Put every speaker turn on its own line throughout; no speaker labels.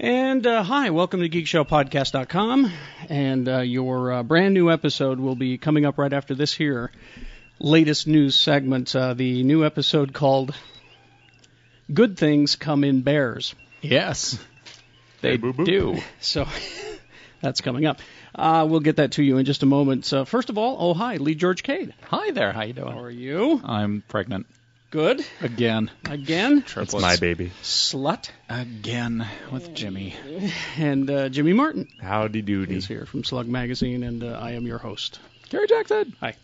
And uh, hi, welcome to GeekShowPodcast.com. And uh, your uh, brand new episode will be coming up right after this here latest news segment. Uh, the new episode called "Good Things Come in Bears."
Yes, they
boo-boo.
do.
So that's coming up. Uh, we'll get that to you in just a moment. So first of all, oh hi, Lee George Cade.
Hi there. How you
How
doing?
are you?
I'm pregnant
Good
again.
again,
It's my baby.
slut.
again with Jimmy.
And uh, Jimmy Martin
Howdy doody.
is here from Slug Magazine, and uh, I am your host.
Gary Jackson.
Hi.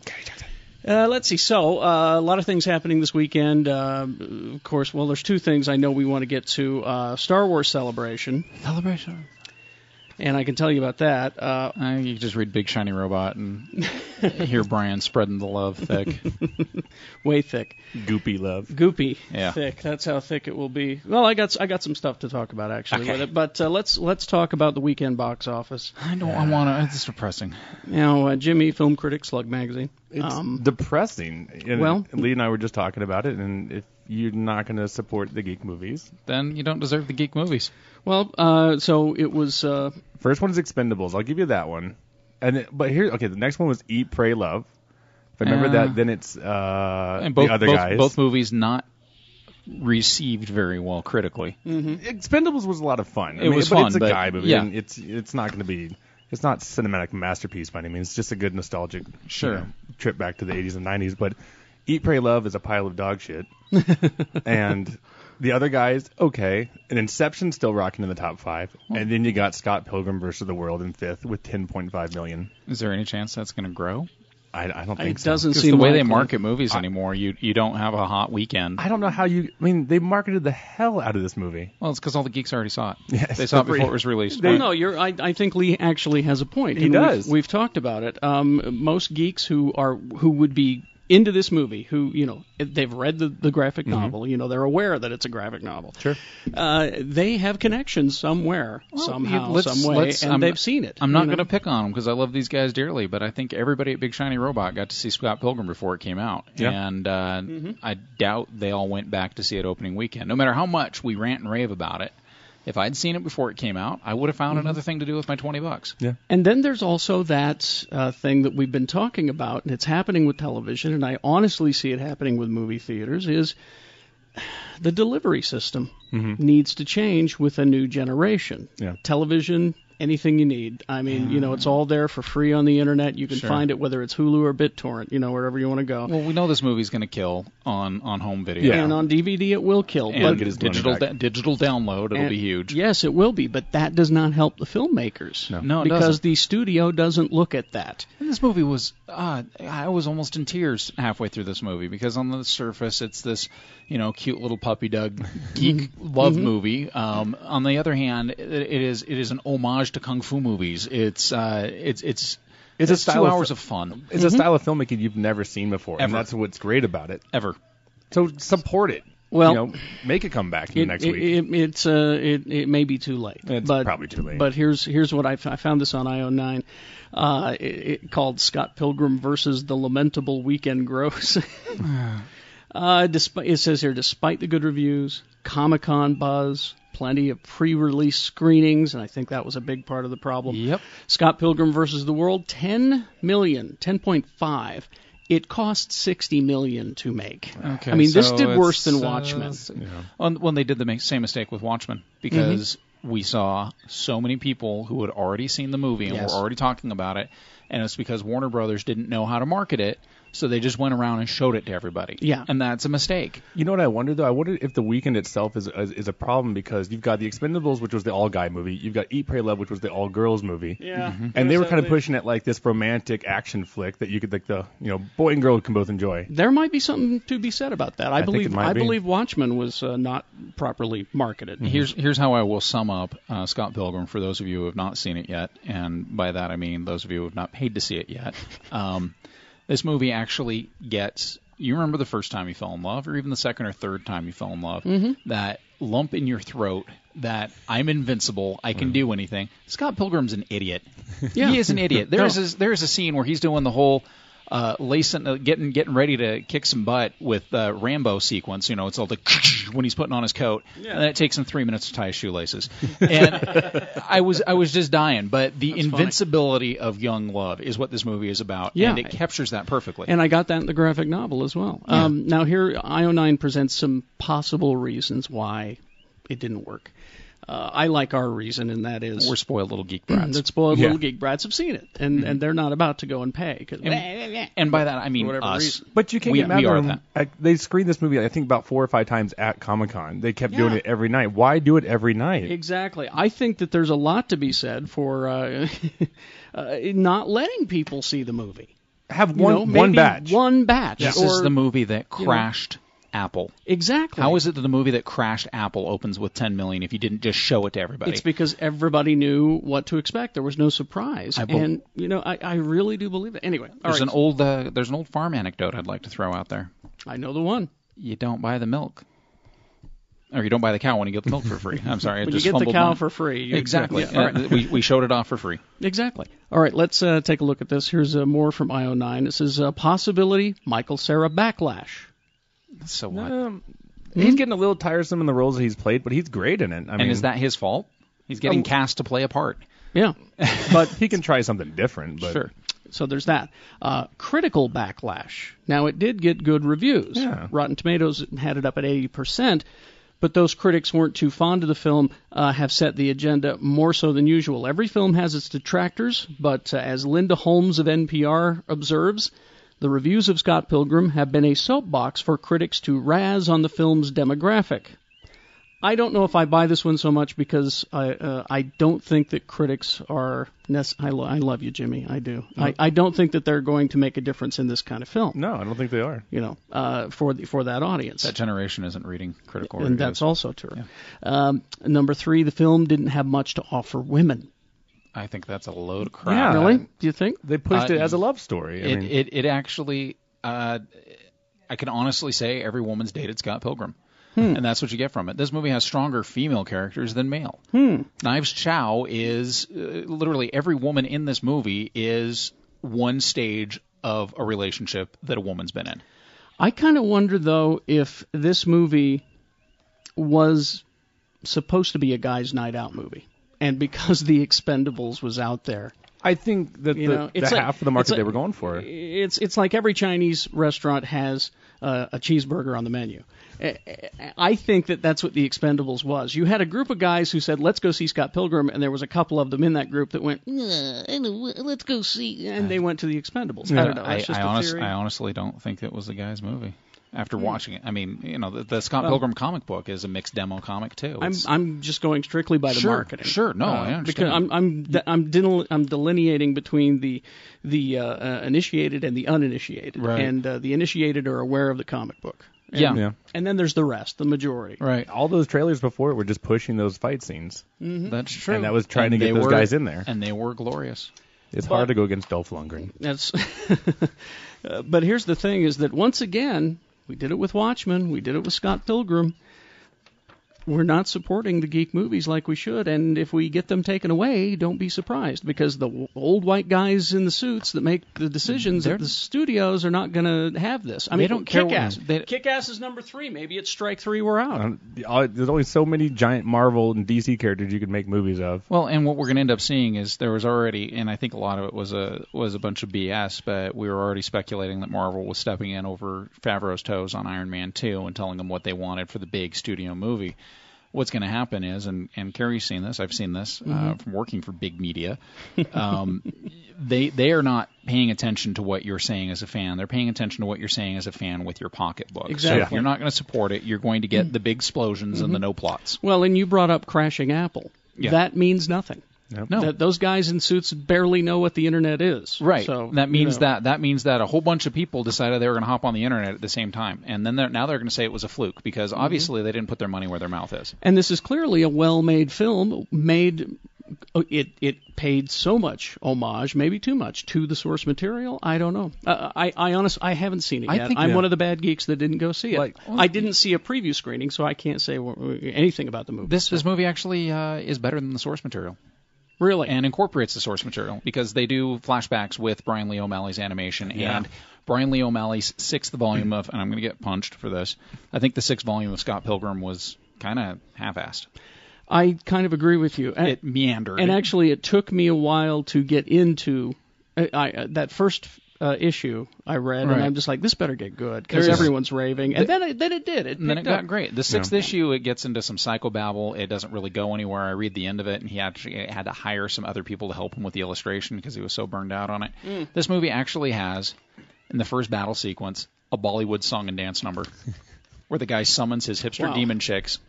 Uh, let's see. So, uh, a lot of things happening this weekend. Uh, of course, well, there's two things I know we want to get to uh, Star Wars Celebration,
Celebration.
and I can tell you about that. Uh,
Uh, you can just read Big Shiny Robot and hear Brian spreading the love thick.
way thick,
Goopy love.
goopy,
Yeah.
thick. That's how thick it will be. Well, I got I got some stuff to talk about actually
Okay.
with it, but uh, let's let's talk about the weekend box office.
I don't. I want to. It's depressing.
Now, uh, Jimmy, film critic, Slug Magazine.
It's
Um,
depressing. And
well-
Lee and I were just talking about it, and if you're not going to support the geek movies,
Then you don't deserve the geek movies.
Well, uh, so it was. Uh,
first one is Expendables. I'll give you that one. And it, but here, okay, the next one was Eat, Pray, Love. If I remember
Uh,
that, then it's uh,
And both
the other
both,
guys.
both movies not received very well critically.
Expendables was a lot of fun. I
Mm-hmm. It
mean,
was
but
fun,
It's a
but
guy movie,
yeah.
and it's it's not going to be. It's not cinematic masterpiece by any means. It's just a good nostalgic you
Sure.
know, trip back to the 80s and 90s. But Eat, Pray, Love is a pile of dog shit, and the other guys okay. And Inception's still rocking in the top five, and then you got Scott Pilgrim versus the World in fifth with 10.5 million.
Is there any chance that's going to grow?
I, I don't think
it
so.
doesn't
Because
seem
the way
likely.
they market movies anymore, you you don't have a hot weekend.
I don't know how you. I mean, they marketed the hell out of this movie.
Well, it's because all the geeks already saw it.
Yes,
they saw it
they're free.
before it was released.
Well, Oh, no, you're. I, I think Lee actually has a point.
He
and
does.
We've, we've talked about it. Um, most geeks who are who would be into this movie, who you know, they've read the, the graphic
Mm-hmm.
novel. You know, they're aware that it's a graphic novel. Sure. Uh, they have connections somewhere,
Well,
somehow,
you- let's-
some way,
let's-
and
I'm-
they've seen it.
I'm not
you know?
going to pick on them because I love these guys dearly, but I think everybody at Big Shiny Robot got to see Scott Pilgrim before it came out,
Yeah.
and uh,
Mm-hmm.
I doubt they all went back to see it opening weekend. No matter how much we rant and rave about it, if I'd seen it before it came out, I would have
Mm-hmm.
found another thing to do with my twenty bucks.
Yeah.
And then there's also that uh, thing that we've been talking about, and it's happening with television, and I honestly see it happening with movie theaters, is the delivery system
Mm-hmm.
needs to change with a new generation.
Yeah.
Television, anything you need. I mean, you know, it's all there for free on the internet. You can
Sure.
find it whether it's Hulu or BitTorrent, you know, wherever you want to go.
Well, we know this movie's going to kill on on home video.
Yeah.
And on DVD, it will kill.
And
but-
get his money
digital
back.
da- digital download, it'll
and-
be huge.
Yes, it will be, but that does not help the filmmakers.
No, it
because
doesn't.
the studio doesn't look at that.
And This movie was, uh, I was almost in tears halfway through this movie because on the surface it's this, you know, cute little puppy dog geek
Mm-hmm.
love movie. Um, on the other hand, it, it is it is an homage to kung fu movies. It's uh, it's it's
It's a
two
style of-
hours of fun
It's a
Mm-hmm.
style of filmmaking you've never seen before, and
Ever.
that's what's great about it.
ever.
So support it.
Well-
you know, make a comeback
it,
next
it-
week.
It, it's uh, it, it may be too late.
It's
but,
probably too late.
But here's here's what I, f- I found this on IO9. Uh, it, it called Scott Pilgrim versus the lamentable weekend gross. uh, despite it says here, despite the good reviews, Comic Con buzz. Plenty of pre-release screenings, and I think that was a big part of the problem.
Yep.
Scott Pilgrim versus the World, 10 million, 10.5. It cost 60 million to make.
Okay,
I mean, this
so
did worse
it's,
than
uh,
Watchmen.
it's- on- When they did the ma- same mistake with Watchmen, because
Mm-hmm.
we saw so many people who had already seen the movie and
Yes.
were already talking about it, and it's because Warner Brothers didn't know how to market it, so they just went around and showed it to everybody.
Yeah.
and that's a mistake.
you know what I wonder though? I wonder if the weekend itself is, is is a problem because you've got the Expendables, which was the all guy movie. You've got Eat, Pray, Love, which was the all girls movie.
Yeah. Mhm.
And they were
There's
kind
that
of pushing it like this romantic action flick that you could like the you know boy and girl can both enjoy.
there might be something to be said about that. I,
think it
believe
might
I
be.
believe Watchmen was uh, not properly marketed.
Here's here's how I will sum up uh, Scott Pilgrim for those of you who have not seen it yet, and by that I mean those of you who have not paid to see it yet. Um, this movie actually gets you remember the first time you fell in love, or even the second or third time you fell in love.
Mm-hmm.
That lump in your throat that I'm invincible, I
Mm.
can do anything. Scott Pilgrim's an idiot.
Yeah.
He is an idiot. There's a, there's a scene where he's doing the whole. uh, lacing, uh, getting getting ready to kick some butt with uh, Rambo sequence. You know, it's all the when he's putting on his coat, and then it takes him three minutes to tie his shoelaces. And I was I was just dying, but the invincibility of young love is what this movie is about,
Yeah.
and it captures that perfectly.
And I got that in the graphic novel as well. Um, now, here, IO9 presents some possible reasons why it didn't work. Uh, I like our reason, and that is
We're spoiled little geek
and
brats. Mm-hmm.
that spoiled
Yeah.
little geek brats have seen it, and, and they're not about to go and pay. 'cause-
And by that I mean
whatever
us.
reason.
But you can't
We-
get mad
we are
at them.
that.
I- They screened this movie, I think, about four or five times at Comic Con. They kept doing
Yeah.
it every night. Why do it every night?
Exactly. I think that there's a lot to be said for uh, uh, not letting people see the movie.
Have
You
one
know,
one
maybe
batch.
One batch.
This
or,
is the movie that
know.
crashed Apple.
Exactly.
How is it that the movie that crashed Apple opens with 10 million if you didn't just show it to everybody?
It's because everybody knew what to expect. There was no surprise,
bel-
and you know, I, I really do believe it. Anyway, all
there's
right.
an old uh, there's an old farm anecdote I'd like to throw out there.
I know the one.
You don't buy the milk, or you don't buy the cow when you get the milk for free. I'm sorry, I
When you
just
get the
fumbled
cow
mine.
for free, you-
Exactly.
Yeah, all right.
Uh, we, we showed it off for free.
Exactly. All right, let's uh, take a look at this. Here's uh, more from IO9. It says uh, possibility Michael Sarah backlash.
So what?
Um,
hmm?
He's getting a little tiresome in the roles that he's played, but he's great in it. I mean, Oh.
and is that his fault? He's getting cast to play a part.
Yeah.
but he can try something different. But
Sure.
So there's that. Uh, critical backlash. Now it did get good reviews.
Yeah.
Rotten Tomatoes had it up at 80%, but those critics weren't too fond of the film. Uh, have set the agenda more so than usual. Every film has its detractors, but uh, as Linda Holmes of NPR observes, the reviews of Scott Pilgrim have been a soapbox for critics to razz on the film's demographic. I don't know if I buy this one so much because I uh, I don't think that critics are. Nec- I, lo- I love you, Jimmy. I do. I, I don't think that they're going to make a difference in this kind of film.
no, I don't think they are.
You know, uh, for the, for that audience.
That generation isn't reading critical
and
reviews.
that's also true. Um, number three, the film didn't have much to offer women.
I think that's a load of crap.
Yeah.
Really? Do you think?
They pushed
Uh,
it as a love story. I
It,
mean,
it it actually uh, I can honestly say every woman's dated Scott Pilgrim.
Hmm.
And that's what you get from it. This movie has stronger female characters than male.
hmm.
Knives Chow is uh, literally every woman in this movie is one stage of a relationship that a woman's been in.
I kind of wonder though if this movie was supposed to be a guy's night out movie, and because The Expendables was out there,
I think that
you
the,
know,
the
it's like-
half of the market
it's like-
they were going for.
it's it's like every Chinese restaurant has uh, a cheeseburger on the menu. I- I- I think that that's what the Expendables was. You had a group of guys who said, "Let's go see Scott Pilgrim," and there was a couple of them in that group that went, "Yeah, and w- "Let's go see," and they went to the Expendables. I don't know.
I,
That's just
I
a
honest-
theory. Hmm.
I honestly don't think it was a guy's movie. After watching it, I mean, you know, the, the Scott Pilgrim comic book is a mixed demo comic too.
I'm
It's-
I'm just going strictly by the
sure,
marketing. Uh,
Sure, no, I understand.
because I'm I'm de- I'm, del- I'm delineating between the the uh, uh, initiated and the uninitiated,
Right.
and uh, the initiated are aware of the comic book,
yeah,
yeah.
and then there's the rest, the majority.
right.
All those trailers before it were just pushing those fight scenes.
Mm-hmm.
That's true.
And that was trying to
And
get
they
those
were-
guys in there.
And they were glorious.
It's hard to go against Dolph Lundgren.
That's. Uh, but here's the thing: is that once again, we did it with Watchmen, we did it with Scott Pilgrim. We're not supporting the geek movies like we should, and if we get them taken away, don't be surprised because the w- old white guys in the suits that make the decisions at the studios are not going to have this. I mean,
don't care
kick
what-
ass.
they-
kick ass is number three. Maybe it's strike three. We're out.
Um, all- There's only so many giant Marvel and DC characters you could make movies of.
Well, and what we're going to end up seeing is there was already, and I think a lot of it was a was a bunch of BS, but we were already speculating that Marvel was stepping in over Favreau's toes on Iron Man 2 and telling them what they wanted for the big studio movie. What's going to happen is, and and Carrie's seen this, I've seen this
Mm-hmm.
uh, from working for big media. Um, they they are not paying attention to what you're saying as a fan. They're paying attention to what you're saying as a fan with your pocketbook. So if
Exactly. Mm. Mm-hmm.
you're not going to support it, you're going to get the big explosions and the no plots.
Well, and you brought up crashing Apple.
Yeah.
That means nothing.
No,
That those guys in suits barely know what the internet is.
Right.
So
that
you
means
know.
that that means that a whole bunch of people decided they were going to hop on the internet at the same time, and then they're, now they're going to say it was a fluke because
Mm-hmm.
obviously they didn't put their money where their mouth is.
and this is clearly a well-made film made oh, it it paid so much homage maybe too much to the source material i don't know uh, i i honest i haven't seen it
I
yet
think-
i'm
Yeah.
one of the bad geeks that didn't go see it
Like-
i didn't see a preview screening so i can't say wh- anything about the movie
This this movie actually uh, is better than the source material.
Really?
and incorporates the source material because they do flashbacks with Brian Lee O'Malley's animation
Yeah.
and Brian Lee O'Malley's sixth volume of, and I'm going to get punched for this. I think the sixth volume of Scott Pilgrim was kind of half-assed.
I kind of agree with you. And,
It meandered.
and actually, it took me a while to get into uh, I, I, that first uh, issue I read,
Right.
and I'm just like, this better get good because
There's-
everyone's raving. And then it, then it did. It
and then it
picked
got
up.
great. The sixth issue, it gets into some psychobabble. It doesn't really go anywhere. I read the end of it, and he actually had to hire some other people to help him with the illustration because he was so burned out on it.
Mm.
This movie actually has, in the first battle sequence, a Bollywood song and dance number where the guy summons his hipster
Wow.
demon chicks,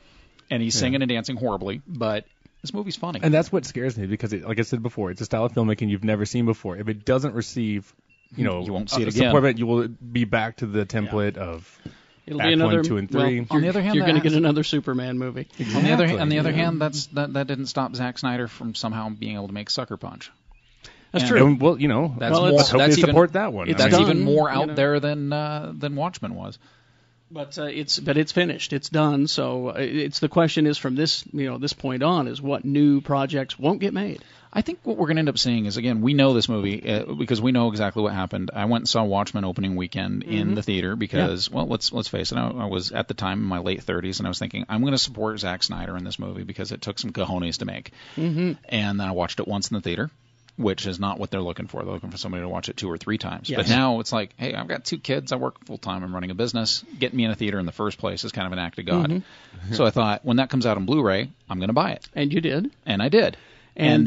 and he's singing and dancing horribly, but this movie's funny.
And that's what scares me because, it, like I said before, it's a style of filmmaking you've never seen before. If it doesn't receive, you know,
You won't see it
uh,
again.
Support, of it, you will be back to the template of.
It'll
Act
be another
one, two, and
well,
three.
you're-
On the other hand,
you're
that
going to get
has-
another Superman movie.
on the other,
Exactly,
on the other
yeah.
hand, that's that, that didn't stop Zack Snyder from somehow being able to make Sucker Punch.
That's
And-
true.
And, well, you know,
That's
well,
more-
let's hope
that's
they
even-
support that one.
it's
That's
done,
even more
you
out
know.
there than uh, than Watchmen was.
But uh, it's but it's finished. It's done. So uh, it's the question is from this you know this point on is what new projects won't get made.
I think what we're going to end up seeing is again, we know this movie uh, because we know exactly what happened. I went and saw Watchmen opening weekend
Mm-hmm.
in the theater because, well, let's let's face it, I, I was at the time in my late 30s and I was thinking I'm going to support Zack Snyder in this movie because it took some cojones to make. Mm-hmm. And then I watched it once in the theater. Which is not what they're looking for. They're looking for somebody to watch it two or three times. But
Yes.
now it's like, hey, I've got two kids. I work full time. I'm running a business. Getting me in a theater in the first place is kind of an act of God. so I thought, when that comes out on Blu ray, I'm going to buy it.
Mm-hmm. And you did.
And I did. And,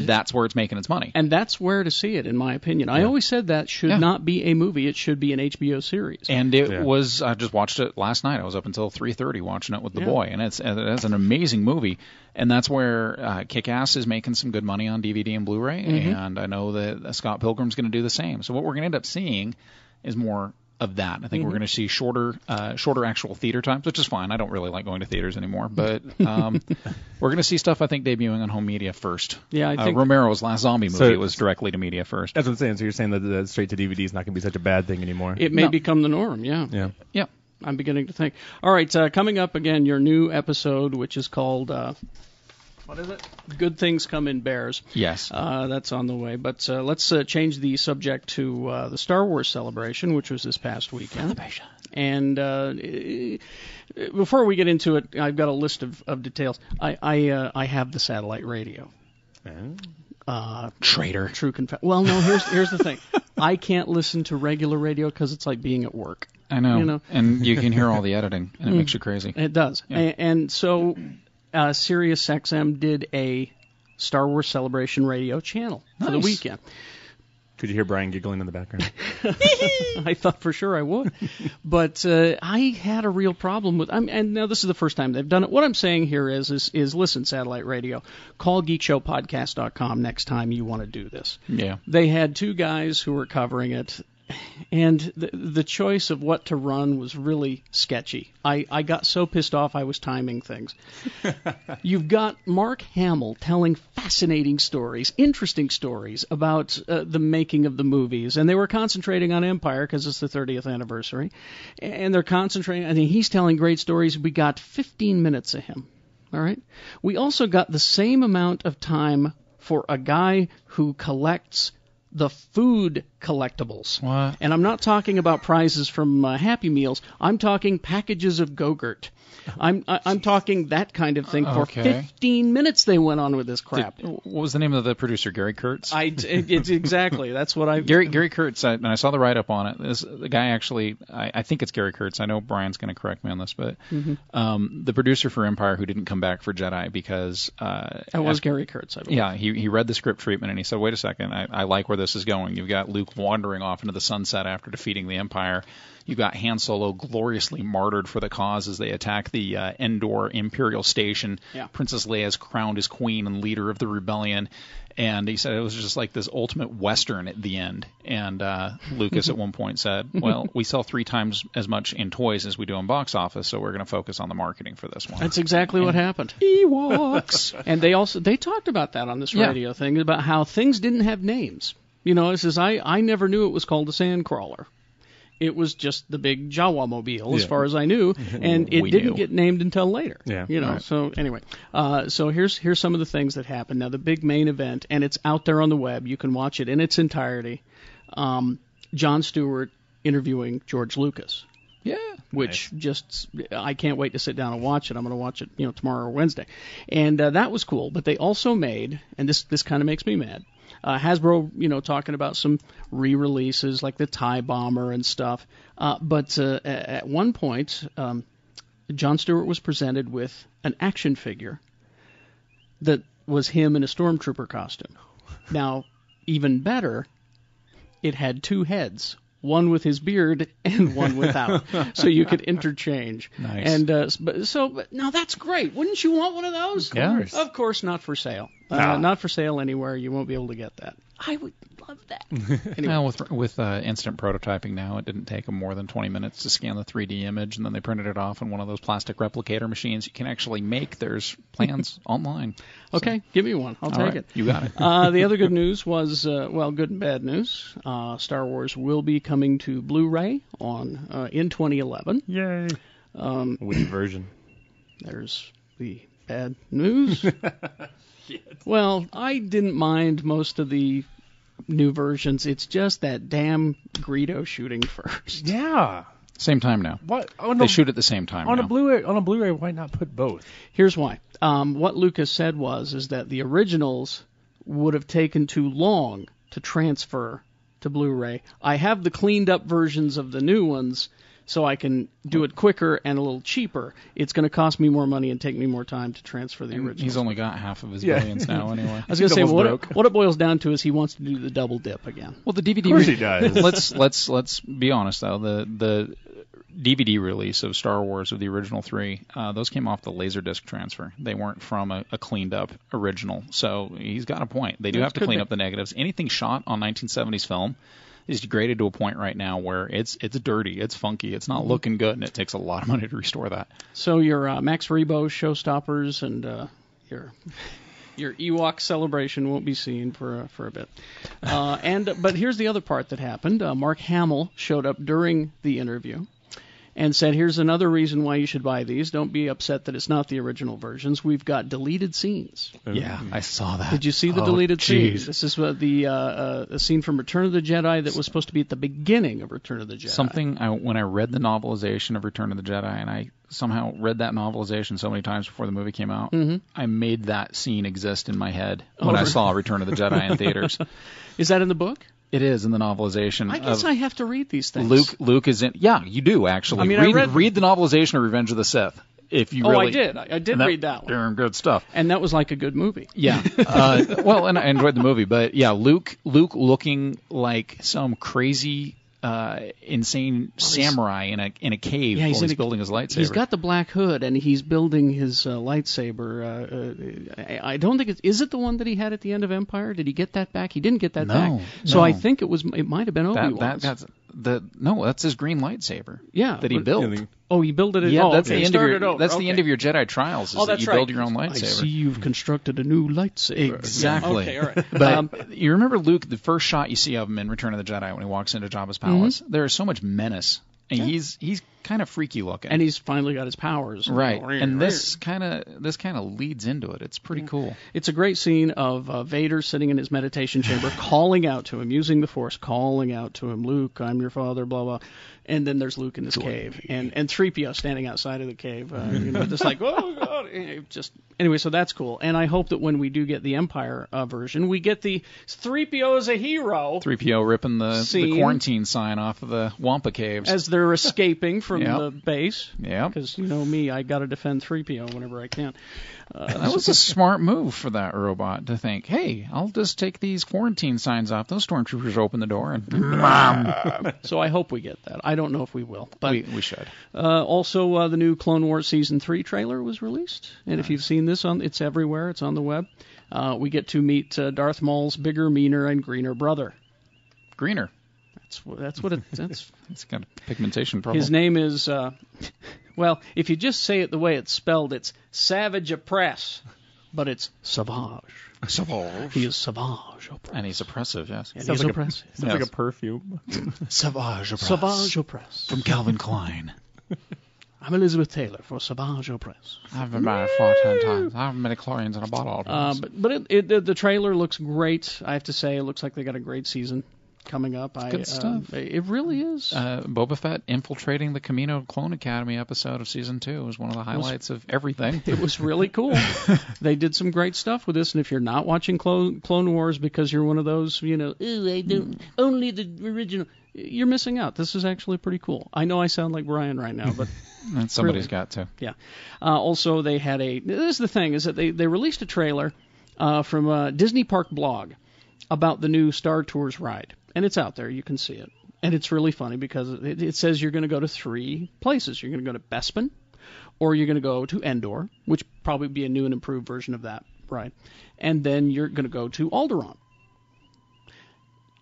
And-
that's where it's making its money.
And that's where to see it, in my opinion. I always said that should
Yeah.
not be a movie; it should be an HBO series.
And it
Yeah.
was I just watched it last night. I was up until 3:30 watching it with the
Yeah.
boy, and it's and it's an amazing movie. And that's where uh, Kick-Ass is making some good money on DVD and Blu-ray,
Mm-hmm.
and I know that uh, Scott Pilgrim's going to do the same. So what we're going to end up seeing is more of that. I think
Mm-hmm.
we're going to see shorter uh, shorter actual theater times, which is fine. I don't really like going to theaters anymore, but um, we're going to see stuff I think debuting on home media first.
Yeah, I
Uh,
think-
Romero's last zombie movie
So-
was directly to media first.
That's what I'm saying. So you're saying that the straight to DVD is not going to be such a bad thing anymore.
It may
No.
become the norm. Yeah.
yeah.
Yeah.
I'm beginning to think. All right, uh, coming up again, your new episode, which is called uh, what is it? Good things come in bears.
Yes.
Uh, that's on the way. But uh, let's uh, change the subject to uh, the Star Wars celebration, which was this past weekend. And uh, eh, before we get into it, I've got a list of, of details. I I, uh, I have the satellite radio. Oh. Uh,
Traitor.
True confession. Well, no. Here's here's the thing. I can't listen to regular radio because it's like being at work.
I know.
You know? Mm.
And you can hear all the editing, and it makes you crazy.
It does. A And, so uh, Sirius XM did a Star Wars Celebration radio channel for the
Nice.
weekend.
Could you hear Brian giggling in the background?
I thought for sure I would, but uh, I had a real problem with. I'm, and now this is the first time they've done it. What I'm saying here is, is, is listen, satellite radio. Call geekshowpodcast.com next time you want to do this.
Yeah.
They had two guys who were covering it, and the, the choice of what to run was really sketchy. I, I got so pissed off I was timing things. You've got Mark Hamill telling fascinating stories, interesting stories about uh, the making of the movies, and they were concentrating on Empire because it's the 30th anniversary, and they're concentrating. I mean, he's telling great stories. We got 15 minutes of him. All right. We also got the same amount of time for a guy who collects the food collectibles.
What?
And I'm not talking about prizes from uh, Happy Meals. I'm talking packages of Go-Gurt. I'm I, I'm talking that kind of thing for
Okay.
15 minutes. They went on with this crap.
What was the name of the producer? Gary Kurtz.
I it, it's exactly that's what I
Gary Gary Kurtz. I, and I saw the write up on it. This the guy actually. I, I think it's Gary Kurtz. I know Brian's going to correct me on this, but um, the producer for Empire who didn't come back for Jedi because uh,
That was Gary Kurtz. I believe.
Yeah, he, he read the script treatment and he said, wait a second, I, I like where this is going. You've got Luke wandering off into the sunset after defeating the Empire. You've got Han Solo gloriously martyred for the cause as they attack the uh, Endor Imperial Station.
Yeah.
Princess Leia is crowned as queen and leader of the rebellion. And he said it was just like this ultimate Western at the end. And uh, Lucas at one point said, well, we sell three times as much in toys as we do in box office, so we're going to focus on the marketing for this one.
That's exactly what happened. Ewoks. and they also they talked about that on this
Yeah.
radio thing about how things didn't have names. You know, it says I I never knew it was called a sandcrawler. it was just the big Jawa mobile, as far as I knew, and it
We
didn't
knew.
get named until later.
Yeah,
you know.
right.
So anyway, uh, so here's here's some of the things that happened. Now the big main event, and it's out there on the web. You can watch it in its entirety. Um, John Stewart interviewing George Lucas
Yeah.
which just I can't wait to sit down and watch it. I'm going to watch it, you know, tomorrow or Wednesday, and uh, that was cool. But they also made, and this this kind of makes me mad. Uh, Hasbro, you know, talking about some re-releases like the Tie Bomber and stuff. Uh, but uh, a- at one point, um, John Stewart was presented with an action figure that was him in a stormtrooper costume. Now, even better, it had two heads, one with his beard and one without, so you could interchange.
Nice.
And uh, s- but, so but, now that's great. Wouldn't you want one of those? Of
Yeah.
course.
Of course, not for sale. Uh,
Ah.
not for sale anywhere. You won't be able to get that. I would love that. anyway.
Well, with with uh, instant prototyping now, it didn't take them more than 20 minutes to scan the 3D image, and then they printed it off in one of those plastic replicator machines. You can actually make. There's plans online.
Okay, give me one. I'll
All
take
right,
it.
You got it.
uh, the other good news was, uh, well, good and bad news. Uh, Star Wars will be coming to Blu-ray on uh, in 2011.
Yay. Um, Which version?
There's the bad news. well, I didn't mind most of the new versions. It's just that damn Greedo shooting first.
Yeah.
Same time now.
What on
Oh,
They
a,
shoot at the same time
on
now.
a Blu-ray? On a Blu-ray, why not put both?
Here's why. Um, what Lucas said was is that the originals would have taken too long to transfer to Blu-ray. I have the cleaned up versions of the new ones, so I can do it quicker and a little cheaper. It's going to cost me more money and take me more time to transfer the originals.
He's only got half of his
Yeah.
billions now, anyway.
I was going to say
Doubles
what
broke.
it, what it boils down to is he wants to do the double dip again.
Well, the DVD.
Of course
re-
he does.
let's let's let's be honest though. The the DVD release of Star Wars of the original three, uh, those came off the Laserdisc transfer. They weren't from a, a cleaned up original. So he's got a point. They do have to
could
clean
be.
up the negatives. Anything shot on 1970s film is degraded to a point right now where it's it's dirty, it's funky, it's
Mm-hmm.
not looking good, and it takes a lot of money to restore that.
So your uh, Max Rebo showstoppers and uh, your your Ewok celebration won't be seen for uh, for a bit. Uh, and but here's the other part that happened. Uh, Mark Hamill showed up during the interview and said, "Here's another reason why you should buy these. Don't be upset that it's not the original versions. We've got deleted scenes."
Yeah, I saw that.
Did you see the
Oh,
deleted scene?
jeez.
This is uh, the uh, uh, the scene from Return of the Jedi that was supposed to be at the beginning of Return of the Jedi.
something I, when I read the novelization of Return of the Jedi, and I somehow read that novelization so many times before the movie came out,
Mm-hmm.
I made that scene exist in my head when I
really?
saw Return of the Jedi in theaters.
is that in the book?
It is in the novelization.
I guess
of,
I have to read these things.
Luke. Luke is in. Yeah, you do actually.
I mean, I
read,
read-
read the novelization of Revenge of the Sith. If you
Oh, I
really,
did. I- I did
and
read that one.
Darn good stuff.
and that was like a good movie.
Yeah. Uh, well, and I enjoyed the movie, but yeah, Luke Luke looking like some crazy, uh, insane samurai in a in a cave
Oh, Yeah, he's
while
in
he's
a-
building his lightsaber.
He's got the black hood and he's building his uh, lightsaber. Uh, uh, I I don't think it's is it the one that he had at the end of Empire. Did he get that back? He didn't get that
No,
back. So
no.
I think it was it might have been Obi
that,
Wan.
that that's the no, that's his green lightsaber.
Yeah,
that he
but-
built.
Yeah,
oh, he built it. In,
Yeah,
oh,
that's
okay,
the
he
end of
started
your
over.
that's
okay.
the end of your Jedi trials. Is
Oh,
that
that's
you
right.
build your own
I
lightsaber.
see you've constructed a new lightsaber.
Exactly.
Okay, all right.
But
Um,
you remember Luke, the first shot you see of him in Return of the Jedi when he walks into Jabba's
Mm-hmm.
palace. There is so much menace, and he's he's kind of freaky looking.
And he's finally got his powers.
right, and this kind of this kind of leads into it. It's
Mm.
pretty cool.
It's a great scene of uh, Vader sitting in his meditation chamber, calling out to him, using the Force, calling out to him, Luke, I'm your father, blah blah. And then there's Luke in his cave, and and 3PO standing outside of the cave, uh, you know, just like oh god, It just anyway. So that's cool, and I hope that when we do get the Empire uh, version, we get the 3PO as a hero
Three PO ripping the, the
Scene.
quarantine sign off of the Wampa caves.
as they're escaping from
Yep.
the base.
Yep.
Because you know me, I got to defend 3PO whenever I can. Uh,
That was a smart move for that robot to think, hey, I'll just take these quarantine signs off. Those stormtroopers open the door, and
So I hope we get that. I don't know if we will, but
we, we should.
Uh, also, uh, the new Clone Wars season three trailer was released, and if you've seen this, on it's everywhere. It's on the web. Uh, we get to meet uh, Darth Maul's bigger, meaner, and greener brother.
Greener.
That's what. That's what. It, that's
It's got a pigmentation problem.
his name is. Uh, well, if you just say it the way it's spelled, it's Savage Oppress. but it's savage. He is savage, oppressed.
And he's oppressive, yes.
and
Sounds
he's
like a-
oppressive.
It's like a perfume.
Savage oppressed.
Savage oppressed.
From Calvin Klein.
I'm Elizabeth Taylor for Savage oppressed.
I've been married four ten times. I haven't been chlorines in a bottle.
Uh, but but it, it, the, the trailer looks great. I have to say, it looks like they got a great season coming up. I,
Good
uh,
stuff.
it really is.
uh, Boba Fett infiltrating the Camino Clone Academy episode of season two was one of the highlights of everything.
it was really cool. they did some great stuff with this, and if you're not watching Clone, Clone Wars because you're one of those, you know, ooh, I don't only the original, you're missing out. This is actually pretty cool. I know I sound like Brian right now, but
And somebody's got to.
yeah. Uh, also, they had a. This is the thing is that they they released a trailer uh, from a Disney Park blog about the new Star Tours ride, and it's out there. You can see it, and it's really funny because it, it says you're going to go to three places. You're going to go to Bespin, or you're going to go to Endor, which probably be a new and improved version of that ride, and then you're going to go to Alderaan.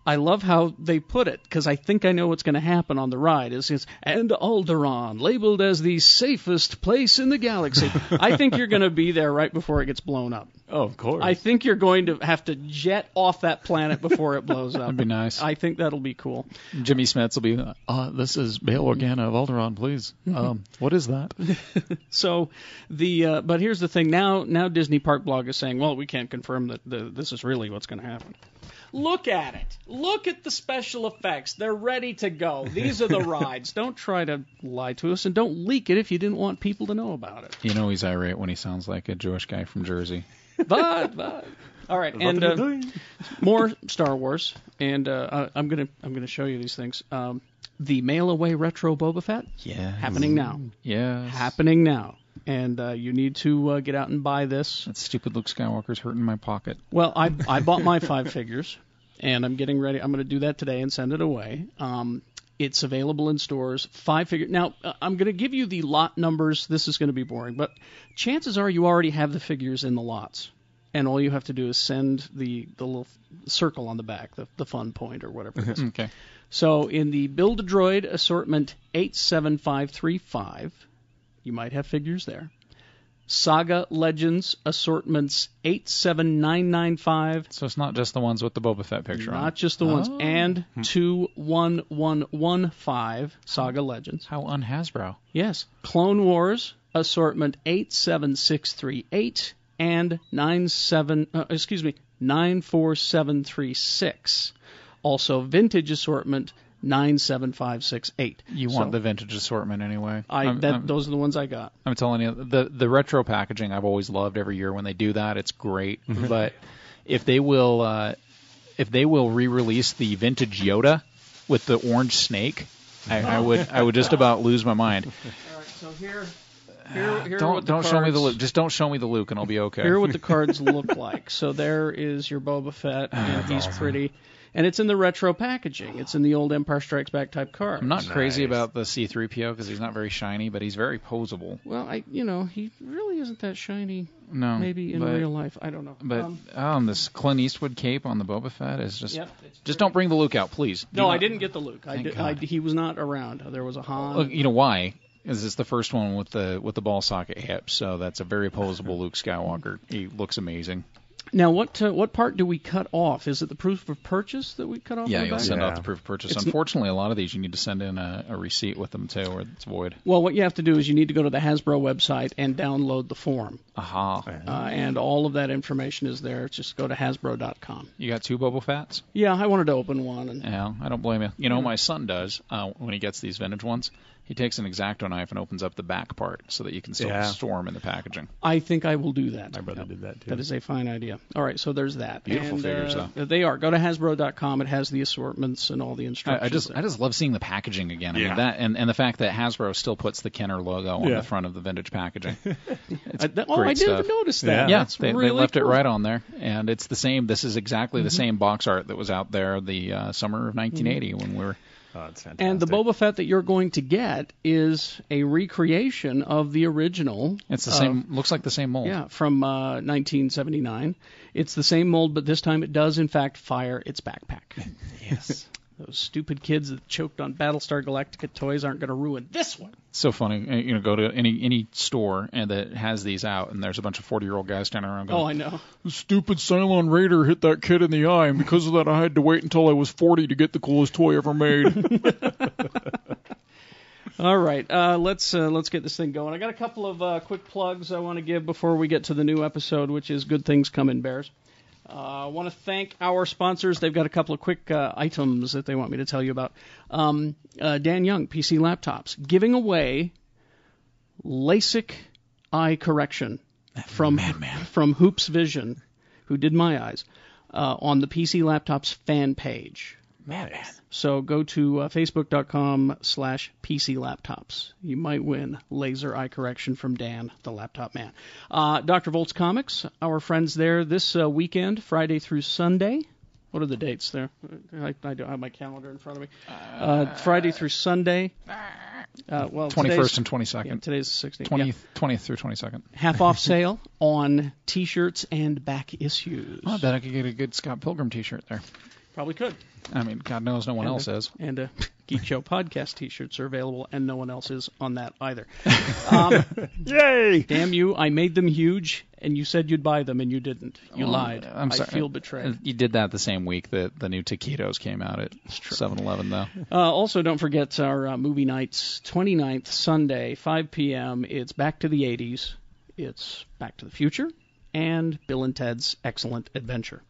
I love how they put it because I think I know what's going to happen on the ride. Is it's and Alderaan labeled as the safest place in the galaxy. I think you're going to be there right before it gets blown up.
Oh, of course.
I think you're going to have to jet off that planet before it blows up. That'd
be nice.
I think that'll be cool.
Jimmy Smets will be, uh, this is Bail Organa of Alderaan, please. Um, what is that?
So the uh, but here's the thing. Now now Disney Park blog is saying, well, we can't confirm that the, this is really what's going to happen. Look at it. Look at the special effects. They're ready to go. These are the rides. Don't try to lie to us and don't leak it if you didn't want people to know about it.
You know he's irate when he sounds like a Jewish guy from Jersey.
But but all right, and uh, more Star Wars, and uh, I- I'm gonna I'm gonna show you these things. Um, the mail away retro Boba Fett
Yeah.
happening now,
Yes.
happening now, and uh, you need to uh, get out and buy this.
That stupid Luke Skywalker's hurting my pocket.
Well, I I bought my five figures, and I'm getting ready. I'm going to do that today and send it away. Um, it's available in stores. Five figure. Now uh, I'm going to give you the lot numbers. This is going to be boring, but chances are you already have the figures in the lots, and all you have to do is send the the little circle on the back, the the fun point or whatever. it is.
Okay.
so in the Build a Droid assortment eight seven five three five, you might have figures there. Saga Legends assortments 87995
So it's not just the ones with the Boba Fett picture on.
not
it.
just the ones.
Oh.
And two one one one five Saga Legends.
How unhasbrow.
Yes. Clone Wars assortment eight seven six three eight and nine seven. Uh, excuse me, nine four seven three six. Also, vintage assortment nine seven five six eight.
You want the vintage assortment anyway.
I
I'm,
that
I'm-
those are the ones I got.
I'm telling you, the the retro packaging I've always loved every year when they do that. It's great. but if they will, uh, if they will re-release the vintage Yoda with the orange snake, I, I would I would just about lose my mind.
All right. So here, here, here
Uh, don't
what the
don't show me the
cards-
Luke. Just don't show me the Luke, and I'll be okay.
Here are what the cards look like. So there is your Boba Fett, and he's pretty, and it's in the retro packaging. It's in the old Empire Strikes Back type cards.
I'm not crazy
Nice.
about the C3PO because he's not very shiny, but he's very posable.
Well, I, you know, he really isn't that shiny.
No,
Maybe in
Um, but,
real life, I don't know.
But
Um,
um, this Clint Eastwood cape on the Boba Fett is just
Yep, it's
just don't bring the Luke out, please. Do
no, I
not-
didn't get the Luke. I,
Thank
did, I
God.
he was not around. There was a Han.
Look, you know why? Is it's the first one with the with the ball socket hip, so that's a very posable Luke Skywalker. He looks amazing.
Now, what uh, what part do we cut off? Is it the proof of purchase that we cut off?
Yeah,
in the
you'll
back?
send
Yeah.
out the proof of purchase. Unfortunately, a lot of these you need to send in a, a receipt with them too, or it's void.
Well, what you have to do is you need to go to the Hasbro website and download the form,
Aha!
uh, and all of that information is there. Just go to Hasbro.com.
You got two Boba Fetts?
Yeah, I wanted to open one, and
Yeah, I don't blame you. You know, my son does uh, when he gets these vintage ones. He takes an exacto knife and opens up the back part so that you can still
Yeah.
store them in the packaging.
I think I will do that.
My brother did that too.
That is a fine idea. All right, so there's that.
Beautiful
And,
figures,
uh, They are. Go to Hasbro.com. It has the assortments and all the instructions.
I, I just I
there.
just love seeing the packaging again. I
Yeah.
mean that and, and the fact that Hasbro still puts the Kenner logo on
Yeah.
the front of the vintage packaging.
I, that, oh, I
great
didn't
stuff.
even notice that.
Yeah,
yeah,
That's
they, they
really
left it
cool. Mm-hmm.
right on there, and it's the same. This is exactly the same box art that was out there the uh, summer of 1980 when we were.
Oh, it's fantastic.
And the Boba Fett that you're going to get is a recreation of the original.
It's the
uh,
same. Looks like the same mold.
Yeah, from uh, 1979. It's the same mold, but this time it does in fact fire its backpack.
Yes.
Those stupid kids that choked on Battlestar Galactica toys aren't going to ruin this one.
so funny. Uh, You know, go to any any store and that has these out, and there's a bunch of forty year old guys standing around going,
Oh, I know.
"The stupid Cylon Raider hit that kid in the eye, and because of that, I had to wait until I was forty to get the coolest toy ever made."
All right, uh, let's uh, let's get this thing going. I got a couple of uh, quick plugs I want to give before we get to the new episode, which is "Good Things Come in Bears." Uh, I want to thank our sponsors. They've got a couple of quick uh, items that they want me to tell you about. Um, uh, Dan Young, PC Laptops, giving away LASIK eye correction from from Hoops Vision, who did my eyes, uh, on the PC Laptops fan page.
Madman.
So go to uh, facebook.com slash PC laptops. You might win laser eye correction from Dan, the laptop man. Uh, Dr. Volt's Comics, our friends there this uh, weekend, Friday through Sunday. What are the dates there? I, I don't have my calendar in front of me. Uh, Friday through Sunday. Uh, well,
Twenty first
today's-
and twenty
yeah,
second.
today's the 16th. yeah.
20th, 20th through 22nd.
Half off sale on t-shirts and back issues.
I bet I could get a good Scott Pilgrim T-shirt there.
Probably could.
I mean, God knows no one else
a-
is.
And a Geek Show podcast T-shirts are available, and no one else is on that either. Um,
Yay!
Damn you! I made them huge, and you said you'd buy them, and you didn't. You
Well,
lied.
Oh, Um, I'm sorry.
I feel betrayed.
You did that the same week that the new taquitos came out at 7-Eleven, though.
Uh, also, don't forget our uh, movie nights, 29th Sunday, 5 p.m. It's Back to the 80s, it's Back to the Future, and Bill and Ted's Excellent Adventure.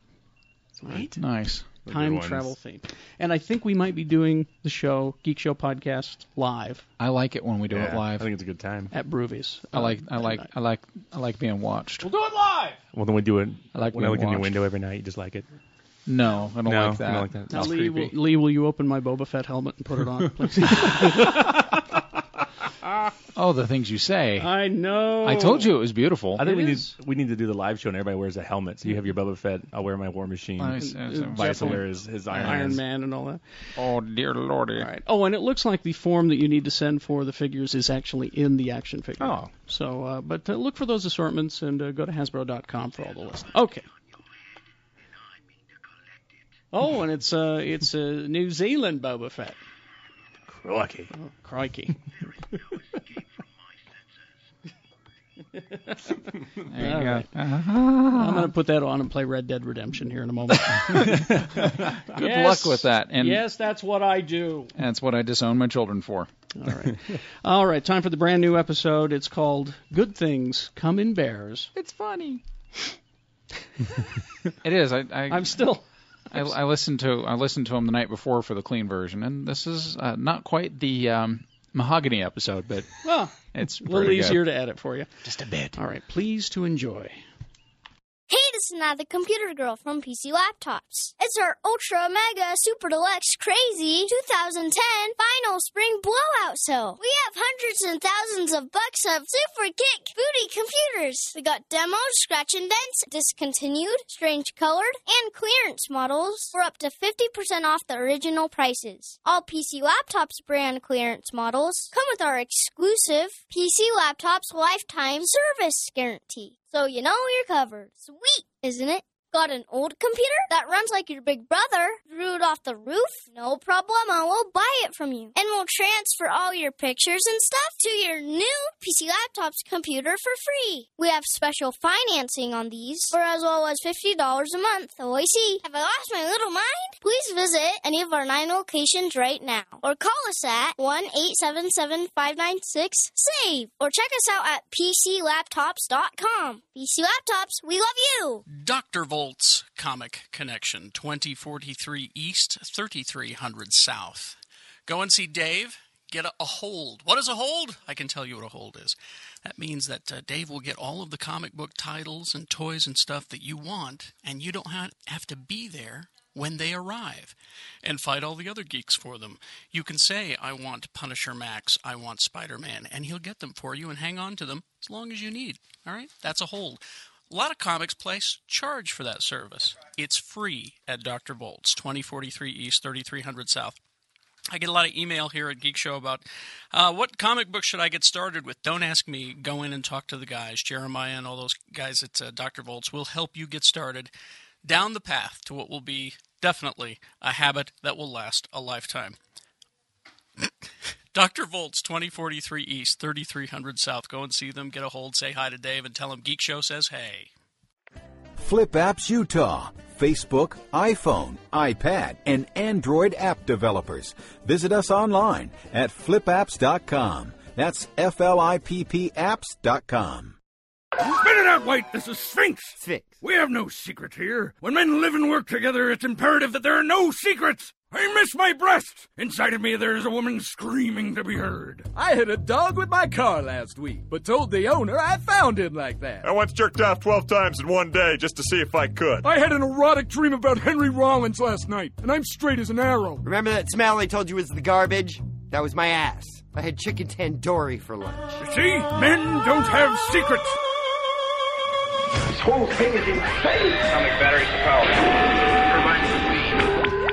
Right?
Nice.
Time
ones.
travel theme. And I think we might be doing the show, Geek Show Podcast, live
I like it when we do it live.
I think it's a good time.
at Uh, Broovies.
I like I like I like I like being watched.
We'll do it live!
Well, then we do it.
I like
when I
being
look in your
watched.
window every night, you just like it.
No, I don't
no,
like that.
I don't like that.
Now,
It's
Lee will,
creepy.
Lee, will you open my Boba Fett helmet and put it on, please?
Oh, the things you say.
I know.
I told you it was beautiful.
I think we
It
need
is.
we need to do the live show and everybody wears a helmet. So you have your Boba Fett. I'll wear my War Machine.
Nice.
Vice
Definitely.
will wear his, his Iron,
Iron
Man's.
Man and all that.
Oh dear lordy.
All right. Oh, and it looks like the form that you need to send for the figures is actually in the action figure.
Oh.
So, uh, but uh, look for those assortments and uh, go to Hasbro.com for all the list. Okay. Oh, and it's uh, it's uh, New Zealand Boba Fett. Oh,
Crikey.
Crikey.
There you
All
go. Uh-huh.
I'm going to put that on and play Red Dead Redemption here in a moment.
Good
Yes.
luck with that. And
yes, that's what I do.
that's what I disown my children for.
All right. All right, time for the brand new episode. It's called Good Things Come in Bears.
It's funny. it is. I I,
I'm still
I I listened to I listened to him the night before for the clean version, and this is uh, not quite the um, mahogany episode, but
well,
it's
a little easier to edit for you.
Just a bit.
All right, please to enjoy.
Hey, this is not the computer girl from PC Laptops. It's our ultra mega super deluxe crazy 2010 final spring blowout sale. We have hundreds and thousands of bucks of super kick booty computers. We got demos, scratch and dents, discontinued, strange colored, and clearance models for up to 50% off the original prices. All PC Laptops brand clearance models come with our exclusive PC Laptops lifetime service guarantee. So you know you're covered. Sweet, isn't it? Got an old computer that runs like your big brother? Threw it off the roof? No problemo, we'll buy it from you. And we'll transfer all your pictures and stuff to your new PC Laptops computer for free. We have special financing on these for as low as $50 a month. OIC. Have I lost my little mind? Please visit any of our nine locations right now. Or call us at 1 877 596 SAVE. E Or check us out at PCLaptops.com. PC Laptops, we love you!
Dr. Volt's Comic Connection, 2043 East, 3300 South. Go and see Dave. Get a, a hold. What is a hold? I can tell you what a hold is. That means that uh, Dave will get all of the comic book titles and toys and stuff that you want, and you don't ha- have to be there when they arrive and fight all the other geeks for them. You can say, I want Punisher Max, I want Spider Man, and he'll get them for you and hang on to them as long as you need. All right? That's a hold. A lot of comics place charge for that service. It's free at Dr. Volts, 2043 East, 3300 South. I get a lot of email here at Geek Show about uh, what comic book should I get started with. Don't ask me. Go in and talk to the guys. Jeremiah and all those guys at uh, Dr. Volts will help you get started.
down the path to what will be definitely a habit that will last a lifetime. Dr. Volts, 2043 East, 3300 South. Go and see them, get a hold, say hi to Dave, and tell him Geek Show says hey.
Flip Apps Utah, Facebook, iPhone, iPad, and Android app developers. Visit us online at flipapps.com. That's F L I P P apps.com.
Spit it out, White! This is Sphinx! Sphinx. We have no secrets here. When men live and work together, it's imperative that there are no secrets! I miss my breast! Inside of me, there is a woman screaming to be heard.
I hit a dog with my car last week, but told the owner I found him like that.
I once jerked off 12 times in one day just to see if I could.
I had an erotic dream about Henry Rollins last night, and I'm straight as an arrow.
Remember that smell I told you was the garbage? That was my ass. I had chicken tandoori for lunch.
You see? Men don't have secrets!
This whole thing is insane! Atomic batteries to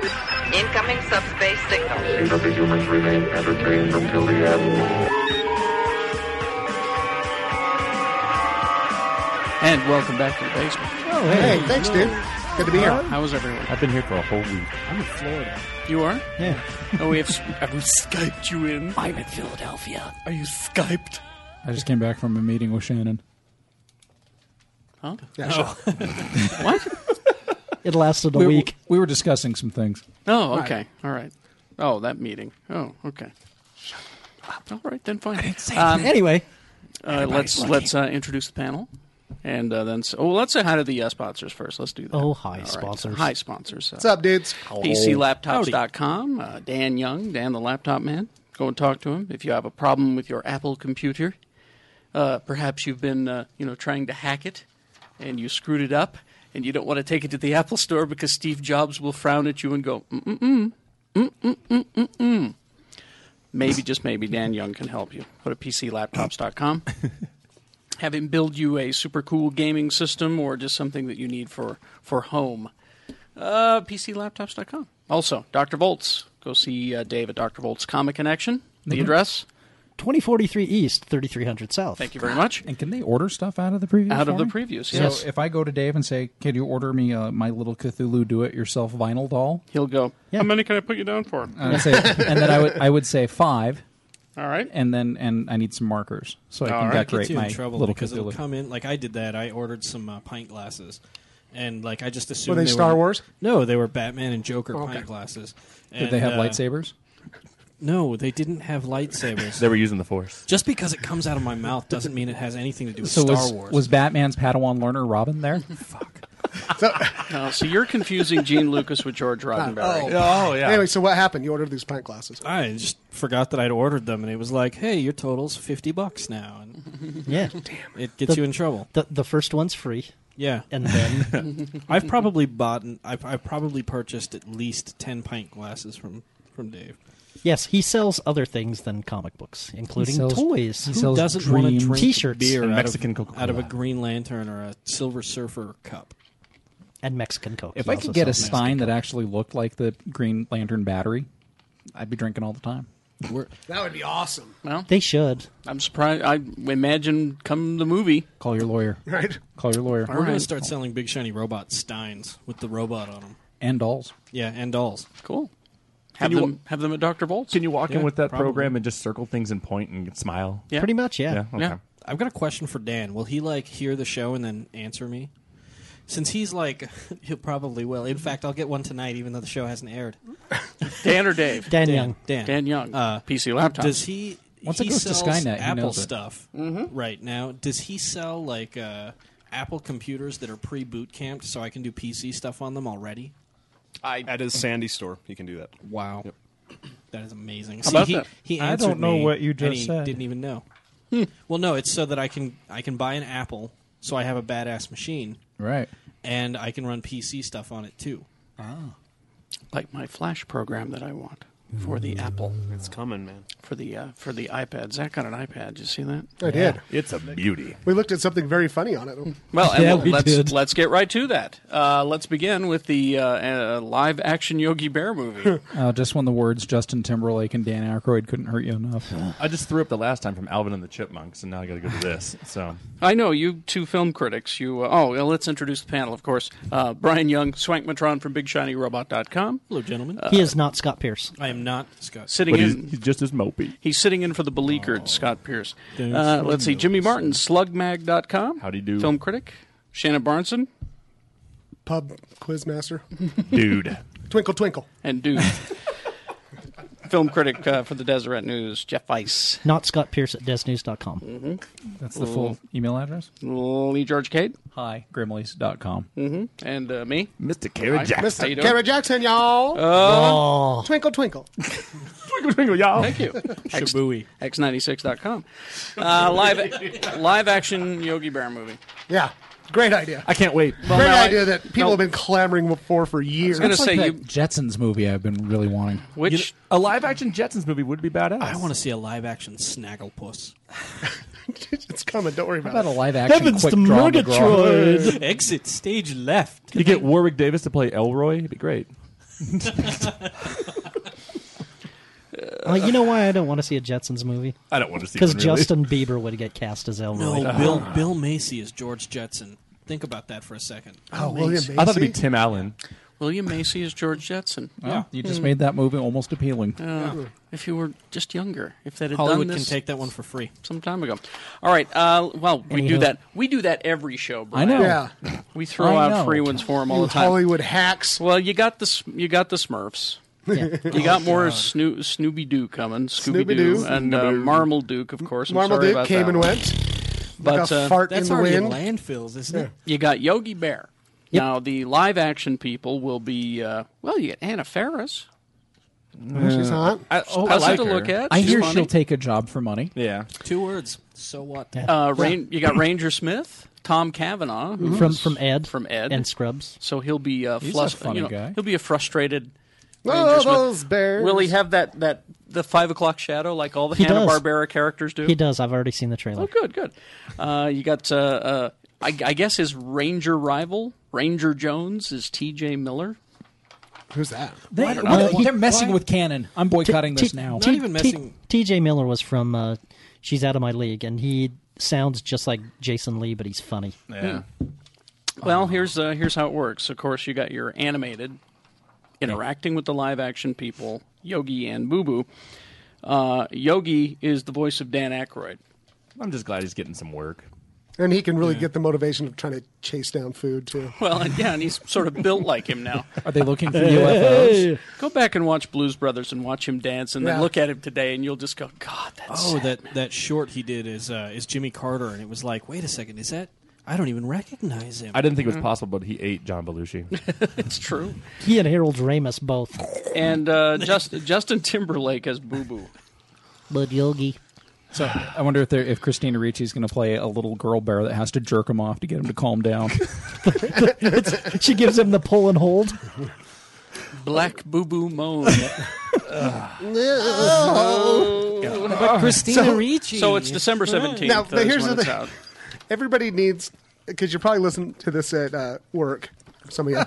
power.
Incoming subspace signal.
that the humans remain entertained until the end.
And welcome back to the basement.
Oh, hey. thanks, dude. Good to be here.
How was everyone?
I've been here for a whole week.
I'm in Florida.
You are?
Yeah.
Oh, we have, have we Skyped you in? I'm in Philadelphia. Are you Skyped?
I just came back from a meeting with Shannon.
Huh?
Yeah, sure.
What?
Oh. It lasted a
we,
week.
we were discussing some things.
Oh, okay. All right. Oh, that meeting. Oh, okay. All right, then fine. Um,
Anyway,
uh, let's let's uh, introduce the panel, and uh, then s oh, let's say hi to the uh, sponsors first. Let's do that.
Oh, hi,
All right.
sponsors.
Hi sponsors. Uh,
what's up, dudes?
PCLaptops.com. Uh, Dan Young, Dan the Laptop Man. Go and talk to him if you have a problem with your Apple computer. Uh, perhaps you've been uh, you know trying to hack it, and you screwed it up, and you don't want to take it to the Apple Store because Steve Jobs will frown at you and go, mm mm mm, mm mm mm mm mm. Maybe just maybe Dan Young can help you. Go to PCLaptops.com. Have him build you a super cool gaming system or just something that you need for for home uh, PCLaptops.com. Also, Dr. Volts. Go see uh, Dave at Dr. Volts Comic Connection. The
Mm-hmm.
address.
2043 East, 3300 South.
Thank you very much.
And can they order stuff out of the previews?
Out of the
for me?
previews, yes.
So if I go to Dave and say, "Can you order me uh, my little Cthulhu do-it-yourself vinyl doll?"
He'll go.
Yeah.
How many can I put you down for?
I would say, and then I would I would say five,
All right.
and then and I need some markers so I
All
can
right.
decorate
Gets you
my
in trouble
little
because it'll
Cthulhu.
come in. Like I did that. I ordered some uh, pint glasses, and like I just assumed
Were they Star Wars?
No, they were Batman and Joker pint glasses.
Did they
And,
have
uh,
lightsabers?
No, they didn't have lightsabers.
They were using the force.
just because it comes out of my mouth doesn't mean it has anything to do with
So
Star
was
Wars.
was Batman's Padawan learner Robin there?
Uh, so you're confusing Gene Lucas with George Roddenberry.
Oh, yeah.
Anyway, so what happened? You ordered these pint glasses.
I just forgot that I'd ordered them, and it was like, "Hey, your total's fifty bucks now," and
Yeah. Damn.
it gets
The-
you in trouble.
The, the first one's free,
Yeah,
and then
I've probably bought, I've, I've probably purchased at least ten pint glasses from from Dave.
yes, he sells other things than comic books, including
sells-
toys.
he
Who
sells-
does-
doesn't want to
dreams.
drink
T-shirts.
beer
And
out
Mexican
of,
Coca-Cola.
out of a Green Lantern or a Silver Surfer cup.
and Mexican Coke.
If
He
I
also
could get a
sells
Stein
Mexican
that actually looked like the Green Lantern battery, I'd be drinking all the time.
We're,
That would be awesome.
Coke. They should.
I'm surprised. I imagine come the movie.
Call your lawyer.
Right?
Call your lawyer.
we're going to start selling big shiny robot Steins with the robot on them.
And dolls.
Yeah, and dolls.
Cool. Have
you
them have them at Dr. Volts.
Can you walk
Yeah,
in with that
probably.
program and just circle things and point and smile?
Yeah.
Pretty much, yeah.
Yeah. Okay.
Yeah.
I've got a question for Dan. Will he like hear the show and then answer me? Since he's like, he'll probably will. In fact, I'll get one tonight, even though the show hasn't aired.
Dan or Dave?
Dan, Young.
Dan.
Dan Young.
Uh,
PC Laptop.
Does he?
Once
he
it goes to
sells
Skynet, he
Apple
knows it.
stuff
Mm-hmm.
right now. Does he sell like uh, Apple computers that are pre-boot camped, so I can do PC stuff on them already?
At his Sandy store, he can do that.
Wow. That is amazing.
about
he,
that?
he
I
answered
don't know
me,
what you
and
just
he
said.
Didn't even know. Well, no, it's so that I can I can buy an Apple, so I have a badass machine,
Right.
and I can run PC stuff on it too.
like my Flash program that I want. for
Mm.
the Apple.
It's coming, man.
For the uh, for the iPad. Zach got an iPad. Did you see that?
I did.
It's a beauty.
We looked at something very funny on it.
Well, uh, and well, let's let's get right to that. Uh, let's begin with the uh, uh, live action Yogi Bear movie.
Uh, just when the words Justin Timberlake and Dan Aykroyd couldn't hurt you enough.
I just threw up the last time from Alvin and the Chipmunks, and now I got to go to this. So
I know you two film critics. You uh, oh, well, let's introduce the panel, of course. Uh, Brian Young, Swankmatron from BigShinyRobot.com.
Hello, gentlemen.
he is not Scott Pierce.
I am not Scott.
Uh,
Oh.
Sitting
But he's-
in,
he's just as mopey.
He's sitting in for the beleaguered Scott Pierce.
There's
Uh,
no
let's see, Jimmy Martin, slugmag.com.
Howdy do.
Film critic. Shannon Barneson
Pub quizmaster.
Dude.
twinkle, twinkle.
and Dude. film critic uh, for the Deseret News, Jeff Weiss.
Not Scott Pierce at desnews.com.
Mm-hmm.
That's the full
Mm-hmm.
email address.
Lee George Cade.
Hi, grimleys.com.
Mm-hmm. And uh, me.
Mr.
Kara Jackson. How you
Mr.
doing?
Kara Jackson, y'all.
Oh.
Twinkle, twinkle.
twinkle, twinkle, y'all.
Thank you. X, X96.com. Uh, live, live action Yogi Bear movie.
Yeah. Great idea.
I can't wait. Well,
Great
now I-
idea that people
no.
have been clamoring for for years.
That's like that Jetsons movie I've been really wanting.
Which
a live action Jetsons movie would be badass.
I want to see a live action Snagglepuss.
it's coming. Don't worry about,
about
it.
a live action Heavens quick to draw McGraw. Murgatroyd.
Exit stage left.
You get Warwick Davis to play Elroy. It'd be great.
Uh, you know why I don't want to see a Jetsons movie?
I don't want to see
because
one, really.
Justin Bieber would get cast as Elroy.
No, Bill Bill Macy is George Jetson. Think about that for a second.
Oh, William
I thought it'd be Tim Allen.
William Macy is George Jetson.
Oh,
Well, you just
Hmm.
made that movie almost appealing.
Uh,
Oh,
If you were just younger, if that had
Hollywood
done
can
this
take that one for free.
some time ago. All right. Uh, well, we do
Anywho.
that. We do that every show,
I
Brian.
know.
We throw
I
out
know.
free ones for them all
You
the time.
Hollywood hacks.
Well, you got the S- you got the Smurfs. You got more Snoo- Snooby Doo coming, Scooby Doo,
Snooby-Doo.
and uh, Marmaduke, of course. I'm sorry
Marmaduke
about
came
that
and
one.
went.
But,
like a
uh,
fart
That's
in the
already
wind.
in landfills, isn't it?
You got Yogi Bear. Now the live action people will be uh, well. You get Anna Faris.
She's hot.
I,
oh, I like to look at.
Uh, I
She's
hear
funny.
she'll take a job for money.
Yeah.
Two words. So what?
Uh, Rain, you got Ranger Smith, Tom Cavanaugh who's-
From from Ed.
from Ed,
and Scrubs.
so he'll be uh,
He's a
flus-
funny
you know,
guy.
He'll be a frustrated.
Oh,
Ranger Smith.
those bears.
Will he have that that the five o'clock shadow like all the
He
Hanna
does.
Barbera characters do?
He does. I've already seen the trailer.
Oh, good, good. Uh, you got, uh, uh, I, I guess, his Ranger rival, Ranger Jones, is T.J. Miller.
Who's that?
They,
I don't know.
well,
Why-
they're messing
why-
with canon. I'm boycotting this now.
Not even messing.
T.J. Miller was from uh, She's Out of My League, and he sounds just like Jason Lee, but he's funny.
Mm.
Yeah.
Hmm. Well, here's uh, here's how it works. Of course, you got your animated, interacting with the live action people, Yogi and Boo Boo. Uh, Yogi is the voice of Dan Aykroyd.
I'm just glad he's getting some work.
And he can really get the motivation of trying to chase down food too.
Well, and, yeah, and he's sort of built like him now.
Are they looking for UFOs?
Go back and watch Blues Brothers and watch him dance, and then
Yeah.
look at him today, and you'll just go, God, that's
Oh,
sad."
that that short he did is uh, is Jimmy Carter, and it was like, wait a second, is that? I don't even recognize him.
I didn't think
Mm-hmm.
it was possible, but he ate John Belushi.
it's true.
He and Harold Ramis both.
And uh, just, Justin Timberlake as Boo Boo.
But Yogi.
So I wonder if they're- if Christina Ricci's going to play a little girl bear that has to jerk him off to get him to calm down.
She gives him the pull and hold.
Black Boo Boo Moan.
But Christina
So-
Ricci.
so it's December 17th.
Now,
is
but here's
when
the
it's
thing.
out.
Everybody needs because you probably listen to this at uh, work. Some of you. Need-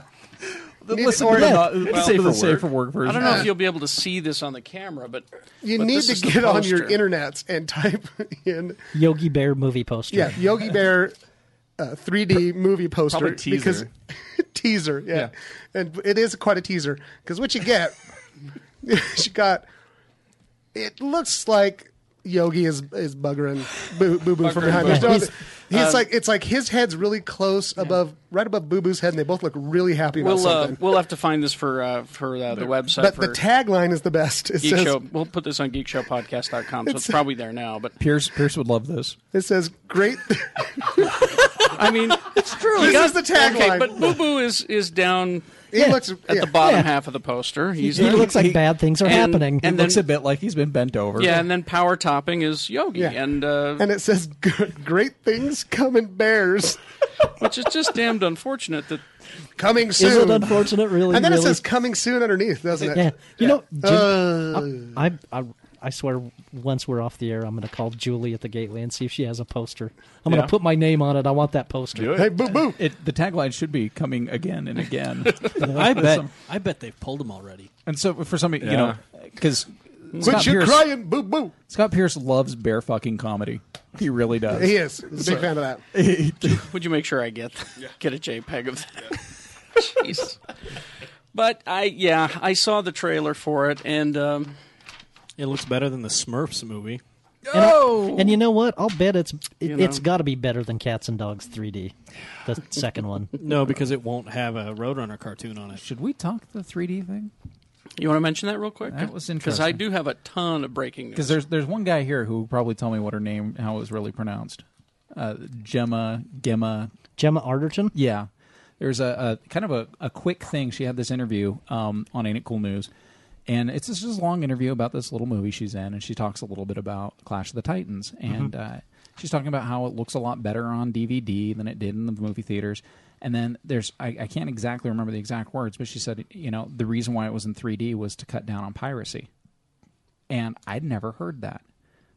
Listen
or-
to the,
well,
safer,
to the
work.
safer
version.
I don't know if you'll be able to see this on the camera, but
You
but
need
this
to
is the
get on your
poster.
internets and type in
Yogi Bear movie poster.
yeah Yogi Bear uh, 3D movie poster
Probably teaser.
because teaser yeah. and it is quite a teaser because what you get she got it looks like Yogi is is buggering Boo Boo, Boo from
Buggering
behind.
Boo um,
There's no-
He's-
he's like it's like his head's really close above right above Boo Boo's head and they both look really happy about
We'll uh,
something.
we'll have to find this for uh, for uh, the website
but
for
the tagline is the best. It
Geek
says
Show. We'll put this on geekshowpodcast.com, so it's probably there now. But
Pierce Pierce would love this.
it says great
I mean, it's true.
literally This is the
Okay,
tagline.
but Boo Boo is is down.
He looks-
at
yeah.
the bottom
Yeah.
half of the poster. He's
He looks like bad things are
and-
happening.
and
It looks
then-
a bit like he's been bent over.
yeah, and then power topping is Yogi, and uh,
and it says "Good- great things come in bears.
which is just damned unfortunate that
Coming
Is
soon.
it unfortunate, really,
And then it
really?
says coming soon underneath, doesn't it?
Yeah. You know,
Uh,
Jim, I, I, I, I swear, once we're off the air, I'm going to call Julie at the Gateway and see if she has a poster. I'm going
Yeah.
to put my name on it. I want that poster.
boo boo! It, the tagline should be coming again and again.
I bet. I bet they've pulled him already.
And so for some, you
Yeah.
know, because
Quit
Scott
your
Pierce,
crying,
boo boo.
Scott Pierce loves bear fucking comedy. He really
Uh,
does.
He is. He's a big fan of
that.
Would you make sure I get get a JPEG of that? Jeez. But I yeah, I saw the trailer for it, and um,
it looks better than the Smurfs movie.
And, I-
Oh!
and you know what? I'll bet it's it,
You
it's
know.
got to be better than Cats and Dogs 3D, the second one.
No, because it won't have a Roadrunner cartoon on it.
Should we talk the 3D thing?
You want to mention that real quick?
That was
Because I
interesting.
do have a ton of breaking news.
Because there's there's one guy here who will probably tell me what her name how it was really pronounced. Uh, Gemma Gemma
Gemma Arterton.
Yeah, there's a, a kind of a, a quick thing. She had this interview um, on Ain't It Cool News, and it's just this long interview about this little movie she's in, and she talks a little bit about Clash of the Titans,
Mm-hmm.
and uh, she's talking about how it looks a lot better on DVD than it did in the movie theaters. And then there's I, I can't exactly remember the exact words, but she said you know the reason why it was in 3D was to cut down on piracy and I'd never heard that.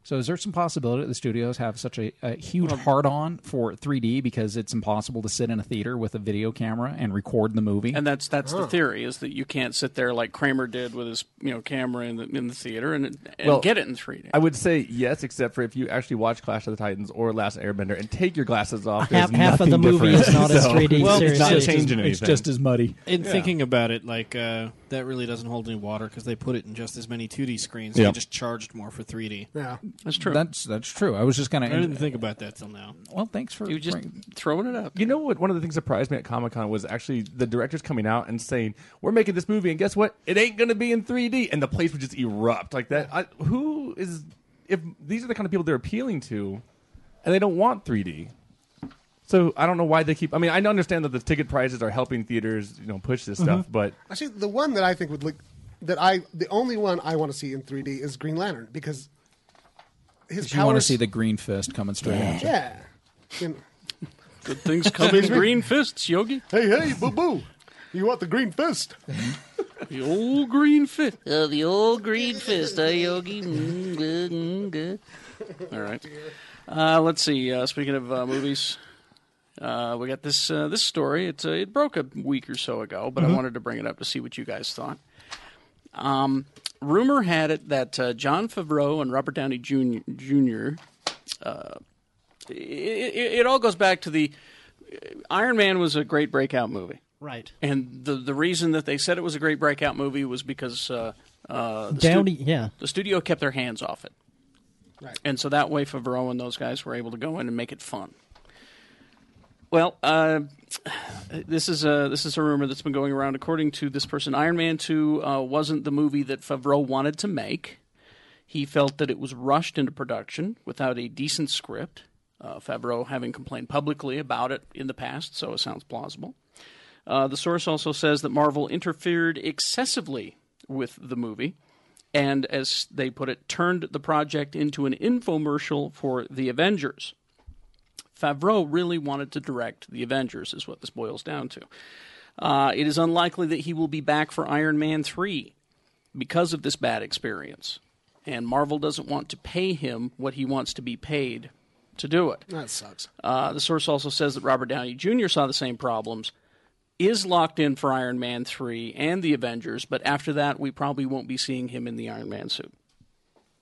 So is there some possibility that the studios have such a, a huge
Well-
hard on for 3D because it's impossible to sit in a theater with a video camera and record the movie?
and that's that's
Huh.
the theory is that you can't sit there like Kramer did with his you know camera in the in the theater and and
Well,
get it in 3D.
I would say yes, except for if you actually watch Clash of the Titans or Last Airbender and take your glasses off.
Half-
there's
half of the
nothing
movie
different.
is not as
So-
3D,
Well, it's not
seriously.
changing anything.
It's just as muddy.
In
Yeah.
thinking about it, like uh, that really doesn't hold any water because they put it in just as many 2D screens.
Yeah.
They just charged more for 3D.
Yeah,
that's true.
That's that's true. I was just kind
I
of
didn't think about that till now.
Well, thanks for
you just throwing it up.
You know what? One of the things that surprised me at Comic Con was actually the directors coming out and saying, "We're making this movie, and guess what? It ain't going to be in 3D." And the place would just erupt like that. I, who is? If these are the kind of people they're appealing to, and they don't want 3D, so I don't know why they keep. I mean, I understand that the ticket prices are helping theaters, you know, push this stuff,
Mhm.
but
Actually, the one that I think would look that I the only one I want to see in 3D is Green Lantern because his
you want to
powers.
see the green fist coming straight at you.
yeah. You know,
Good things come in green fists, Yogi.
Hey, hey, boo boo. You want the green fist?
the old green fist.
Uh, the old green fist, uh, Yogi. Mm, good, mm, good.
All right. Uh, let's see. Uh, speaking of uh, movies, uh, we got this uh, this story. It uh, it broke a week or so ago, but
Mhm.
I wanted to bring it up to see what you guys thought. Um, rumor had it that uh, John Favreau and Robert Downey Jr. Jr. Uh, it, it, it all goes back to the uh, Iron Man was a great breakout movie.
Right.
And the the reason that they said it was a great breakout movie was because uh, uh, the stu-
Downey, yeah.
the studio kept their hands off it.
Right.
And so that way, Favreau and those guys were able to go in and make it fun. Well, uh, this is a this is a rumor that's been going around. According to this person, Iron Man Two uh, wasn't the movie that Favreau wanted to make. He felt that it was rushed into production without a decent script. Uh, Favreau having complained publicly about it in the past, so it sounds plausible. Uh, the source also says that Marvel interfered excessively with the movie and, as they put it, turned the project into an infomercial for the Avengers. Favreau really wanted to direct the Avengers, is what this boils down to. Uh, it is unlikely that he will be back for Iron Man 3 because of this bad experience, and Marvel doesn't want to pay him what he wants to be paid to do it.
That sucks.
Uh, the source also says that Robert Downey Jr. saw the same problems, is locked in for Iron Man 3 and the Avengers, but after that, we probably won't be seeing him in the Iron Man suit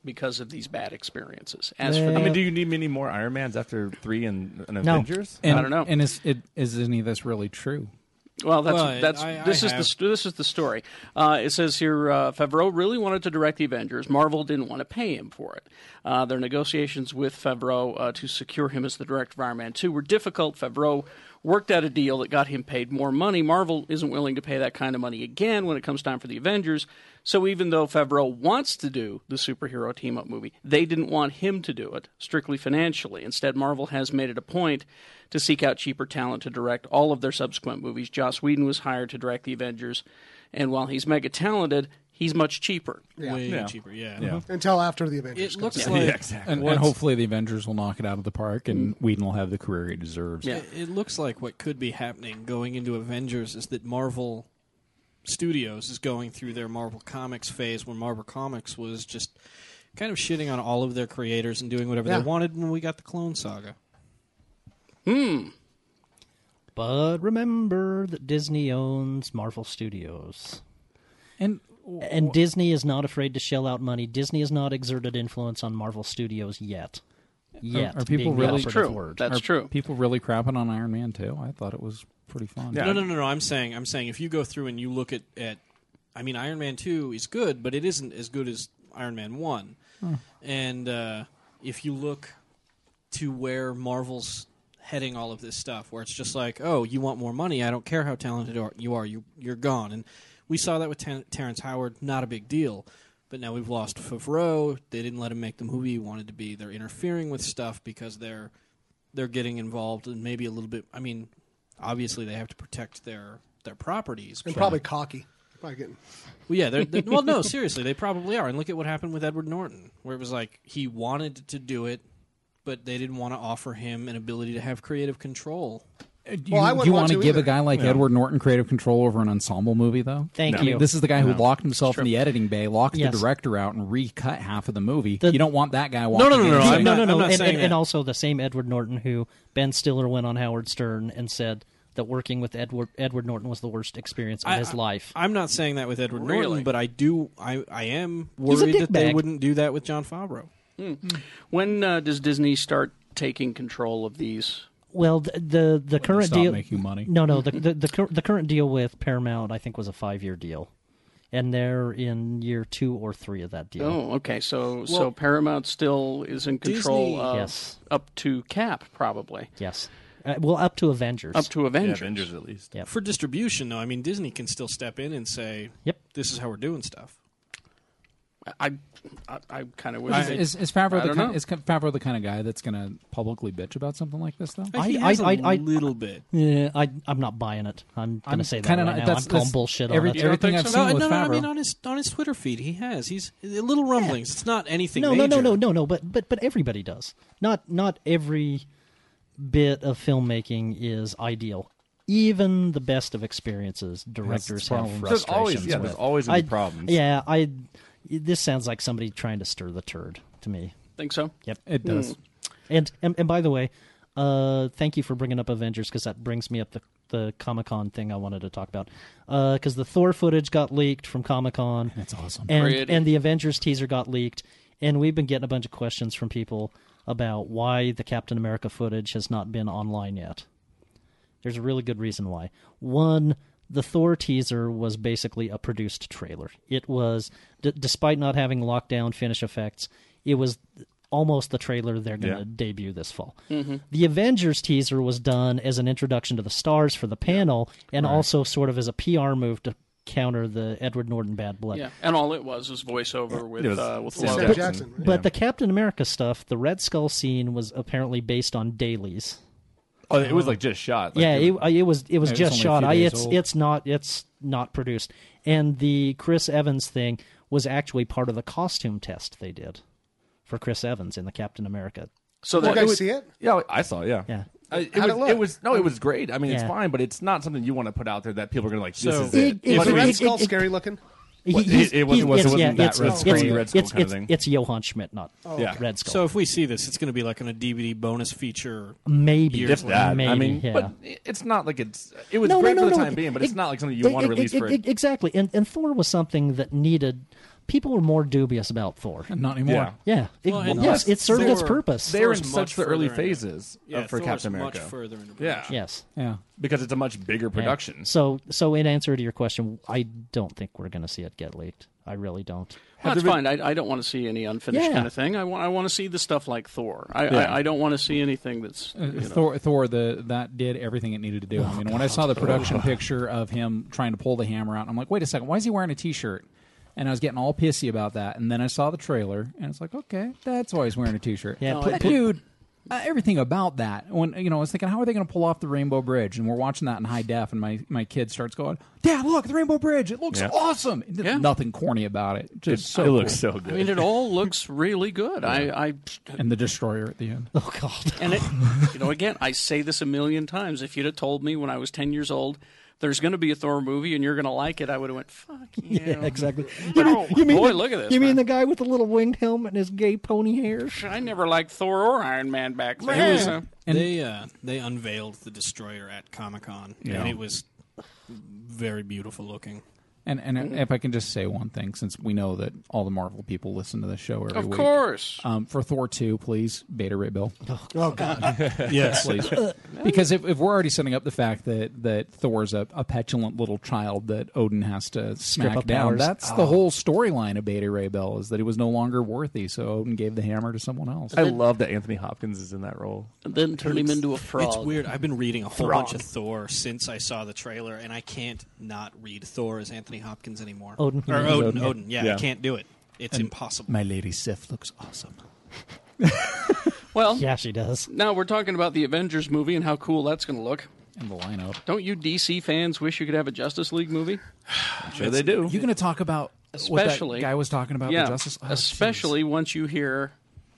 because of these bad experiences. As for the,
I mean, do you need many more Iron Mans after three and, and
No.
Avengers?
I don't know.
And is it is any of this really true?
Well, that's
Well,
that's
I- I
this is the
have-
st- this is the story. Uh, it says here uh, Favreau really wanted to direct the Avengers. Marvel didn't want to pay him for it. Uh, their negotiations with Favreau uh, to secure him as the director of Iron Man Two were difficult. Favreau worked out a deal that got him paid more money. Marvel isn't willing to pay that kind of money again when it comes time for the Avengers. So even though Favreau wants to do the superhero team up movie, they didn't want him to do it strictly financially. Instead, Marvel has made it a point to seek out cheaper talent to direct all of their subsequent movies. Joss Whedon was hired to direct the Avengers, and while he's mega talented, he's much cheaper.
Yeah.
Way
Yeah.
cheaper, yeah.
Until after the Avengers.
It
comes
looks
out.
like
And, and hopefully the Avengers will knock it out of the park, and
Mm.
Whedon will have the career he deserves.
It, it looks like what could be happening going into Avengers is that Marvel Studios is going through their Marvel Comics phase when Marvel Comics was just kind of shitting on all of their creators and doing whatever
Yeah.
they wanted when we got the Clone Saga.
Hmm.
But remember that Disney owns Marvel Studios.
And
and Disney is not afraid to shell out money. Disney has not exerted influence on Marvel Studios yet. Yet.
Are, are people
being the
really
operative Word.
are People really crapping on Iron Man too. I thought it was pretty fun.
No, no, no, no. I'm saying, I'm saying, if you go through and you look at, at, I mean, Iron Man two is good, but it isn't as good as Iron Man one.
Hmm.
And uh, if you look to where Marvel's heading all of this stuff, where it's just like, oh, you want more money? I don't care how talented or- you are, you you're gone. And we saw that with Ter- Terrence Howard, not a big deal. But now we've lost Favreau. They didn't let him make the movie he wanted to be. They're interfering with stuff because they're they're getting involved and maybe a little bit. I mean, obviously they have to protect their their properties.
and
but-
probably cocky. Probably getting
well, yeah, they're, they're- well, no, seriously, they probably are. And look at what happened with Edward Norton, where it was like he wanted to do it, but they didn't want to offer him an ability to have creative control.
Uh, Do you, do you want to give a guy like
Yeah.
Edward Norton creative control over an ensemble movie, though?
Thank
I mean,
you.
This is the guy who
No.
locked himself in the editing bay, locked
Yes.
the director out, and recut half of the movie. you don't want that guy. Walking
no, no,
in
no,
and
no,
saying-
no, no, and, and, and also the same Edward Norton who Ben Stiller went on Howard Stern and said that working with Edward Edward Norton was the worst experience of
I-
his
I-
life.
I'm not saying that with Edward
Really?
Norton, but I do. I I am
He's a
worried that they
dickbag.
wouldn't do that with John Favreau.
Hmm. When uh, does Disney start taking control of these?
Well, the the, the current
stop
deal
making money.
No, no, the the the, cur- the current deal with Paramount I think was a five year deal, and they're in year two or three of that deal.
Oh, okay. So so
Well-
Paramount still is in control
Disney-
of
Yes.
up to cap probably.
Yes. Uh, well, up to Avengers.
Up to Avengers. Yeah,
Avengers
at
least. For distribution, though, I mean, Disney can still step in and say,
"Yep,
this is how we're doing stuff."
I, I, I kind of wish.
Is,
they-
is, is
I
Favreau the
don't
kind,
know.
is Favreau the kind of guy that's going to publicly bitch about something like this, though?
He
I-
has a
I- I-
little bit.
Yeah, I, I'm not buying it. I'm gonna
I'm
say that
kinda
right
not-
now.
that's-
I'm calling
that's
bullshit
every-
on it.
You don't everything think I've so? seen
no,
with
no, no, I mean
Favreau.
on his on his Twitter feed, he has he's uh, little rumblings. It's not anything.
No,
major.
no, no, no, no, no. But but but everybody does. Not not every bit of filmmaking is ideal. Even the best of experiences, directors have
problems. There's
frustrations.
always- yeah, there's
with.
always gonna be
I-
problems.
Yeah, I. This sounds like somebody trying to stir the turd to me.
Think so?
Yep,
It does. Hmm.
And and, and by the way, uh, thank you for bringing up Avengers because that brings me up the the Comic Con thing I wanted to talk about. Because the Thor footage got leaked from Comic Con.
That's awesome.
And,
Pretty.
and the Avengers teaser got leaked, and we've been getting a bunch of questions from people about why the Captain America footage has not been online yet. There's a really good reason why. One, the Thor teaser was basically a produced trailer. It was, d- despite not having lockdown finish effects, it was almost the trailer they're going to
Yeah.
debut this fall.
Mhm.
The Avengers teaser was done as an introduction to the stars for the panel, and
Right.
also sort of as a PR move to counter the Edward Norton bad blood.
Yeah, and all it was was voiceover with
It was
uh, with
Sam
Logan.
But- But, the Captain America stuff, the Red Skull scene was apparently based on dailies.
Oh, it was like just shot. Like,
yeah,
it
it, I- it was it was
It was
just
only a
shot.
few
I,
days
it's
old.
it's not it's not produced. And the Chris Evans thing was actually part of the costume test they did for Chris Evans in the Captain America.
So
Did you guys
was-
see it?
Yeah, I saw. it, Yeah.
Yeah.
I, Uh, it,
How'd
was,
it look?
was no, it was great. I mean, it's
Yeah.
fine, but it's not something you want to put out there that people are going to like. This
So-
is it.
It- it-
But
it-
mean,
it- Skull scary looking?
What-
He's-
it- it
he's-
wasn't- wasn't-
it's-
wasn't
yeah,
that
it's-
Red
it's-
Skull,
it's-
Red Skull
it's-
kind of
it's-
thing.
It's Johan Schmidt, not
Oh,
Oh, Red Skull.
So if we see this, it's going to be like on a DVD bonus feature.
Maybe.
years
If that. I
later.
mean, Maybe, yeah.
but it's not like it's. It was great for the time being, but it's
Ex-
not like something you want to
ex-
release
ex-
for.
ex- Exactly. And, and Thor was something that needed. People were more dubious about Thor.
Not anymore.
Yeah. It-
Well,
and
yes,
Thor-
it served its
Thor-
purpose.
They're in
Thor's
such
much
the early
further into-
phases
Yeah,
of- for
Thor's
Captain
much
America.
further into
yeah.
production.
Yes.
Yeah.
Because it's a much bigger
Yeah.
production.
So, so in answer to your question, I don't think we're going to see it get leaked. I really don't.
Well, that's fine. I, I don't want to see any unfinished
Yeah.
kind of thing. I want I want to see the stuff like Thor. I,
Yeah.
I, I don't want to see anything that's
Uh,
you know. Oh,
Thor, Thor, the that did everything it needed to do. I mean, when I saw the production picture of him trying to pull the hammer out, I'm like, wait a second, why is he wearing a t-shirt? And I was getting all pissy about that. And then I saw the trailer, and it's like, okay, that's why he's wearing a t-shirt.
Yeah,
That
put- put-
dude. Uh, everything about that. When you know, I was thinking, how are they going to pull off the Rainbow Bridge? And we're watching that in high def, and my my kid starts going, "Dad, look, the Rainbow Bridge! It looks
Yeah.
awesome." It did Nothing corny about it. Just
It-
so
it looks
cool.
so I mean, it all looks really good. I, I
and the destroyer at the end.
Oh god!
and it, you know, again, I say this a million times. If you'd have told me when I was ten years old. There's going to be a Thor movie, and you're going to like it. I would have went, "Fuck you!"
Yeah, exactly.
But boy,
the-
look at this!
You mean the guy with the little winged helmet and his gay pony hair?
I never liked Thor or Iron Man back then.
It was-
so-
they uh, they unveiled the destroyer at Comic Con,
Yeah.
and it was very beautiful looking.
And and
Mm-hmm.
if I can just say one thing, since we know that all the Marvel people listen to this show every
Of
week,
course.
Um, for Thor two, please beta rate Bill.
Oh god!
yes, please.
uh,
because if, if we're already setting up the fact that that Thor's a, a petulant little child that Odin has to smack
up
down,
powers.
that's
Oh.
the whole storyline of Beta Ray Bill is that he was no longer worthy, so Odin gave the hammer to someone else.
I love that Anthony Hopkins is in that role.
then turn him into a
It's
frog.
weird. I've been reading a whole
Frog.
bunch of Thor since I saw the trailer, and I can't not read Thor as Anthony Hopkins anymore.
Odin.
or
Yeah.
Odin,
Odin.
Odin. Yeah, I can't do it. It's
And
impossible.
My lady Sif looks awesome.
Well,
yeah, she does.
Now we're talking about the Avengers movie and how cool that's going to look.
And the lineup.
Don't you DC fans wish you could have a Justice League movie?
sure they do. You going to talk about
Especially
what that guy was talking about?
yeah,
the Justice. Oh,
especially once you hear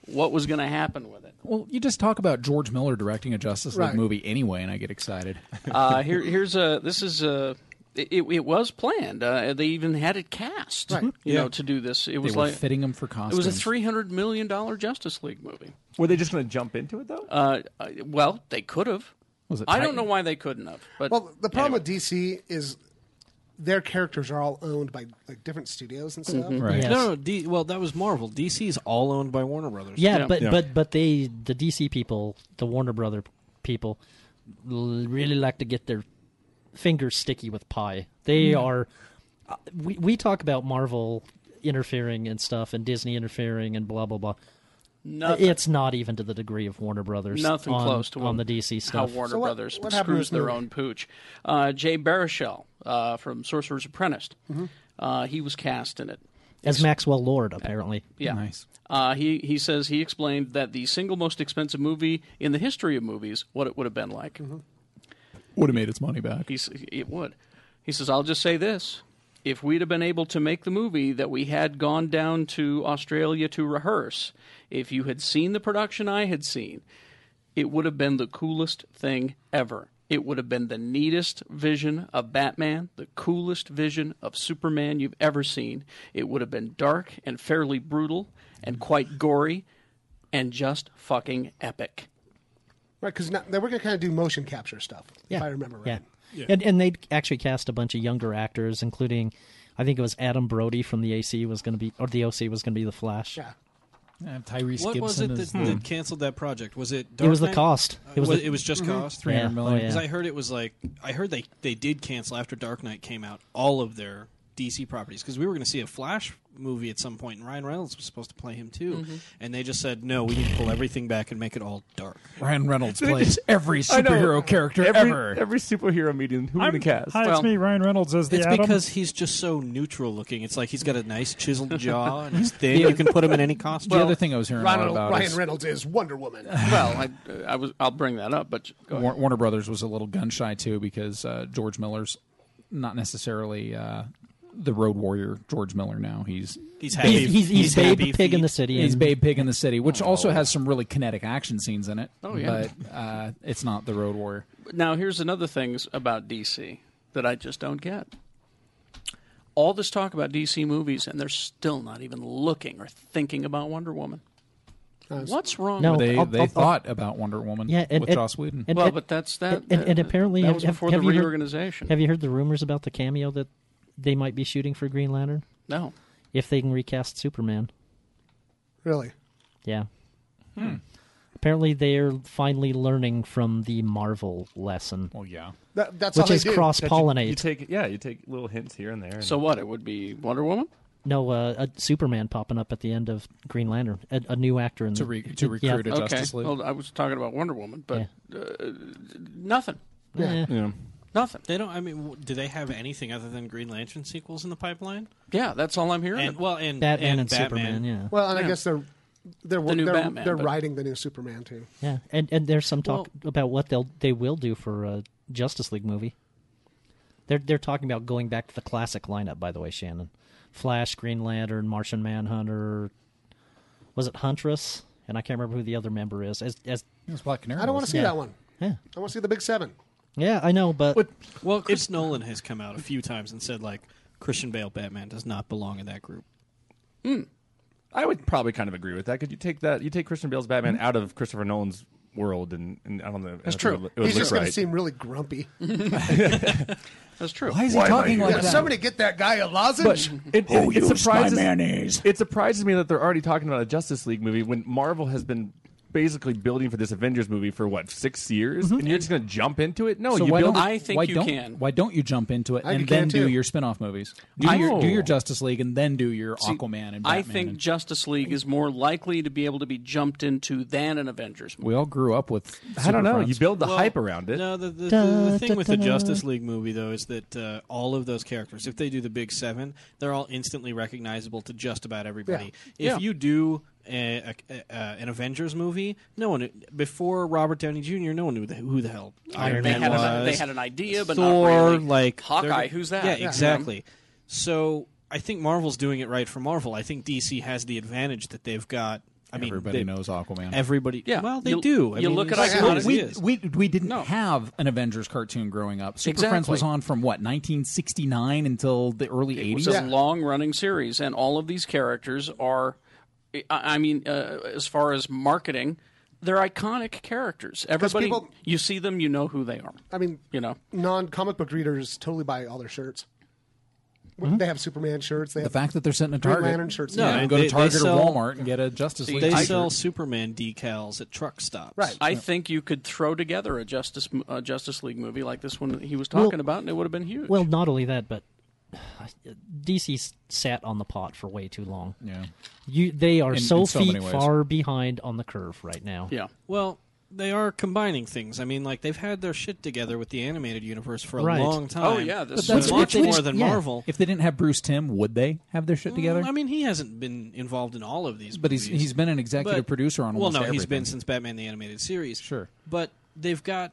what was going to happen with it.
Well, you just talk about George Miller directing a Justice League
Right.
movie anyway, and I get excited.
Uh, here, here's a. This is a. It, it was planned. Uh, they even had it cast,
Right.
you
Yeah.
know, to do this. It
They
was
were
like
fitting 'em for
It was a
costumes.
three hundred million dollar Justice League movie.
Were they just going to jump into it though?
Uh, uh, well, they could have.
Oh. Was
it
I don't
Titan?
know why they couldn't have. But
well, the problem with DC is their characters are all owned by like different studios and
Mm-hmm.
stuff.
Mm-hmm.
No, no. D, well, that was Marvel. DC's all owned by Warner Brothers.
Yeah, but but but they the DC people, the Warner Brother people, l- really like to get their fingers sticky with pie. They
Mm-hmm.
Yeah.
are. uh, We we talk about Marvel interfering and stuff, and Disney interfering, and blah blah blah.
Nothing.
It's not even to the degree of Warner Brothers.
Nothing
on-
close to
on the
what-
DC
How
stuff.
Warner Brothers
what happened
screws
with
their
movie?
own pooch. Uh, Jay Baruchel uh, from Sorcerer's Apprentice,
Mm-hmm.
uh, he was cast in it.
as Maxwell Lord apparently.
Yeah. Uh, he he says he explained that the single most expensive movie in the history of movies, what it would have been like.
Mm-hmm.
Would have made its money back.
He's, it would. He says, "I'll just say this: if we'd have been able to make the movie that we had gone down to Australia to rehearse, if you had seen the production I had seen, it would have been the coolest thing ever. It would have been the neatest vision of Batman, the coolest vision of Superman you've ever seen. It would have been dark and fairly brutal and quite gory." And just fucking epic.
Right, because they were going to kind of do motion capture stuff, if I remember right.
Yeah. And and they actually cast a bunch of younger actors, including I think it was Adam Brody from the AC was going to be or the OC was going to be the Flash.
Yeah.
Uh, Tyrese
what was
Gibson
it that,
is-
that canceled that project? Was it?
It was
Dark
the
Knight?
cost.
Uh,
It was
wa-
the-
it was just
Mhm.
cost
Yeah. 300 million. Oh, yeah.
Because I heard it was like I heard they they did cancel after Dark Knight came out all of their DC properties because we were going to see a Flash movie at some point and Ryan Reynolds was supposed to play him too,
Mhm.
and they just said no, we need to pull everything back and make it all dark.
Ryan Reynolds
They
plays
just-
every
I know.
superhero character
Every-
ever.
Every superhero medium, who
I'm-
would cast?
Hi, it's Well- me,
Ryan Reynolds as
It's because he's just so neutral looking. It's like he's got a nice chiseled jaw and he's thin.
Yeah.
You can put him in any costume.
The other thing I was hearing a lot
Ronald-
about
Ryan
is
Reynolds is Wonder Woman.
Well, I, Uh, I was I'll bring that up, but go ahead.
War- Warner Brothers was a little gun shy too because uh, George Miller's not necessarily uh, the road warrior George Miller now. He's
He's happy- He's- he's- he's he's Babe happy Pig in feet.
the City
He's
and-
Babe Pig in the City, which also has some really kinetic action scenes in it.
Oh, yeah.
but uh, it's not the road warrior.
Now, here's another things about DC that I just don't get. All this talk about DC movies, and they're still not even looking or thinking about Wonder Woman. What's wrong?
No,
with
they
I'll-
they
I'll-
thought about Wonder Woman
Yeah, and,
with
and-
Joss Whedon.
and-
well,
and-
but that's that.
and, and, and apparently,
Uh, that
have,
was
have-
before
have
the
you heard-
reorganization.
have you heard the rumors about the cameo that they might be shooting for Green Lantern?
No.
If they can recast Superman,
Really?
yeah.
Hmm.
Apparently, they're finally learning from the Marvel lesson.
Well, yeah.
That- that's
which
all they
is
do.
cross
That you-
pollinate.
You, take yeah, you take little hints here and there. and-
So what? It would be Wonder Woman.
No, uh, a Superman popping up at the end of Green Lantern, a, a new actor in
To
the,
re- to recruit
yeah.
a Justice League.
Well, I was talking about Wonder Woman, but uh, nothing.
Yeah.
Nothing.
They don't. I mean, w- do they have anything other than Green Lantern sequels in the pipeline?
Yeah, that's all I'm hearing.
And, well, and
Batman and
Batman.
Superman, yeah.
Well, and I
Yeah.
guess they're they're
The new
they're,
Batman,
they're
but-
writing the new Superman too.
Yeah, and and there's some talk about what they'll they will do for a Justice League movie. They're they're talking about going back to the classic lineup, by the way, Shannon. Flash, Green Lantern, Martian Manhunter. Was it Huntress? And I can't remember who the other member is. As as
it's Black Canary.
I don't want to see that one.
Yeah.
I want to see the Big Seven.
Yeah, I know, but
Well, Chris Nolan has come out a few times and said like Christian Bale Batman does not belong in that group.
Mm. I would probably kind of agree with that. Could you take that? You take Christian Bale's Batman out of Christopher Nolan's world, and, and I don't know.
That's
if
true.
It would, it would
He's
look
just going
right.
to seem really grumpy.
That's true.
Why is he Why am I talking here? like
Yeah,
that?
Somebody get that guy a
But
lozenge.
it, it, it surprises It surprises me that they're already talking about a Justice League movie when Marvel has been basically building for this Avengers movie for what six years, and you're just going to jump into it? No,
So
you
why
build.
don't, why don't, Why don't you jump into it
I think you
and
can
then do
too.
your spin-off movies? Do,
I-
your, do your
No.
Justice League and then do your Aquaman and Batman.
I think
and-
Justice League is more likely to be able to be jumped into than an Avengers movie.
we all grew up with.
I don't know.
Superfriends.
You build the
Well,
hype around it.
No, the, the,
Da,
the, the thing
da,
with
da,
the
da.
Justice League movie though is that uh, all of those characters, if they do the Big Seven, they're all instantly recognizable to just about everybody.
Yeah.
If you do a, a, a, an Avengers movie, no one before Robert Downey Jr. No one knew the, who the hell Iron
they
Man
had
was.
An, they had an idea, but
Thor,
not really.
like
Hawkeye.
they're-
Who's that?
Yeah, exactly. So I think Marvel's doing it right for Marvel. I think DC has the advantage that they've got. I mean,
Everybody
they-
knows Aquaman.
Everybody,
Yeah.
Well, they
You-
do. I
you
mean,
look at
it's-
iconic-
it's-
we,
it's-
we we didn't have an Avengers cartoon growing up. Super
Exactly.
Friends was on from what 1969 until the early
It was
80s.
a long-running series, and all of these characters are, I- I mean, uh, as far as marketing, they're iconic characters. Everybody,
people-
you see them, you know who they are.
I mean,
You know,
non comic book readers totally buy all their shirts.
Mm-hmm.
They have Superman shirts. They
The
have
fact that they're sent in a
Green
Target.
Lantern shirts.
No,
Yeah.
and go to Target or Walmart and get a Justice League
They
t-shirt.
sell Superman decals at truck stops.
I think you could throw together a Justice a Justice League movie like this one that he was talking about, and it would have been huge.
Well, not only that, but DC's sat on the pot for way too long.
Yeah.
You they are
In-
so,
in so
feet
many ways.
far behind on the curve right now.
Yeah.
Well, they are combining things. I mean, like they've had their shit together with the animated universe for a
Right.
long time.
Oh, yeah, this
this
is
is
what
much
they-
more than
yeah.
Marvel.
If they didn't have Bruce Tim, would they have their shit together?
Mm, I mean, he hasn't been involved in all of these,
But he's-
movies.
he's been an executive
But-
producer on
Well,
almost
no, he's
everything.
been since Batman the Animated Series.
Sure,
but they've got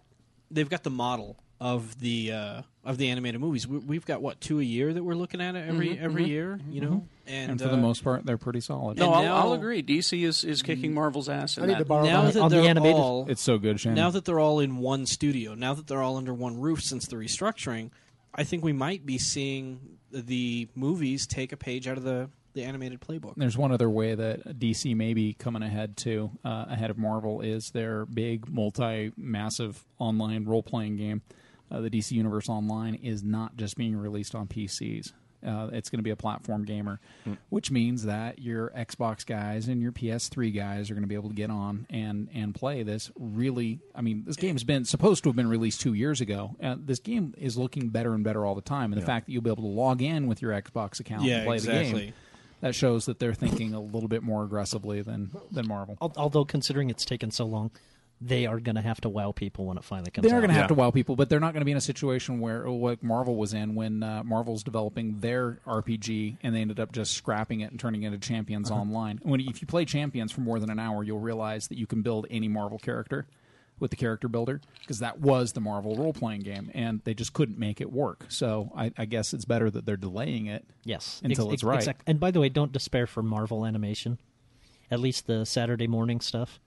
they've got the model of the uh, of the animated movies. We, we've got what two a year that we're looking at every
Mm-hmm,
Mhm,
every
mhm.
year, you know. And,
and, for the
uh,
most part, they're pretty solid.
no, I'll,
now-
I'll agree. DC is, is kicking Marvel's ass. In
I need
that.
to borrow Now mine. that they're all-
it's so good, Shannon.
now that they're all in one studio, now that they're all under one roof since the restructuring, I think we might be seeing the movies take a page out of the, the animated playbook.
There's one other way that DC may be coming ahead too, uh, ahead of Marvel, is their big, multi-massive online role-playing game. Uh, the DC Universe Online is not just being released on PCs. Uh, it's going to be a platform gamer,
Hmm.
which means that your Xbox guys and your PS3 guys are going to be able to get on and and play this. Really, I mean, this game's been supposed to have been released two years ago. Uh, this game is looking better and better all the time, and the
Yeah.
fact that you'll be able to log in with your Xbox account
Yeah,
and play the game
exactly.
that shows that they're thinking a little bit more aggressively than than Marvel.
Al- Although considering it's taken so long, they are going to have to wow people when it finally comes.
They are
out.
going to have to wow people, but they're not going to be in a situation where oh, like Marvel was in when uh, Marvel's developing their RPG and they ended up just scrapping it and turning it into Champions
Uh-huh.
Online. When if you play Champions for more than an hour, you'll realize that you can build any Marvel character with the character builder because that was the Marvel role playing game and they just couldn't make it work. So I, I guess it's better that they're delaying it.
Yes,
until
Ex- ex-
it's right.
exact- And by the way, don't despair for Marvel animation, at least the Saturday morning stuff,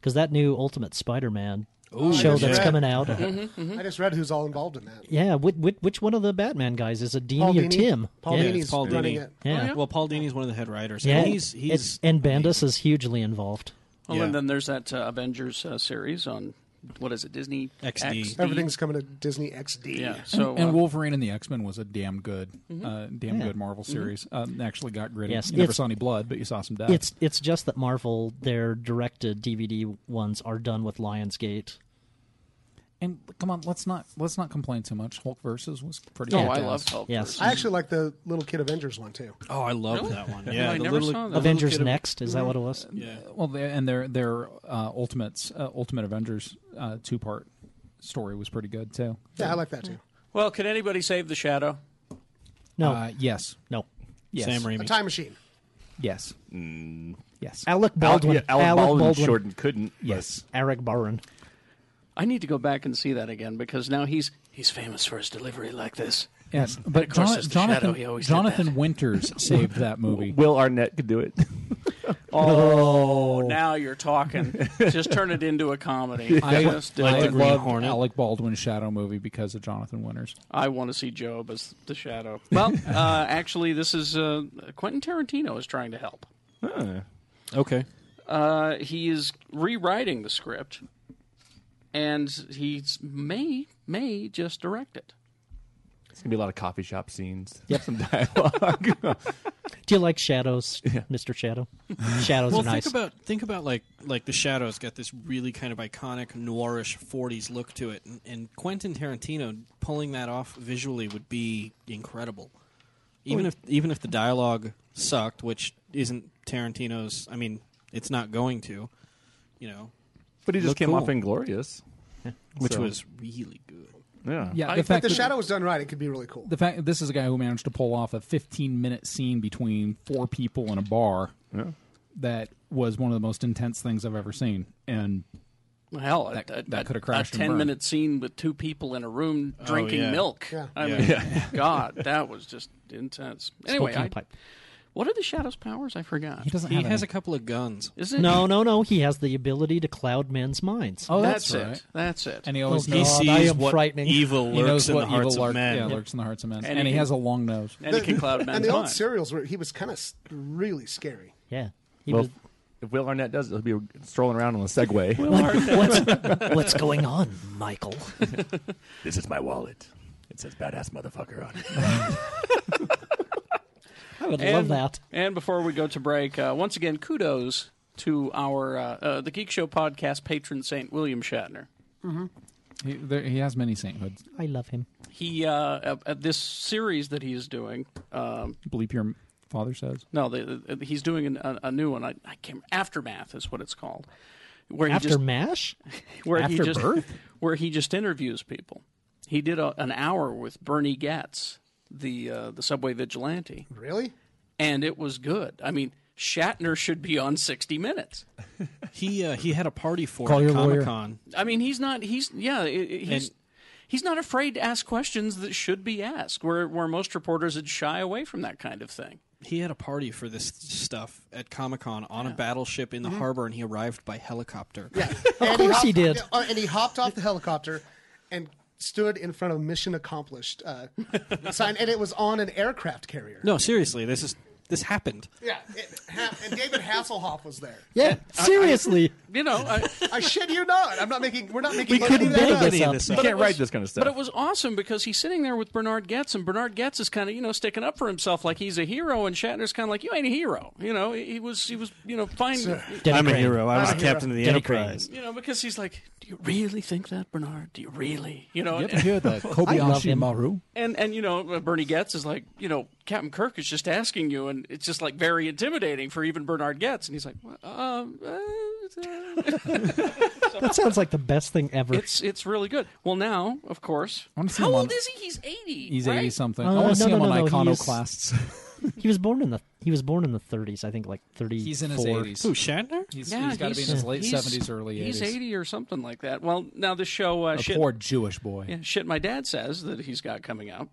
because that new Ultimate Spider-Man
Oh,
show
I just
that's
read-
coming out.
Mm-hmm,
uh,
I just read who's all involved in that.
Yeah, which, which one of the Batman guys is it? Dini
Paul
or
Dini.
Tim?
Paul
yeah.
Dini's It's Paul running Dini. it.
Yeah.
Oh, yeah? Well, Paul Dini's one of the head writers.
Yeah,
And he's he's
and, and Bandus is hugely involved.
Well, and then there's that uh, Avengers uh, series on what is it? Disney
Everything's coming to Disney XD.
Yeah, so, uh, Mm-hmm.
and,
uh,
and Wolverine and the X Men was a damn good,
Mhm.
uh, damn
Yeah.
good Marvel
Mhm.
series. Um, actually got gritty.
Yes,
you never
it's-
saw any blood, but you saw some death.
It's it's just that Marvel their directed DVD ones are done with Lionsgate.
And come on, let's not let's not complain too much. Hulk versus was pretty.
Oh, I
badass.
love Hulk Yes.
I actually like the little kid Avengers one too.
Oh, I love that one. Yeah,
I
the
never
little,
saw
the little
Avengers
kid of-
Next, is that what it was?
Mm-hmm.
Yeah.
Well, they, and their their uh, ultimates uh, Ultimate Avengers uh, two part story was pretty good too.
Yeah, I like that too.
Well, could anybody save the shadow?
No.
Uh, yes.
No.
Yes.
A time machine.
Yes. Yes.
Mm. Alec Baldwin.
couldn't.
Yes.
Eric Barron.
I need to go back and see that again because now he's he's famous for his delivery like this.
Yes,
But
but
of course
Jon-
it's the shadow,
Jonathan
he always did
Jonathan Winters saved that movie.
Will Arnett could do it.
Oh, now you're talking. Just turn it into a comedy.
I,
Just do
I
it.
love Alec Baldwin's Shadow movie because of Jonathan Winters.
I want to see Job as the shadow. Well, uh, actually, this is uh, Quentin Tarantino is trying to help.
Ah,
Okay.
Uh, he is rewriting the script, and he may may just direct it.
It's gonna be a lot of coffee shop scenes.
Yep.
Some dialogue.
Do you like shadows, Mr. Shadow? Shadows
well,
are nice.
think about think about like like the shadows got this really kind of iconic noirish '40s look to it, and, and Quentin Tarantino pulling that off visually would be incredible.
Oh,
Even if even if the dialogue sucked, which isn't Tarantino's, I mean, it's not going to, you know.
But he just
look
came
cool.
off inglorious.
which
So-
was really good.
Yeah.
Yeah,
I,
the
if
fact
the
that-
shadow was done right, it could be really cool.
The fact this is a guy who managed to pull off a 15 minute scene between four people in a bar that was one of the most intense things I've ever seen, and
Hell, a-
That-
a,
that coulda
a
crashed and
ten
burned.
minute scene with two people in a room
Oh,
drinking
yeah.
milk.
Yeah.
I
Yeah.
mean,
Yeah.
God, that was just intense. Anyway,
Smoking
I,
pipe.
what are the Shadow's powers? I forgot.
He has a couple of guns.
Is it?
No, no, no. He has the ability to cloud men's minds.
it. That's it.
And he always
Oh,
knows-
God, I am frightening.
He knows what evil lurk- Yeah, lurks in the hearts of men,
And
and,
he
he
can-
has a long nose.
And he can cloud
and the old serials were he was kind of really scary.
Yeah.
well, if Will Arnett does it, he'll be strolling around on a Segway.
Will Arnett. What's- what's going
on, Michael?
this is my wallet. It says "badass motherfucker" on it.
I would
and,
love that.
And before we go to break, uh, once again, kudos to our uh, uh, the Geek Show podcast patron saint William Shatner.
He, there, he has many sainthoods.
I love him.
He uh, uh, uh, this series that he's doing. Um,
Bleep your father says.
no, the, the, he's doing an, a, a new one. I, I can't. Aftermath is what it's called. Where
After
he just,
MASH?
where
After
he just
birth?
where he just interviews people. He did a, an hour with Bernie Getz, the uh, the subway vigilante.
Really?
And it was good. I mean, Shatner should be on 60 Minutes.
He uh, he had a party for
Call
it
your
at
lawyer.
Comic Con.
I mean, he's not. He's yeah. i- i- He's
And-
he's not afraid to ask questions that should be asked. Where where most reporters would shy away from that kind of thing.
He had a party for this stuff at Comic Con on a battleship
Mm-hmm.
in the harbor, and he arrived by helicopter. Yeah,
Of
course he did.
And he hopped off the helicopter and stood in front of Mission Accomplished uh, sign, and it was on an aircraft carrier.
No, seriously, this is this happened.
Yeah, it, ha- and David Hasselhoff was there.
Yeah, seriously.
You know, I,
I shit you not. I'm not making. We're not making.
But-
fun of that.
You
But it
can't
was-
write this kind of stuff.
But it was awesome because he's sitting there with Bernard Getz, and Bernard Getz is kind of you know sticking up for himself like he's a hero, and Shatner's kind of like you ain't a hero. You know, he he was he was you know fine.
I'm a hero. I was
I'm a
captain
hero.
of the
Denny
Enterprise.
You know, because he's like, do you really think that, Bernard? Do you really? You know,
You ever
and-
hear the Kobayashi Maru?
And and you know, uh, Bernie Getz is like, you know, Captain Kirk is just asking you, and it's just like very intimidating for even Bernard Getz, and he's like, "Well, um, uh,
That sounds like the best thing ever.
it's it's really good. Well, now of course,
I wanna see
how
him on-
old is he? He's eighty.
He's
right?
eighty something.
Uh,
I want
no,
to see
no,
him
no,
on
no, he is-
Iconoclasts.
he was born in the he was born in the 30s, I think, like 30.
He's in his 80s. Who, Shatner? He's- he's gotta be in his late
he's-
70s, early
He's
80s.
eighty or something like that. Well, now this show, uh,
A
shit,
poor Jewish boy.
yeah, shit, my dad says that he's got coming out.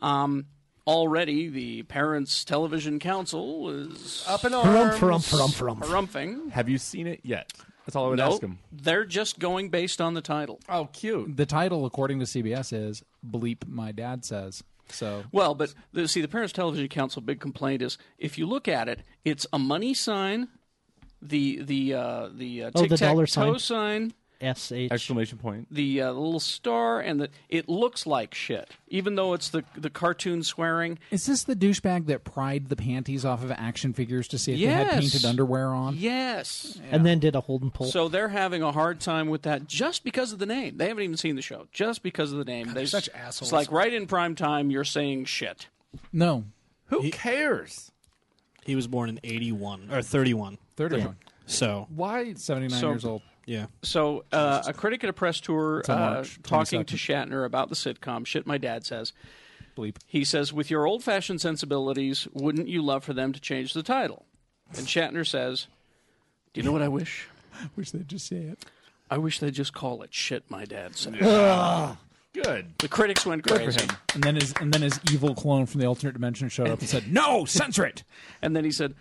Um, already, the Parents Television Council is
up
in
Harumph,
arms,
harumph, harumph, harumph.
harumping.
Have you seen it yet? That's all I would
Nope.
ask him.
They're just going based on the title.
Oh, cute.
The title, according to CBS, is "Bleep My Dad Says." So
Well, but the, see, the Parents Television Council big complaint is if you look at it, it's a money sign, the the uh, the uh,
Oh, the
tic tac
dollar
toe sign.
S H
Exclamation point.
the uh, little star, and the it looks like shit, even though it's the the cartoon swearing.
Is this the douchebag that pried the panties off of action figures to see if they had
Yes.
painted underwear on?
Yes,
and then did a Holden pull.
So they're having a hard time with that just because of the name. They haven't even seen the show just because of the name. they
such assholes.
It's like right in prime time, you're saying shit.
No.
Who cares?
He was born in 81 or 31.
31.
So
Why?
79
So-
years old.
Yeah.
So, uh, a critic at a press tour
It's on
uh,
March
talking to Shatner about the sitcom "Shit My Dad Says."
Bleep.
He says, "With your old-fashioned sensibilities, wouldn't you love for them to change the title?" And Shatner says, "Do you know what I wish?
Wish they'd just say it.
I wish they'd just call it shit my dad says.'"
Ugh.
Good.
The critics went
Good for
crazy.
him. And then his and then his evil clone from the alternate dimension showed up and said, "No, censor it."
And then he said,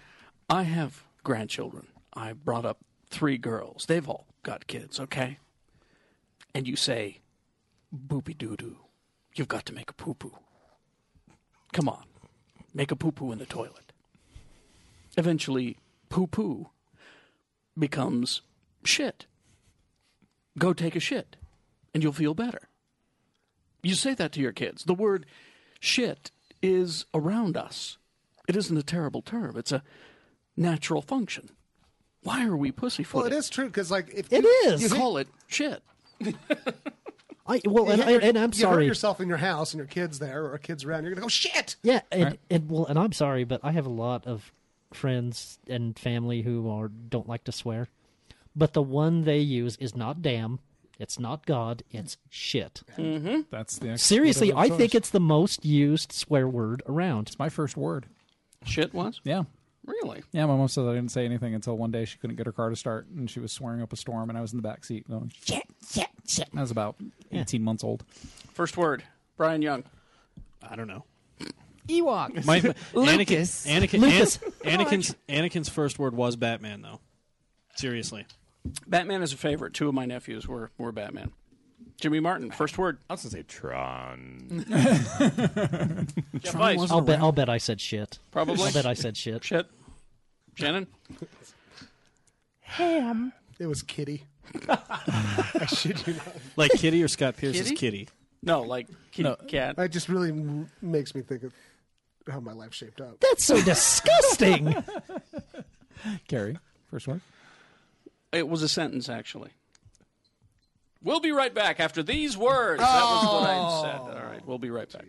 "I have grandchildren. I brought up three girls. They've all got kids, okay? And you say, boopy doo doo. You've got to make a poo poo. Come on, make a poo poo in the toilet. Eventually, poo poo becomes shit. Go take a shit, and you'll feel better. You say that to your kids. The word shit is around us. It isn't a terrible term, it's a natural function. Why are we
Well,
pussyfooting?
it is true because like if
It
you,
is.
You call it shit.
I, well,
you
and,
hit
I,
your-
and I'm
you hurt
sorry.
yourself in your house and your kids there or kids around. You're gonna go shit.
Yeah, and, and well, and I'm sorry, but I have a lot of friends and family who are don't like to swear, but the one they use is not damn, it's not God, it's shit.
Mm.
Mm-hmm. That's the
Seriously, I think it's the most used swear word around. It's
my first word.
Shit was?
Yeah.
Really?
Yeah, my mom says I didn't say anything until one day she couldn't get her car to start and she was swearing up a storm and I was in the back seat going shit, shit, shit. And I was about eighteen months old.
First word, Brian Young.
I don't know.
Ewok.
My, Anakin, Anakin,
Lucas.
An- Anakin's, Anakin's first word was Batman, though. Seriously.
Batman is a favorite. Two of my nephews were, were Batman. Jimmy Martin, first word.
I was going to say Tron.
Jeff Weiss.
I'll bet. I'll bet I said shit.
Probably.
I'll bet I said shit.
Shit. Shannon?
Ham. It was Kitty. I shit you not.
Like Kitty or Scott Pierce's
Kitty?
Kitty?
No, like kitty cat.
That just really m- makes me think of how my life shaped up.
That's so disgusting.
Carrie, first word.
It was a sentence, actually. We'll be right back after these words. That was what I
Oh.
Oh.
said. All right, we'll be right back.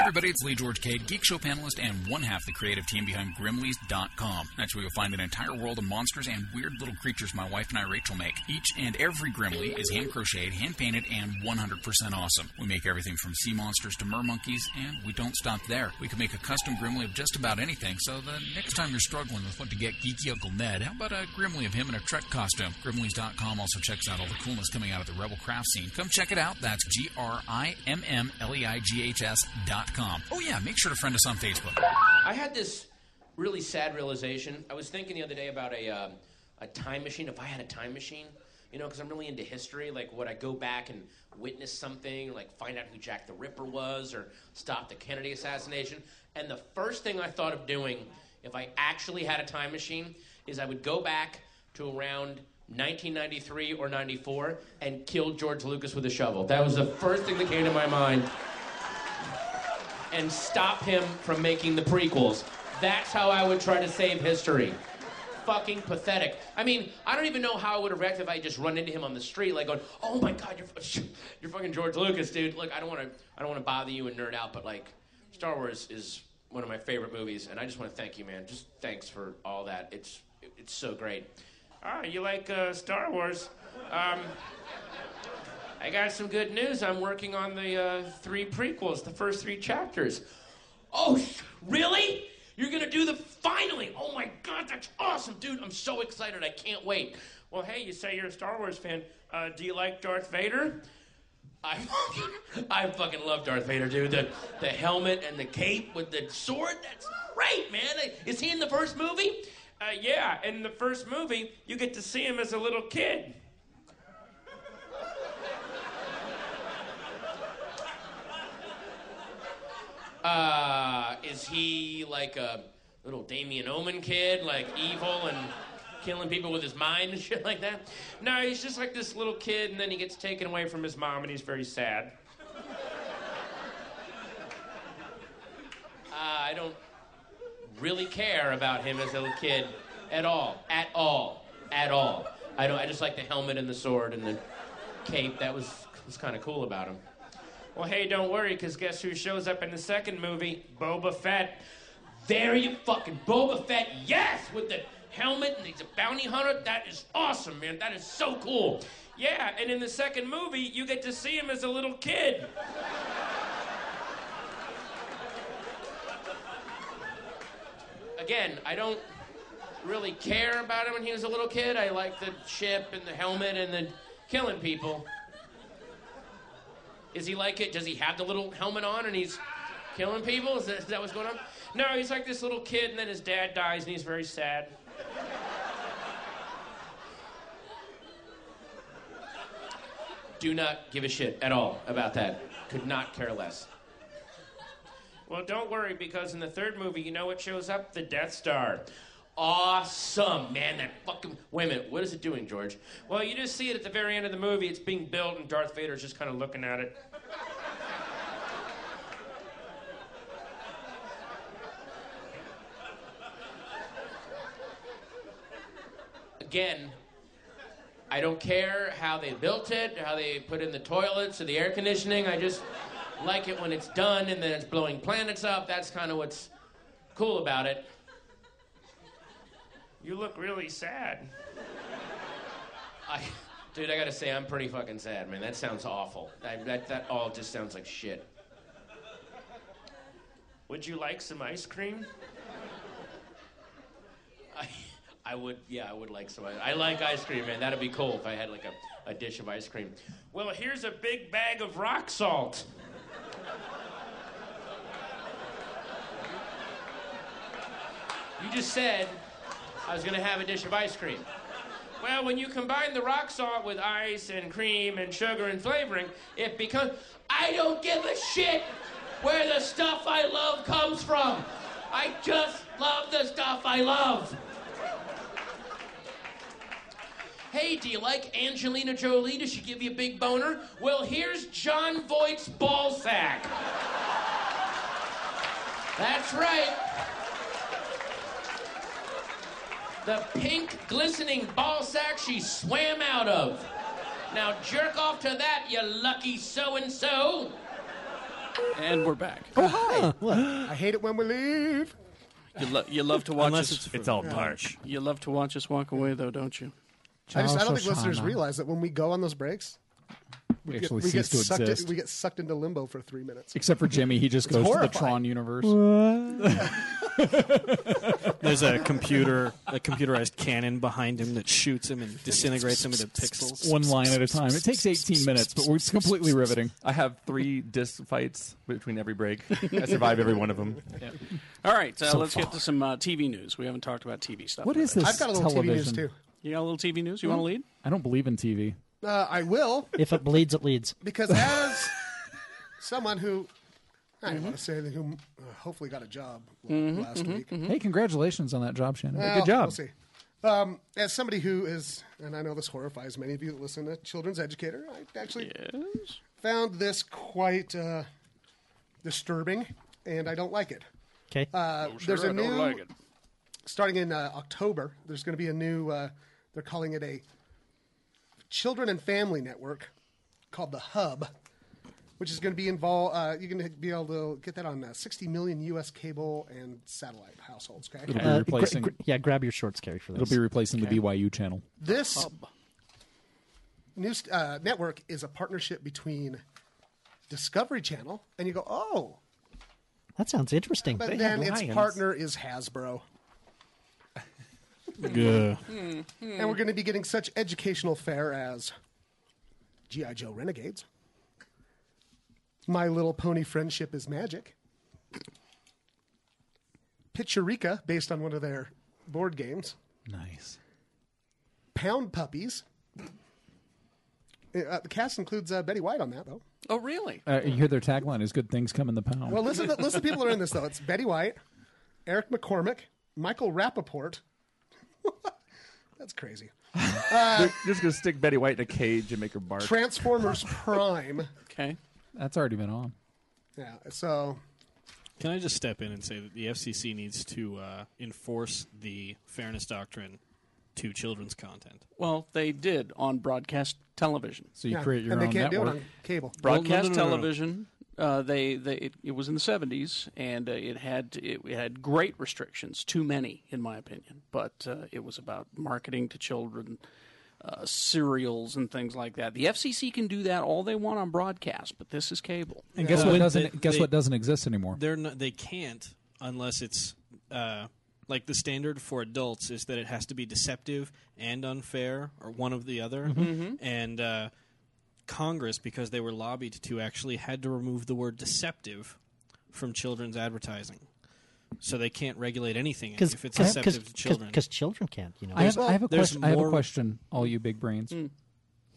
Everybody, it's Lee George Cade, Geek Show panelist and one half the creative team behind Grimleys.com. That's where you'll find an entire world of monsters and weird little creatures my wife and I, Rachel, make. Each and every Grimley is hand crocheted, hand painted, and 100% awesome. We make everything from sea monsters to mermonkeys, and we don't stop there. We can make a custom Grimley of just about anything, so the next time you're struggling with what to get geeky Uncle Ned, how about a Grimley of him in a Trek costume? Grimleys.com also checks out all the coolness coming out of the Rebel craft scene. Come check it out. That's G R I M M L E I G H S dot com. Oh, yeah, make sure to friend us on Facebook.
I had this really sad realization. I was thinking the other day about a um, a time machine. If I had a time machine, you know, because I'm really into history. Like, would I go back and witness something, like find out who Jack the Ripper was, or stop the Kennedy assassination? And the first thing I thought of doing, if I actually had a time machine, is I would go back to around 1993 or 94 and kill George Lucas with a shovel. That was the first thing that came to my mind and stop him from making the prequels. That's how I would try to save history. Fucking pathetic. I mean, I don't even know how I would have reacted if I had just run into him on the street, like going, "Oh my god, you're you're fucking George Lucas, dude." Look, I don't want to I don't want to bother you and nerd out, but like, Star Wars is one of my favorite movies, and I just want to thank you, man. Just thanks for all that. It's it's so great. Ah, you like uh, Star Wars? Um, I got some good news. I'm working on the uh, three prequels, the first three chapters. Oh, sh- really? You're gonna do the finally? Oh my God, that's awesome, dude! I'm so excited. I can't wait. Well, hey, you say you're a Star Wars fan. Uh, do you like Darth Vader? I fucking, I fucking love Darth Vader, dude. The the helmet and the cape with the sword. That's great, man. Is he in the first movie? Uh, yeah, in the first movie, you get to see him as a little kid. Uh, is he like a little Damien Omen kid, like evil and killing people with his mind and shit like that. No, he's just like this little kid, and then he gets taken away from his mom, and he's very sad. Uh, I don't really care about him as a little kid at all, at all, at all. I don't. I just like the helmet and the sword and the cape. That was was kind of cool about him. Well, hey, don't worry, because guess who shows up in the second movie? Boba Fett. There you fucking Boba Fett, yes, with the helmet and he's a bounty hunter. That is awesome, man. That is so cool. Yeah, and in the second movie, you get to see him as a little kid. Again, I don't really care about him when he was a little kid. I like the ship and the helmet and the killing people. Is he like it? Does he have the little helmet on and he's killing people? Is that, is that what's going on? No, he's like this little kid, and then his dad dies, and he's very sad. Do not give a shit at all about that. Could not care less. Well, don't worry, because in the third movie, you know what shows up? The Death Star. Awesome, man. That fucking. Wait a minute. What is it doing, George? Well, you just see it at the very end of the movie. It's being built, and Darth Vader's just kind of looking at it. Again, I don't care how they built it, how they put in the toilets or the air conditioning. I just like it when it's done and then it's blowing planets up. That's kind of what's cool about it. You look really sad. I, dude, I gotta say, I'm pretty fucking sad, man. That sounds awful. I, that, that all just sounds like shit. Would you like some ice cream? I, I would, yeah, I would like some. I like ice cream, man. That'd be cool if I had like a, a dish of ice cream. Well, here's a big bag of rock salt. You just said I was gonna have a dish of ice cream. Well, when you combine the rock salt with ice and cream and sugar and flavoring, it becomes. I don't give a shit where the stuff I love comes from. I just love the stuff I love. Hey, do you like Angelina Jolie? Does she give you a big boner? Well, here's John Voight's ball sack. That's right. The pink glistening ball sack she swam out of. Now jerk off to that, you lucky so and so.
And we're back.
Oh hi! Look, I hate it when we leave.
You, lo- you love to watch
Unless
us.
it's for- It's all
Yeah.
dark.
You love to watch us walk away, though, don't you?
I just I don't think listeners realize that when we go on those breaks,
We actually
we get
cease to
sucked in-
exist.
we get sucked into limbo for three minutes.
Except for Jimmy, he just
It's
goes to the
horrifying.
Tron universe.
There's a computer, a computerized cannon behind him that shoots him and disintegrates him into pixels.
One line at a time. It takes 18 minutes, but it's completely riveting.
I have three disc fights between every break. I survive every one of them.
All right, uh,
So
let's get to some uh, TV news. We haven't talked about TV stuff.
What
yet.
is this I've got a little TV news, television? Hmm?
You got a little TV news? You want to lead?
I don't believe in TV.
Uh, I will
If it bleeds, it leads.
because as someone who I don't want to say anything who uh, hopefully got a job
Mm-hmm,
Mhm,
last
mhm,
week.
Hey, congratulations on that job, Shannon.
Mm-hmm, Well, We'll see. Um, as somebody who is, and I know this horrifies many of you that listen, a children's educator, I actually found this quite uh, disturbing, and I don't like it.
Okay.
Uh,
Oh, sure,
there's a
I
new,
don't like it.
starting in uh, October. There's going to be a new. Uh, they're calling it a children and family network called the Hub, which is going to be involved. Uh, you're going to be able to get that on uh, 60 million U.S. cable and satellite households. Okay.
It'll be
Uh,
replacing.
gra- gra- yeah, grab your shorts, Carrie, for this.
It'll be replacing the BYU channel.
This news uh, network is a partnership between Discovery Channel, and you go, oh,
That sounds interesting.
but then its partner is Hasbro.
Yeah.
And we're going to be getting such educational fare as G.I. Joe Renegades, My Little Pony Friendship is Magic, Pitcherica, based on one of their board games.
Nice.
Pound Puppies. Uh, the cast includes uh, Betty White on that, though.
Oh, really?
Uh, you hear their tagline is "Good things come in the pound."
Well, listen, to, listen. To people that are in this though. It's Betty White, Eric McCormick, Michael Rappaport, That's crazy. Uh,
They're just gonna stick Betty White in a cage and make her bark.
Transformers Prime.
Okay.
That's already been on.
Yeah. So
Can I just step in and say that the FCC needs to uh, enforce the fairness doctrine to children's content?
Well, they did on broadcast television.
So you Yeah, create your and they own can't do it network. on
cable.
Broadcast
Well, no, no, no, no, no.
television. Uh, they, they it, it was in the seventies, and uh, it had it, had great restrictions, too many in my opinion. But uh, it was about marketing to children, uh, cereals and things like that. The FCC can do that all they want on broadcast, but this is cable.
And guess what
But
doesn't
they-
guess
they-
what doesn't exist anymore?
They're not, they can't unless it's uh, like the standard for adults is that it has to be deceptive and unfair or one of the other.
Mm-hmm.
Mhm.
And uh, Congress, because they were lobbied to, actually had to remove the word deceptive from children's advertising. So they can't regulate anything
Because
if it's deceptive to children.
children can't, you know.
I have, I have a
There's
question. I have a
more-
question. All you big brains.
Mm.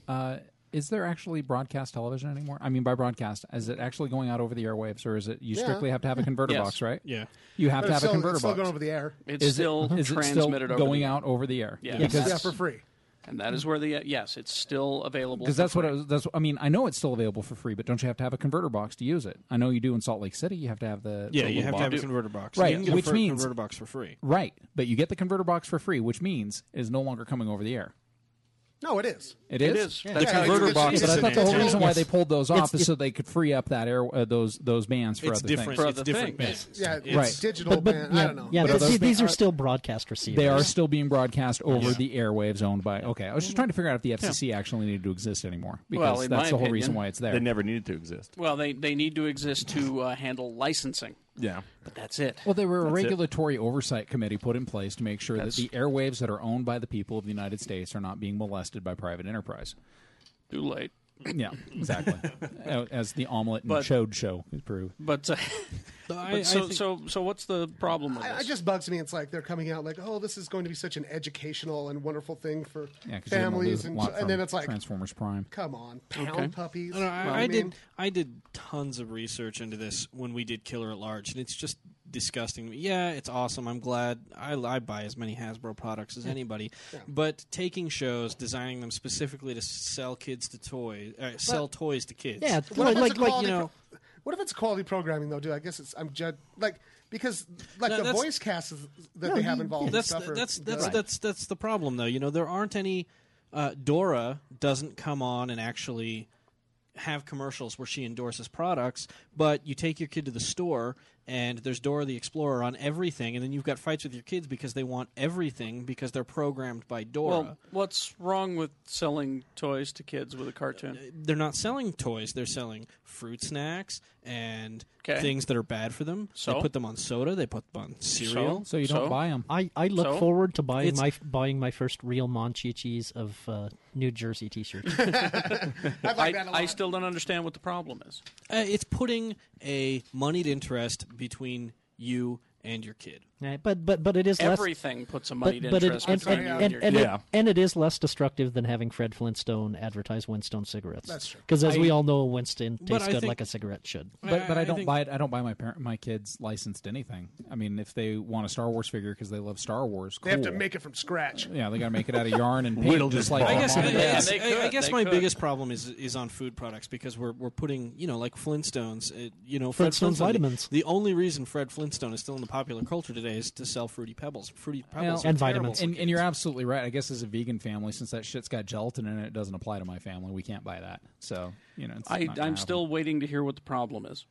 Uh, is there actually broadcast television anymore? I mean, by broadcast, is it actually going out over the airwaves, or is it you
Yeah.
strictly have to have a converter
Yes.
box, right?
Yeah.
you have
But it's
to have
still-
a converter
it's still
box.
going over the air.
It's
Is it-
still
is it still
transmitted over the
going
air.
out over the air.
Yeah.
because
Yeah, for
free.
And that is where the uh, yes, it's still available
Because
for
that's what I was, that's. I mean, I know it's still available for free, but don't you have to have a converter box to use it? I know you do in Salt Lake City. You have to have the
Yeah,
the
you
little
have to have a
box.
converter box. You
right?
can get a
which
fir-
means
converter box for free.
right? But you get the converter box for free, which means it is no longer coming over the air.
no, it is.
It is.
Yeah.
The
Yeah,
converter
it's-
box.
it's-
But I thought the whole reason why they pulled those off
It's-
is so they could free up that air uh, those those bands for
It's
other
different.
things.
For It's other different things. bands.
Yeah,
it's
right.
digital
but, but,
band.
Yeah,
I don't know.
Yeah,
but
but
those
see,
ba-
these are
are-
still broadcast receivers.
They are still being broadcast over
Yeah.
the airwaves owned by. Okay, I was just trying to figure out if the FCC actually needed to exist anymore because
in
that's
my
the whole reason
opinion,
why it's there.
they
never needed to exist.
Well, they they need to exist to uh, handle licensing.
Yeah.
But that's it.
Well, there were a
That's it.
regulatory oversight committee put in place to make sure
That's-
that the airwaves that are owned by the people of the United States are not being molested by private enterprise.
Too late.
Yeah, exactly. Uh, As the omelet and
But-
chode show has proved.
But, uh,
I-
but
I
so
think-
so so what's the problem with
I, I
this?
just bugs me. It's like they're coming out like, oh, this is going to be such an educational and wonderful thing for
'cause you're gonna
families,
lose a
and,
lot
and then
from
it's like,
Transformers Prime.
come on, pound puppies.
I, don't know, I-
You know what
I
mean?
did. I did tons of research into this when we did Killer at Large, and it's just disgusting. to me. Yeah, it's awesome. I'm glad. I, I buy as many Hasbro products as
Yeah.
anybody,
Yeah.
but taking shows, designing them specifically to sell kids to toys, uh, sell toys to kids.
What if it's a quality
you know.
pro- what if it's quality programming though? Do I guess it's I'm jud like because like
No,
the
that's-
voice cast is, that they have involved. and
That's
stuff are
that's
good.
that's, that's that's the problem, though. You know, there aren't any. Uh, Dora doesn't come on and actually have commercials where she endorses products, but you take your kid to the store and there's Dora the Explorer on everything, and then you've got fights with your kids because they want everything because they're programmed by Dora.
Well, what's wrong with selling toys to kids with a cartoon?
they're not selling toys; they're selling fruit snacks and
Okay.
things that are bad for them.
So?
They put them on soda. They put them on cereal.
So you don't So? buy
'em.
I, I look
So?
forward to buying
It's-
my buying my first real Monchichis of uh, New Jersey T-shirts. Eh,
I, I still don't understand what the problem is.
Uh, it's putting a moneyed interest between you and your kid.
Right, but but but it is less-
Everything puts a moneyed
but, but
interest
it, and,
between
and,
you
and,
and your
and
kid.
it-
Yeah.
and it is less destructive than having Fred Flintstone advertise Winston cigarettes.
That's true.
Because as
I-
we all know, Winston
But
tastes
I
good
think-
like a cigarette should.
But but I,
I
don't
think-
buy it. I don't buy my parent my kids licensed anything. I mean, if they want a Star Wars figure because they love Star Wars,
They have to
cool.
make it from scratch.
Yeah, they got to make it out of yarn and paint,
Whittle
just
this
like
ball.
I guess,
mom
I,
and
I
dad.
guess,
They
I- I
could,
guess
they
my
could.
biggest problem is is on food products because we're we're putting you know like Flintstones, uh, you know Fred
Flintstones
Flintstone, the-
vitamins.
The, only reason Fred Flintstone is still in the popular culture today is to sell fruity pebbles. Fruity pebbles
Well,
are terrible for
And,
kids.
and you're absolutely right. I guess as a vegan family, since that shit's got gelatin in it, it doesn't apply to my family. We can't buy that. So you know, it's
I,
not gonna
I'm
happen.
still waiting to hear what the problem is.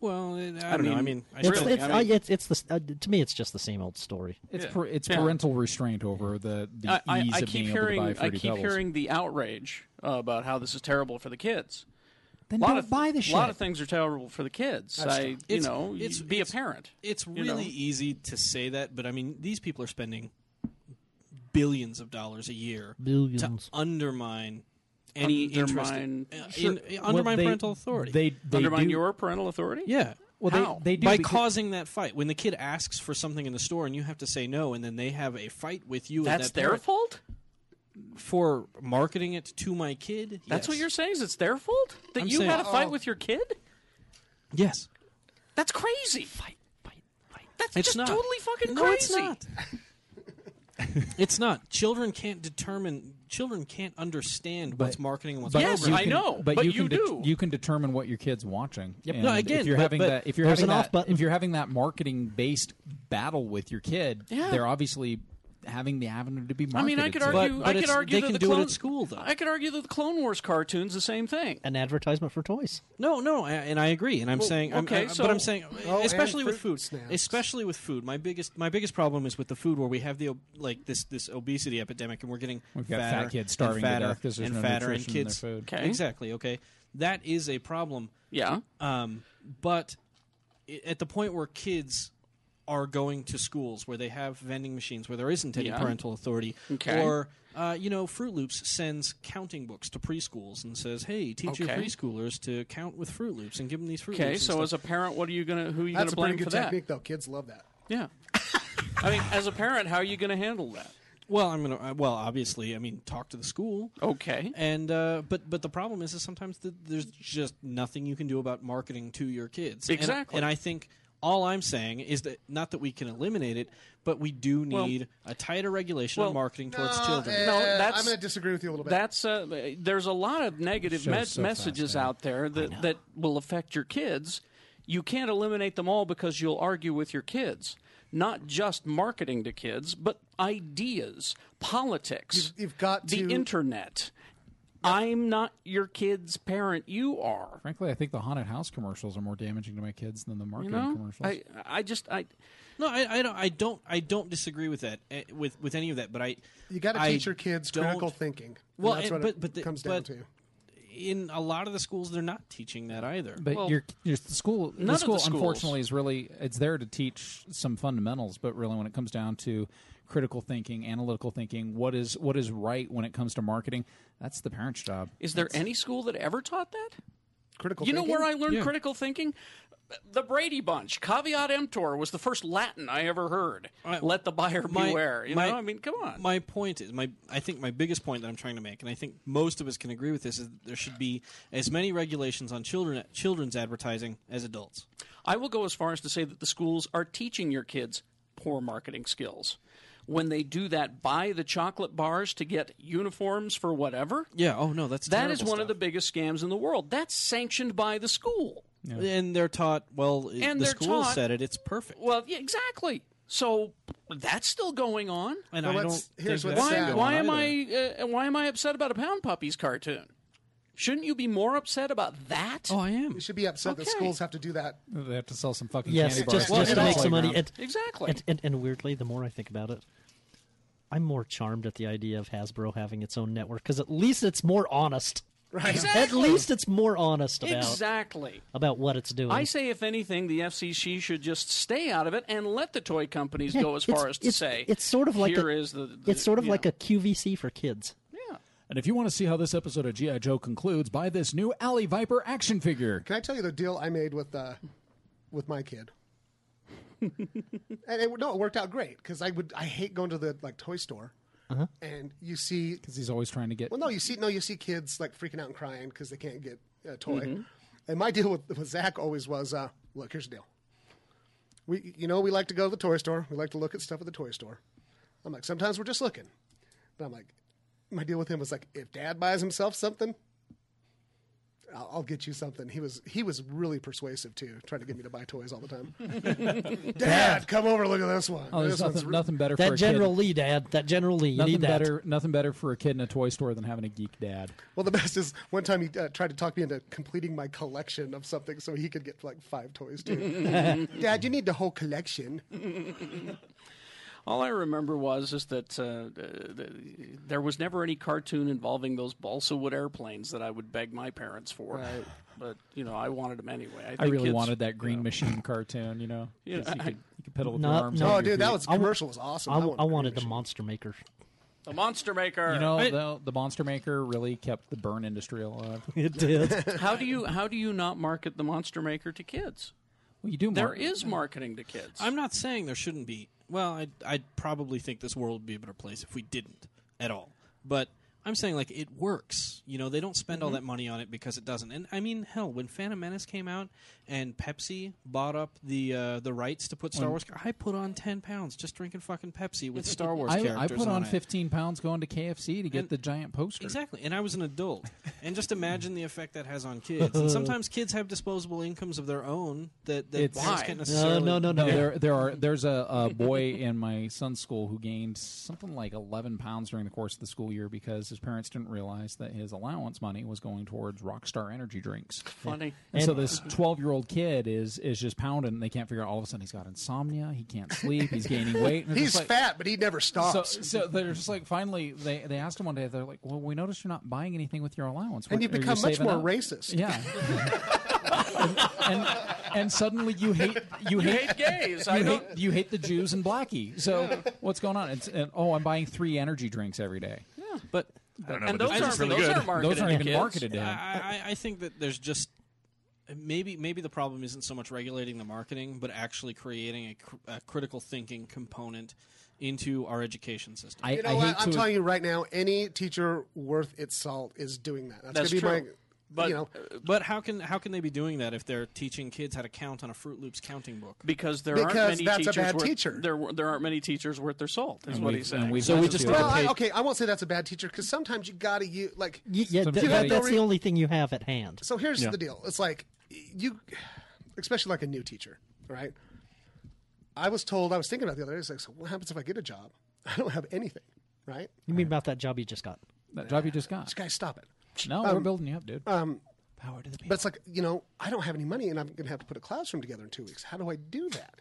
Well, I, don't know. I mean, I
it's,
really-
it's,
I
I
mean-
it's, it's the s- uh, to me, it's just the same old story.
It's
Yeah.
par- it's
Yeah.
parental restraint over the, the
I, I,
ease
I
of being
keep
able to buy
hearing I
fruity
keep
pebbles.
hearing the outrage uh, about how this is terrible for the kids.
Then
lot
don't
of,
buy the
A lot
shit.
of things are terrible for the kids.
That's
I,
true.
you
It's-
know,
it's-
it's, be a parent.
It's
you
really
know?
easy to say that, but I mean, these people are spending billions of dollars a year
Billions.
to undermine any
undermine, uh,
interest
Sure.
in, in-
Well,
undermine
they-
parental authority.
they- they Undermine do- your parental authority?
Yeah.
Well, they- How? they do
by
because-
causing that fight. When the kid asks for something in the store and you have to say no, and then they have a fight with you.
That's
at that
their
point.
fault.
for marketing it to my kid.
That's
Yes.
what you're saying is it's their fault that
I'm
you
saying-
had a fight
Uh-oh.
with your kid.
Yes,
That's crazy. Fight, fight, fight. That's
It's
just
not.
totally fucking
No, it's
crazy.
not. it's not. Children can't determine. Children can't understand what's marketing and what's
but
programming.
you can- But, you, can det- you can determine what your kid's watching.
Yep.
And
No, again,
if you're
but-
having
but
that, if you're
there's
having
an
that,
off button.
if you're having that marketing based battle with your kid,
Yeah.
they're obviously having the avenue to be
I
marketed.
mean, I could
to.
argue. I could argue that the clone,
though.
I could argue that the Clone Wars cartoons the same thing.
An advertisement for toys.
No, no, a- and I agree, and I'm
Well,
saying, I'm,
okay,
I-
so-
but I'm saying, e,
Oh,
especially
and
with
fruit
food, especially with food. My biggest, my biggest problem is with the food, where we have the ob- like this this obesity epidemic, and we're getting
We've got
fatter
fat kids
and
starving to
fatter
death 'cause there's
and
no
fatter and
nutrition in their
kids.
food. Okay.
exactly. Okay, that is a problem.
Yeah.
Um, but i- at the point where kids are going to schools where they have vending machines where there isn't any
Yeah.
parental authority
Okay.
or uh, you know fruit loops sends counting books to preschools and says hey teach your
Okay.
preschoolers to count with fruit loops and give them these fruit
Okay,
loops and
so
stuff.
as a parent, what are you gonna? Who are you
That's a
gonna blame
pretty good
for that?
technique, though. Kids love that.
Yeah. I mean, as a parent, how are you gonna handle that?
Well, I'm gonna. uh, Well, obviously, I mean, talk to the school.
Okay.
And uh, but but the problem is, is sometimes th there's just nothing you can do about marketing to your kids. And-
Exactly.
And, I think all I'm saying is that not that we can eliminate it, but we do
Well-
need a tighter regulation
Well,
of marketing towards
no,
children.
eh, No, that's-
I'm going to disagree with you a little bit.
That's uh, there's a lot of negative
Show's
me-
so
messages out there that that will affect your kids. You can't eliminate them all because you'll argue with your kids. Not just marketing to kids, but ideas, politics.
You've, got
the
to-
internet. I'm not your kid's parent. You are.
Frankly, I think the haunted house commercials are more damaging to my kids than the
You
marketing
know,
commercials.
I I just I
No, I, I don't. I don't. I don't disagree with that. eh, With with any of that, but I
you got to
I
teach your kids
don't-
critical thinking.
Well,
and that's
eh,
what
but,
it
but the-
comes down
but
to.
In a lot of the schools, they're not teaching that either.
But your, your school,
none of
the
the
school,
schools-
unfortunately, is really it's there to teach some fundamentals. But really, when it comes down to critical thinking, analytical thinking, what is what is right when it comes to marketing, that's the parent's job.
Is there any school that ever taught that?
Critical
You know where I
thinking?
learned
Yeah.
critical thinking? The Brady Bunch, caveat emptor, was the first Latin I ever heard. Let the buyer
my-
beware. You
my-
know, I mean, come on.
My point is my I think my biggest point that I'm trying to make, and I think most of us can agree with this, is that there should be as many regulations on children children's advertising as adults.
I will go as far as to say that the schools are teaching your kids poor marketing skills. When they do that, buy the chocolate bars to get uniforms for whatever.
Yeah. Oh no, that's
That is one of the biggest scams in the world. That's sanctioned by the school.
And they're taught well.
And
the
they're
school
taught-
said it. It's perfect.
Well, yeah, exactly. So that's still going on.
And Well, I what's- don't here's think what's that's
why,
sad.
why am
going
I uh, why am I upset about a Pound Puppies cartoon? Shouldn't you be more upset about that?
Oh, I am.
You should be upset that schools have to do that.
They have to sell some fucking
Yes,
candy
just,
bars.
just to make some money. And-
Exactly.
And, and, and weirdly, the more I think about it, I'm more charmed at the idea of Hasbro having its own network because at least it's more honest.
Right.
At
Exactly.
least it's more honest about
Exactly.
about what it's doing.
I say, if anything, the FCC should just stay out of it and let the toy companies
Yeah,
go as
it's-
far as to
it's-
say
it's sort of like
here
a-
is the, the-
it's sort of
you
like
know.
a QVC for kids.
And if you want to see how this episode of GI Joe concludes, buy this new Alley Viper action figure.
Can I tell you the deal I made with uh, with my kid? and it, no, it worked out great because I would I hate going to the like toy store
Uh-huh.
and you see
Because he's always trying to get.
well no you see no you see kids like freaking out and crying because they can't get a toy.
Mhm.
And my deal with, with Zach always was uh, look here's the deal. We you know we like to go to the toy store we like to look at stuff at the toy store. I'm like sometimes we're just looking, but I'm like my deal with him was like if Dad buys himself something. I'll, I'll get you something. He was he was really persuasive too, trying to get me to buy toys all the time. Dad, come over, look at this one.
Oh, there's
this one's
nothing,
re-
nothing better
that
for a
General
kid.
Lee, Dad. That General Lee. You
nothing
need that.
better, nothing better for a kid in a toy store than having a geek dad.
Well, the best is one time he uh, tried to talk me into completing my collection of something so he could get like five toys too. Dad, you need the whole collection.
All I remember was is that uh, uh, th- there was never any cartoon involving those balsa wood airplanes that I would beg my parents for.
Right.
But you know, I wanted them anyway. I,
I,
think
really
kids-
wanted that Green Machine cartoon. You know,
Yeah,
'Cause
I-
you,
Oh,
could, you could pedal with your
Not-
arms.
no.
out your feet.
I wa- I,
I
I wanted the Monster Maker.
the Monster Maker.
You know, the, the Monster Maker really kept the burn industry alive.
It did.
how do you how do you not market the Monster Maker to kids?
Well, you do.
There
market-
is marketing to kids.
I'm not saying there shouldn't be. Well, I'd, I'd probably think this world would be a better place if we didn't at all. But I'm saying like it works. You know, they don't spend all that money on it because it doesn't. And I mean, hell, when Phantom Menace came out and Pepsi bought up the uh, the rights to put Star
When-
Wars, I put on ten pounds just drinking fucking Pepsi with Star Wars
I,
characters.
I put on
it.
15 pounds going to KFC to get
And-
the giant poster.
Exactly. And I was an adult. And just imagine the effect that has on kids. And sometimes kids have disposable incomes of their own that, that
It's-
parents can't necessarily.
No, no, no, no.
Yeah.
There, there are. There's a, a boy in my son's school who gained something like 11 pounds during the course of the school year because his parents didn't realize that his allowance money was going towards Rockstar energy drinks.
Funny.
And, so
And-
this 12 year old kid is is just pounding. and They can't figure out. All of a sudden, he's got insomnia. He can't sleep. He's gaining weight. and it's
He's
just like-
fat, but he never stops.
So, so they're just like finally they, they asked him one day they're like well we noticed you're not buying anything with your allowance
and
What-
you've
are you
become much
saving
more
up?"
racist.
Yeah. and suddenly you hate you
You
hate,
hate gays,
You,
I
hate,
don't-
you hate the Jews and blackie. So what's going on? It's, and, oh, I'm buying three energy drinks every day.
Yeah, but
know, but this is really good. Those aren't even marketed to Ah. him.
I, I, I think that there's just maybe maybe the problem isn't so much regulating the marketing, but actually creating a, cr- a critical thinking component into our education system.
you know what? I'm telling you right now, any teacher worth its salt is doing that. That's, gonna be my.
but
you know,
but how can how can they be doing that if they're teaching kids how to count on a Fruit Loops counting book?
Because there aren't many teachers worth, There, wor- there aren't many teachers worth their salt, is
And
what
we've-
he's
and
saying.
we've So we just
well, I, okay, I won't say that's a bad teacher because sometimes you gotta you like
Y- yeah, th-
you have
that-
no
that's
re-
the only thing you have at hand.
So here's the deal. It's like you, especially like a new teacher, right? I was told I was thinking about the other day. It's like, so what happens if I get a job? I don't have anything, right?
You mean about that job you just got?
That job you just got?
This guy, stop it.
No, we're
Um,
building you up, dude.
Um,
Power to the
But it's like you know, I don't have any money, and I'm going to have to put a classroom together in two weeks. How do I do that?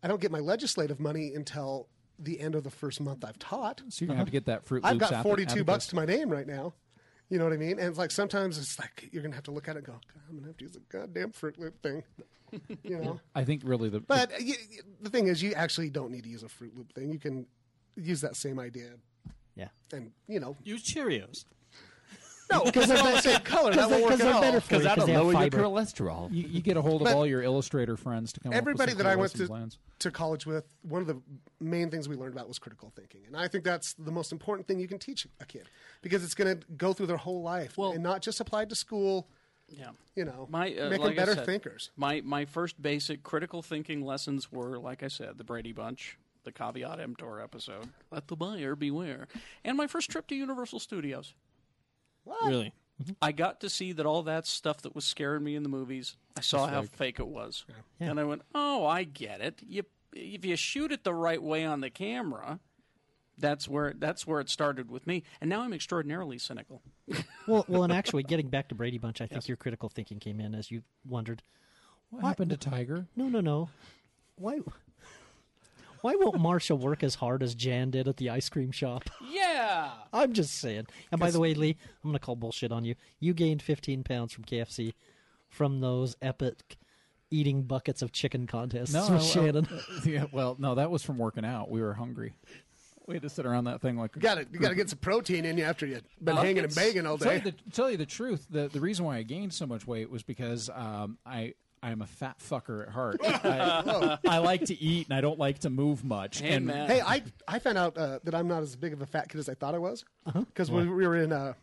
I don't get my legislative money until the end of the first month I've taught.
So you're gonna have to get that Fruit
I've
Loops
got
app-
forty-two
abacus.
bucks to my name right now. You know what I mean? And it's like sometimes it's like you're going to have to look at it and go, "God, I'm going to have to use a goddamn Fruit Loop thing. You know.
I think really the
But uh, you, you- the thing is, you actually don't need to use a Fruit Loop thing. You can use that same idea,
Yeah.
and you know,
use Cheerios.
No, because they're all the same color. That will work at all.
You, you get a hold of
But
all your illustrator friends to come.
Everybody
up with some
that I
cool
went to
lesson plans.
to college with, one of the main things we learned about was critical thinking, and I think that's the most important thing you can teach a kid because it's going to go through their whole life and not just applied to school.
Yeah.
You know,
My, uh, like
make them
I
better
said,
thinkers.
My my first basic critical thinking lessons were, like I said, the Brady Bunch, the Caveat Emptor episode, Let the Buyer Beware, and my first trip to Universal Studios.
Really?
Mm-hmm.
I got to see that all that stuff that was scaring me in the movies. I saw
It's
how
fake.
fake it was,
Yeah.
and I went, "Oh, I get it. You, if you shoot it the right way on the camera." That's where that's where it started with me, and now I'm extraordinarily cynical.
well, well, and actually, getting back to Brady Bunch, I think your critical thinking came in as you wondered
What happened to Tiger?
No, no, no. Why? Why won't Marsha work as hard as Jan did at the ice cream shop?
Yeah.
I'm just saying. And by the way, Lee, I'm going to call bullshit on you. You gained 15 pounds from KFC from those epic eating buckets of chicken contests
No,
with
I- I-
Shannon.
yeah, well, no, that was from working out. We were hungry. We had to sit around that thing like
You got to you got to get some protein in you after you've been
Well,
hanging and
Uh, it's-
banging all
Tell
day.
you the, tell you the truth, the the reason why I gained so much weight was because um, I. I'm a fat fucker at heart. I, I like to eat and I don't like to move much. and
Hey, I I found out uh, that I'm not as big of a fat kid as I thought I was
Uh-huh.
because when we were in uh,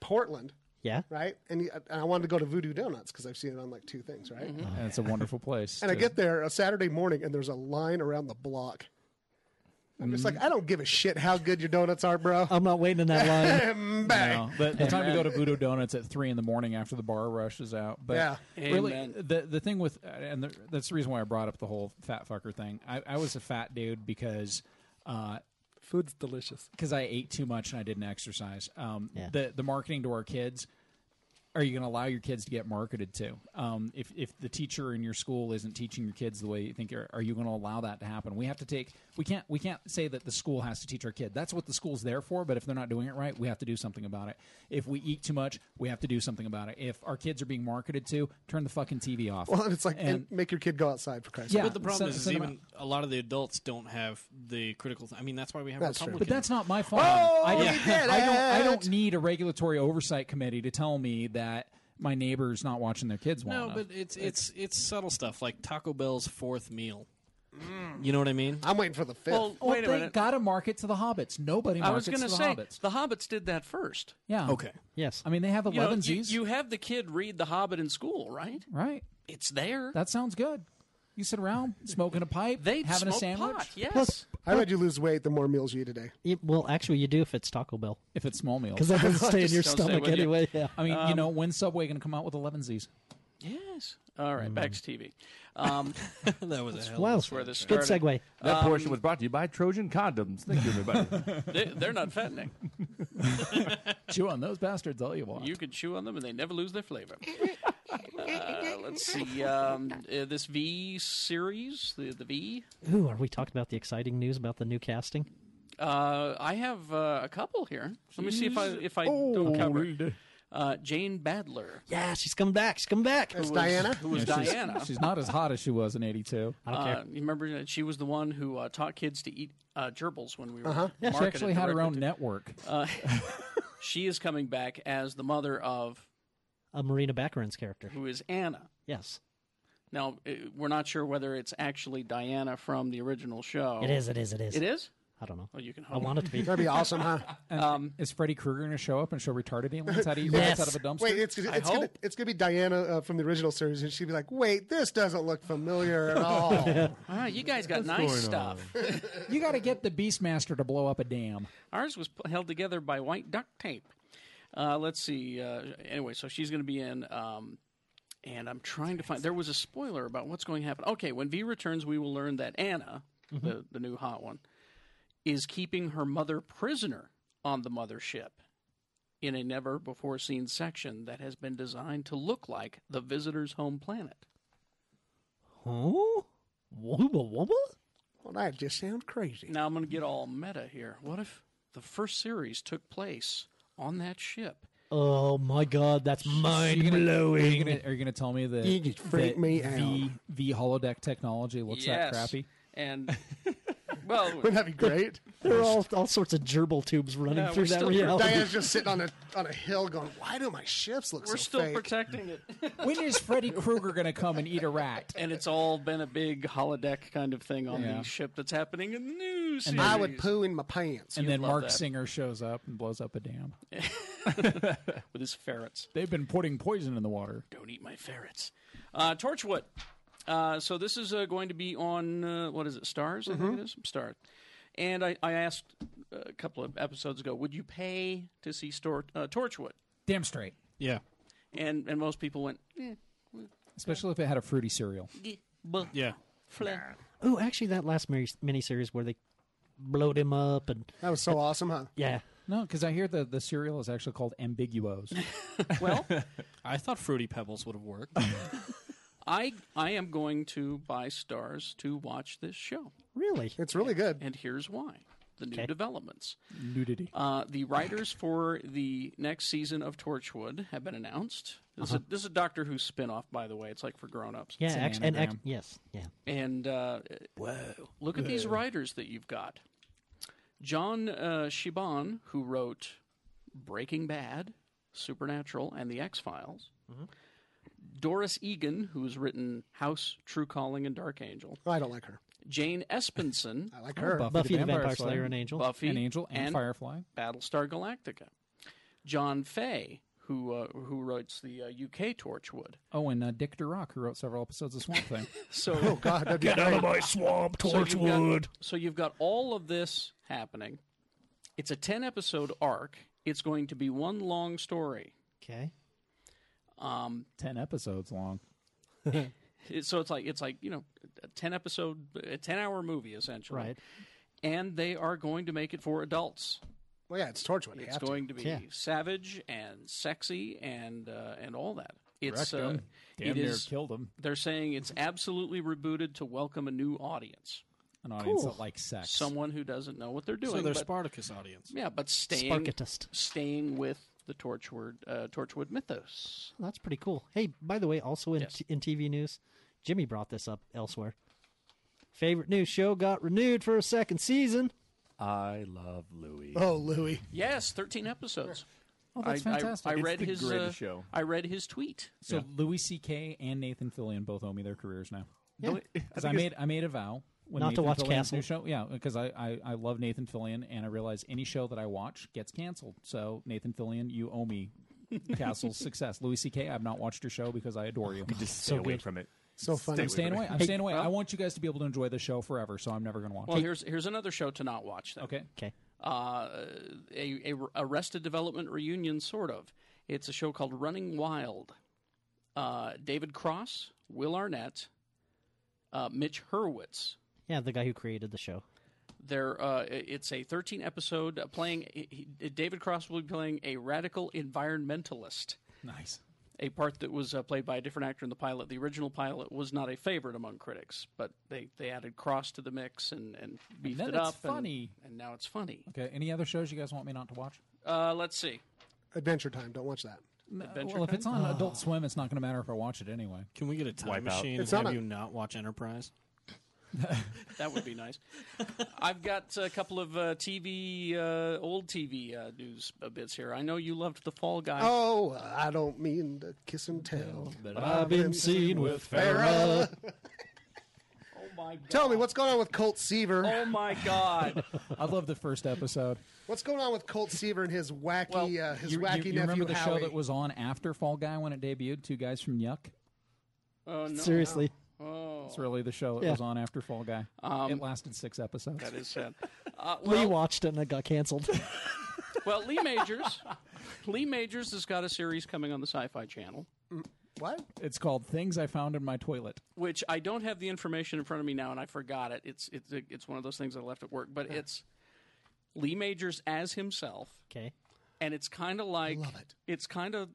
Portland,
Yeah.
right, and, and I wanted to go to Voodoo Donuts because I've seen it on like two things, right?
Mm-hmm.
And it's a wonderful place.
And I
to-
get there a Saturday morning, and there's a line around the block. I'm just like, I don't give a shit how good your donuts are, bro.
Mm. I'm not waiting in that
line.
No,
Bang.
the, the time to go to Voodoo Donuts at three in the morning after the bar rushes out. But
Yeah.
really,
Amen.
the the thing with and the, that's the reason why I brought up the whole fat fucker thing. I, I was a fat dude because uh,
food's delicious.
Because I ate too much and I didn't exercise. Um, The the marketing to our kids. Are you going to allow your kids to get marketed to? Um, if if the teacher in your school isn't teaching your kids the way you think, are, are you going to allow that to happen? We have to take. We can't. We can't say that the school has to teach our kid. That's what the school's there for. But if they're not doing it right, we have to do something about it. If we eat too much, we have to do something about it. If our kids are being marketed to, turn the fucking TV off.
Well, and it's like, and, make your kid go outside for Christ's sake.
but the problem is, is even a lot of the adults don't have the critical. Th- I mean, that's why we have
That's true.
Republicans. Oh,
But that's not my fault.
oh,
I, don't, I, don't, I don't need a regulatory oversight committee to tell me that my neighbor's not watching their kids well
No,
enough.
but it's it's it's subtle stuff like Taco Bell's fourth meal. You know what I mean?
Mm. I'm waiting for the fifth.
Well,
Well,
wait a
they
minute.
gotta market to the hobbits. Nobody
I was
markets
going to
to
say
the hobbits.
the Hobbits did that first.
Yeah.
Yes.
I mean, they have
You, know,
eleven
you,
Z's.
you have the kid read The Hobbit in school, right?
right.
It's there.
That sounds good. You sit around smoking a pipe, having a
smoke
sandwich.
pot, yes.
Plus, I bet you lose weight the more meals you eat a day.
It, well, actually, you do if it's Taco Bell.
If it's small meals.
Because that doesn't stay in your stomach anyway. Yeah.
I mean,
Um,
you know, when's Subway going to come out with eleven Z's?
Yes. All right, back to TV. Um,
that was
a
Wow.
That's where this
Good
started.
segue.
That
Um,
portion was brought to you by Trojan Condoms. Thank you, everybody.
They, they're not fattening.
Chew on those bastards all you want.
You can chew on them and they never lose their flavor. Uh, let's see. Um, uh, this V series, the, the V.
Ooh, are we talking about the exciting news about the new casting?
Uh, I have uh, a couple here. Let me see if I if I
Oh,
don't cover. it. Uh, Jane Badler.
Yeah, she's coming back. She's coming back.
Who was- Diana? who was
Yeah, she's-
Diana.
She's, not as hot as she was in '82.
Uh, you remember that she was the one who uh, taught kids to eat uh, gerbils when we were.
Uh-huh. Yeah, she
marketed
actually had her
directly
own
to-
network.
Uh, she is coming back as the mother of
A Marina Baccarin's character.
who is Anna.
Yes.
Now uh, we're not sure whether it's actually Diana from the original show.
It is, it is, it is.
It is.
I don't know.
Well, you can.
I
hope.
want it to be.
That'd be awesome, huh?
And
Um,
is Freddy Krueger going to show up and show retarded aliens how to eat rats out of a dumpster?
Wait, it's,
I
it's, gonna,
hope.
it's gonna be Diana uh, from the original series, and she'd be like, "Wait, this doesn't look familiar at all."
All right, you guys got
What's
nice
going on?
stuff.
you got to get the Beastmaster to blow up a dam.
Ours was p- held together by white duct tape. Uh, let's see. Uh, anyway, so she's going to be in. Um, and I'm trying to find. There was a spoiler about what's going to happen. Okay, when V returns, we will learn that Anna,
Mm-hmm.
the, the new hot one, is keeping her mother prisoner on the mothership in a never before seen section that has been designed to look like the visitor's home planet.
Huh? Wooba wooba?
well, that just sounds crazy.
Now I'm going to get all meta here. What if the first series took place on that ship?
Oh my god, that's mind
Are you gonna- Are you
blowing.
gonna- are you going to tell me that
You just freaked
that
me
V V holodeck technology looks that crappy?
And well,
Wouldn't that be great?
There are all, all sorts of gerbil tubes running
Yeah,
through
we're
that
still-
reality.
Diana's just sitting on a on a hill, going, "Why do my ships look
we're
so
still
fake?"
protecting it,
When is Freddy Krueger going to come and eat a rat?
and it's all been a big holodeck kind of thing on
Yeah.
the ship that's happening in the news.
And
I would poo in my pants.
And
You'd
then
love
Mark
that.
Singer shows up and blows up a dam.
with his ferrets.
They've been putting poison in the water.
Don't eat my ferrets. Uh, Torchwood. Uh, so this is uh, going to be on uh, what is it? Stars, I
Mm-hmm.
think it is. Stars. And I, I asked uh, a couple of episodes ago, would you pay to see Stor- uh, Torchwood?
Damn straight.
Yeah.
And and most people went, eh,
Especially if it had a fruity cereal.
eh, buh,
Yeah.
flah.
Oh, actually, that last mini- miniseries where they blowed him up and
That was so awesome, huh?
yeah,
No, because I hear the, the cereal is actually called Ambiguos.
Well,
I thought Fruity Pebbles would have worked.
I I am going to buy stars to watch this show,
really.
It's really good.
and here's why: the new
Okay.
developments.
Nudity.
Uh, the writers for the next season of Torchwood have been announced. This, is, a, this is a Doctor Who spinoff, by the way. It's like for grown-ups.
Uh-huh. Yeah,
It's an
act- and act-
anagram.
yes, yeah.
And uh, whoa, look at these writers that you've got: John uh, Shiban, who wrote Breaking Bad, Supernatural, and The X Files. Doris Egan, who's written House, True Calling, and Dark Angel.
Oh, I don't like her.
Jane Espenson,
I like her.
Buffy,
Buffy the Vampire Slayer and Angel.
Buffy,
And Angel and, Firefly.
Battlestar Galactica. John Fay, who uh, who writes the uh, UK Torchwood.
Oh, and uh, Dick Durock, who wrote several episodes of Swamp Thing.
So
Oh God, that'd be
Get
great.
out of my swamp,
so you've got-
Torchwood.
so you've got all of this happening. It's a ten episode arc. It's going to be one long story. Um,
Okay.
Ten episodes long.
It- so it's like it's like you know a ten episode, a ten hour movie essentially.
Right.
And they are going to make it for adults.
Well, yeah, it's Torchwood. You
It's
have to.
going to, be
Yeah.
savage and sexy and uh, and all that. It's
Wrecked 'em.
uh,
Damn
it
near
is-
killed 'em.
They're saying it's absolutely rebooted to welcome a new audience,
An audience
Cool.
that likes sex.
someone who doesn't know what they're doing.
so they're
but-
Spartacus audience.
yeah, but staying
Sparkatist.
staying with the Torchwood uh, Torchwood mythos.
Well, that's pretty cool. Hey, by the way, also in,
Yes.
in TV news, Jimmy brought this up elsewhere. Favorite new show got renewed for a second season.
I love Louie.
Oh, Louis.
Yes, thirteen episodes.
Oh, that's
I, I-
fantastic.
I,
It's
read
the
his
greatest
uh,
show.
I read his tweet.
so Louis C.K. and Nathan Fillion both owe me their careers now.
Yeah.
Because I made I made a vow when
Not to
Nathan
watch
Fillion's
Castle.
new show. Yeah, because I, I I love Nathan Fillion, and I realize any show that I watch gets canceled. So Nathan Fillion, you owe me Castle's success. Louis C.K. I've not watched your show because I adore you.
just stay away from it.
So
fun. I'm staying away. I'm
Hey,
staying away. I want you guys to be able to enjoy the show forever, so I'm never going to watch
Well,
it.
here's here's another show to not watch. Then.
Okay.
Okay.
Uh, a, a Arrested Development reunion, sort of. It's a show called Running Wild. Uh, David Cross, Will Arnett, uh, Mitch Hurwitz.
Yeah, the guy who created the show.
They're, uh, it's a 13 episode uh, playing. He, he- David Cross will be playing a radical environmentalist.
Nice.
A part that was uh, played by a different actor in the pilot. The original pilot was not a favorite among critics, but they, they added Cross to the mix and, and beefed
then
it
it's
up. and-
funny.
and now it's funny.
Okay. Any other shows you guys want me not to watch?
Uh, let's see. Uh,
Adventure Time. Don't watch that.
well, if it's on Adult Swim, it's not going to matter if I watch it anyway.
Can we get a time
Wipeout.
machine
It's
and
on
have
a-
you not watch Enterprise?
that would be nice. I've got a couple of uh, TV, uh, old TV uh, news uh, bits here. I know you loved the Fall Guy.
Oh, I don't mean to kiss and tell,
but I've been seen with Farrah.
oh
my god!
Tell me what's going on with Colt Seaver.
Oh my god!
I love the first episode.
What's going on with Colt Seaver and his wacky, uh, his
you, you-
wacky
you
nephew
remember the
Howie?
show that was on after Fall Guy when it debuted? Two guys from Yuck.
Oh, no.
Seriously.
Oh.
It's really the show that
Yeah.
was on after Fall Guy.
Um,
it lasted six episodes.
That is sad. Uh,
Lee
well,
watched it and it got canceled.
well, Lee Majors. Lee Majors has got a series coming on the Sci Fi Channel,
What?
It's called Things I Found in My Toilet.
which I don't have the information in front of me now, and I forgot it. It's it's it's one of those things I left at work, but it's Lee Majors as himself.
Okay.
and it's kind of like it's kind of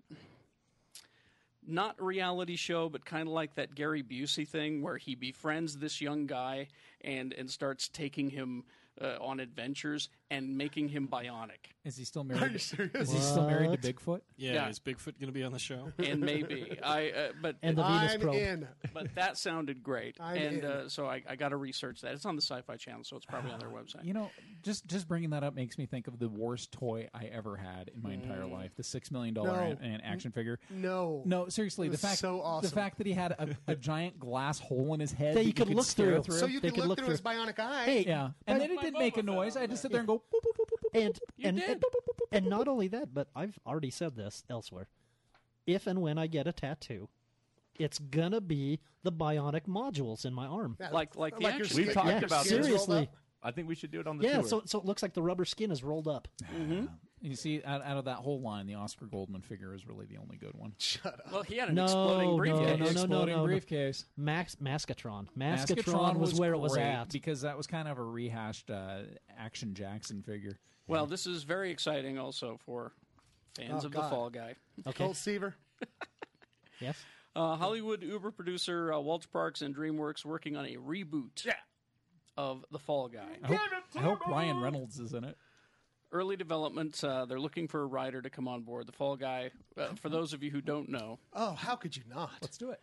not reality show but kind of like that Gary Busey thing where he befriends this young guy and and starts taking him uh, on adventures and making him bionic
Is he still married? Is he still married to Bigfoot?
Yeah,
Yeah.
is Bigfoot going to be on the show?
and maybe I uh, but
And the Venus I'm probe. in.
but that sounded great
I'm
and
in.
Uh, so I, I got to research that it's on the Sci-Fi Channel so it's probably on their website
You know, just just bringing that up makes me think of the worst toy I ever had in my entire
Mm.
life: the six million dollar
No.
an, an action figure.
No,
No, seriously,
It
the
was
fact
so awesome.
the fact that he had a, a giant glass hole in his head
That you
could,
could look
stare
through. So you They could could look look through his through. bionic eye. Hey,
yeah,
but-
and then it didn't make a noise. I had to sit there and go. Boop, boop, boop, boop, boop,
and
boop.
and, and and not only that, but I've already said this elsewhere. If and when I get a tattoo, it's gonna be the bionic modules in my arm.
like like the action
we've
figure.
talked
Yeah,
about this.
seriously.
Rolled up. I think we should do it on the
Yeah,
tour.
so so it looks like the rubber skin is rolled up.
You see, out, out of that whole line, the Oscar Goldman figure is really the only good one.
Shut up.
well he had an
No,
exploding briefcase
no, no, no, no, no,
Exploding
no.
briefcase.
Max Maskatron. Maskatron, was, where it was
great
at.
because that was kind of a rehashed uh, Action Jackson figure.
well this is very exciting also for fans
Oh,
of the
God.
Fall Guy
Colt Seaver.
Yes.
Uh, Hollywood Uber producer uh, Walter Parks and DreamWorks working on a reboot of The Fall Guy.
I hope, I hope Ryan Reynolds is in it.
Early development, uh, they're looking for a writer to come on board. The Fall Guy, uh, for those of you who don't know,
Oh, how could you not?
Let's do it.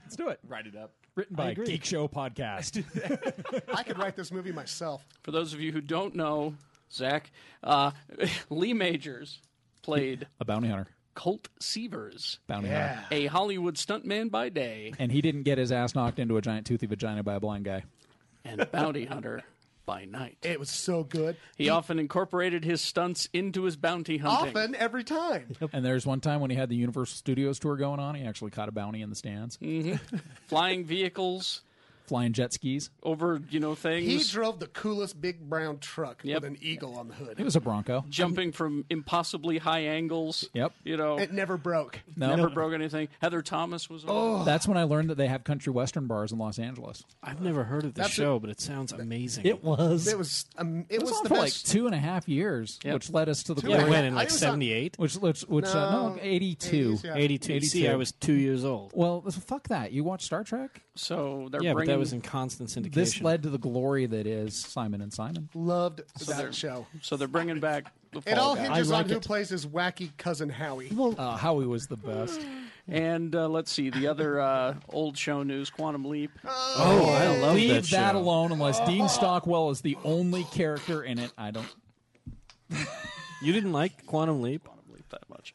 Let's do it.
Write it up.
Written
I
by
agree.
Geek Show Podcast.
I could write this movie myself.
for those of you who don't know, Zach, uh, Lee Majors played
a bounty hunter.
Colt Seavers,
Bounty hunter.
a Hollywood stuntman by day
And he didn't get his ass knocked into a giant toothy vagina by a blind guy.
and bounty hunter by night.
It was so good.
He often incorporated his stunts into his bounty hunting.
Often, every time.
And there's one time when he had the Universal Studios tour going on, he actually caught a bounty in the stands.
hmm
Mm-hmm.
Flying vehicles
Flying jet skis.
over, you know, things.
He drove the coolest big brown truck
Yep.
with an eagle on the hood.
It was a Bronco.
jumping from impossibly high angles.
Yep.
You know,
It never broke.
No.
never
No.
broke anything. Heather Thomas was. on it.
Oh. That's when I learned that they have country western bars in Los Angeles.
I've never heard of this
That's
show, but it sounds amazing.
It was.
It was. Um, it, was,
on
the
for
best.
like two and a half years, which led us to the
Two and a half.
glory-
Yeah, it went in, I like, think it was on- 78?
which which which uh,
No,
no eighty two,
80s, yeah. 82. See, I was two years old.
Well, fuck that. You watch Star Trek?
So they're
yeah,
bringing.
but that was in constant syndication.
This led to the glory that is Simon and Simon.
Loved
so
that
they're-
show.
So they're bringing back. The
It
Fall
all
Guy.
hinges on who plays his wacky cousin Howie.
Uh, Howie was the best.
And uh, let's see the other uh, old show news: Quantum Leap. Oh,
Oh,
I love
Leave
that
that,
show.
alone unless Dean Stockwell is the only character in it. I don't.
You didn't like Quantum Leap?
Quantum Leap that much.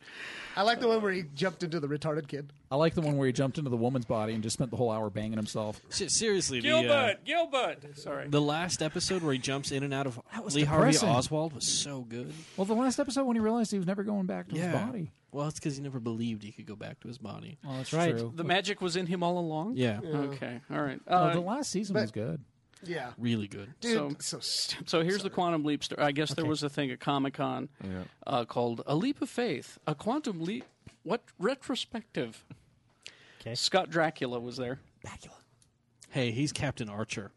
I like the one where he jumped into the retarded kid.
I like the one where he jumped into the woman's body and just spent the whole hour banging himself.
Se- Seriously, the, uh,
Gilbert, Gilbert. Sorry.
the last episode where he jumps in and out of
was
Lee
depressing.
Harvey Oswald was so good.
Well, the last episode when he realized he was never going back to his body.
Well, it's because he never believed he could go back to his body.
Well, that's true.
The magic was in him all along.
Yeah. Oh, Yeah.
Okay. All right. Uh,
Well, the last season was good.
Yeah.
Really good.
Dude, so, stupid.
So here's the quantum leap story. I guess there was a thing at Comic Con
Yeah.
uh, called "A Leap of Faith: A Quantum Leap." What retrospective?
Okay.
Scott Dracula was there,
Hey, he's Captain Archer.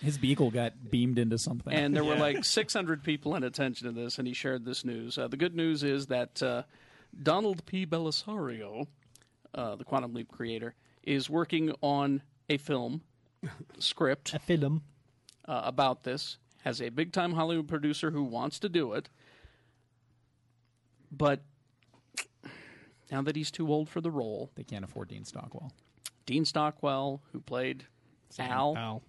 His beagle got beamed into something.
and there were like 600 people in attention to this, and he shared this news. Uh, the good news is that uh, Donald P. Belisario, uh, the Quantum Leap creator, is working on a film script.
A film.
uh, about this. Has a big time Hollywood producer who wants to do it, but now that he's too old for the role,
they can't afford Dean Stockwell.
Dean Stockwell, who played Al,
Al.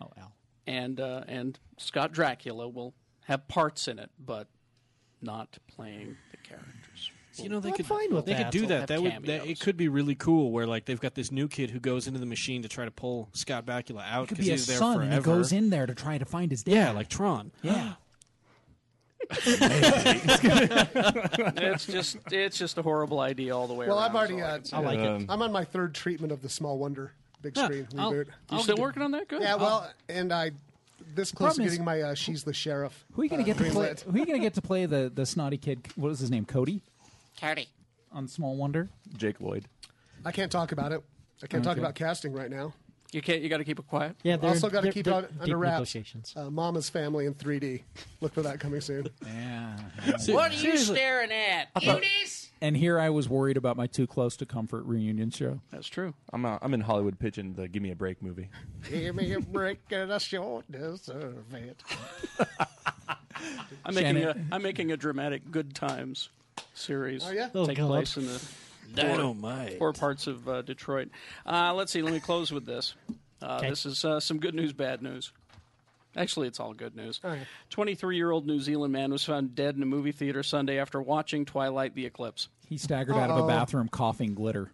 Oh, Al.
and uh, and Scott Dracula, will have parts in it, but not playing the characters.
You know they
I'm
could
fine with
they
that.
could do
We'll
that.
have
That would that,
cameos.
it could be really cool. Where like they've got this new kid who goes into the machine to try to pull Scott Bakula out
Could
because
be a
he's there
son,
forever.
and he goes in there to try to find his dad.
Yeah, like Tron.
Yeah.
it's just it's just a horrible idea all the way
Well,
around.
I've already.
is all
Uh,
can say.
I'm on my third treatment of the Small Wonder big
Yeah,
screen
I'll-
reboot.
You still working on that? Good.
Yeah. Well,
I'll-
and I this close to
Problem is-
getting my uh, she's the sheriff.
Who are you gonna
uh,
get to play?
greenlit.
Who are you gonna get to play the the snotty kid? What is his name? Cody
Cody.
on Small Wonder.
Jake Lloyd.
I can't talk about it. I can't talk
Okay.
about casting right now.
you can't. You got to keep it quiet.
Yeah, they're-
also got to
they're-
keep
they're
out
deep
under wraps.
negotiations.
Uh, Mama's Family in 3D. Look for that coming soon.
Yeah.
What are you staring at? Eunice?
And here I was worried about my too close to comfort reunion show.
That's true.
I'm uh, I'm in Hollywood pitching the "Give Me a Break" movie.
Give me a break, and I sure deserve it.
I'm making a
Shannon.
I'm making a dramatic Good Times series.
Oh, yeah?
take
Oh, God.
place in the
Dynamite.
poor parts of uh, Detroit. Uh, let's see. Let me close with this. Uh,
'Kay.
this is uh, some good news, bad news. Actually, it's all good news.
Oh,
23 year old New Zealand man was found dead in a movie theater Sunday after watching Twilight the Eclipse.
He staggered out of
Uh-oh.
a bathroom coughing glitter.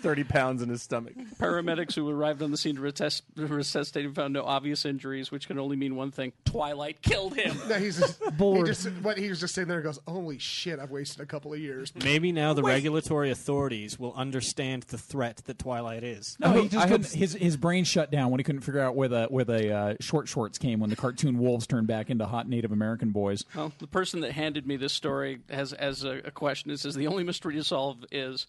30 pounds in his stomach.
Paramedics who arrived on the scene to retest- resuscitate him found no obvious injuries, which can only mean one thing Twilight killed him.
No, he's just
Bored.
He just, what, he was just sitting there and goes, "Holy shit! I've wasted a couple of years."
Maybe now the regulatory authorities will understand the threat that Twilight is.
No, he just couldn't, his his brain shut down when he couldn't figure out where the where the uh, short shorts came when the cartoon wolves turned back into hot Native American boys.
Well, the person that handed me this story has as a, a question. It says the only mystery to solve is: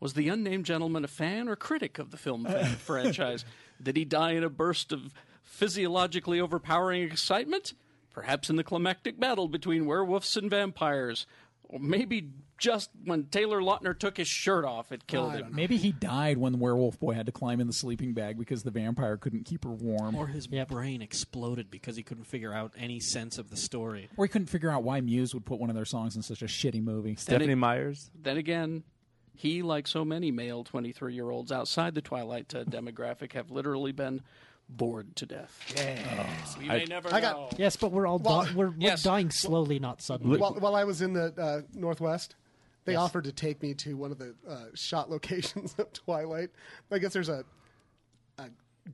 was the unnamed gentleman a fan or critic of the film fan franchise? Did he die in a burst of physiologically overpowering excitement? Perhaps in the climactic battle between werewolves and vampires, or maybe just when Taylor Lautner took his shirt off, it
Oh,
killed him.
Maybe he died when the werewolf boy had to climb in the sleeping bag because the vampire couldn't keep her warm,
Or his brain exploded because he couldn't figure out any sense of the story.
Or he couldn't figure out why Muse would put one of their songs in such a shitty movie.
Stephanie Myers. Then again, he, like so many male 23 year olds outside the Twilight uh, demographic, have literally been bored to death.
Yes.
we may
Oh, I-
never
I
know.
got-
Yes, but we're all
Well,
di- we're, we're
yes.
dying slowly, not suddenly.
While, while I was in the uh, Northwest, they
Yes.
offered to take me to one of the uh, shot locations of Twilight. I guess there's a, a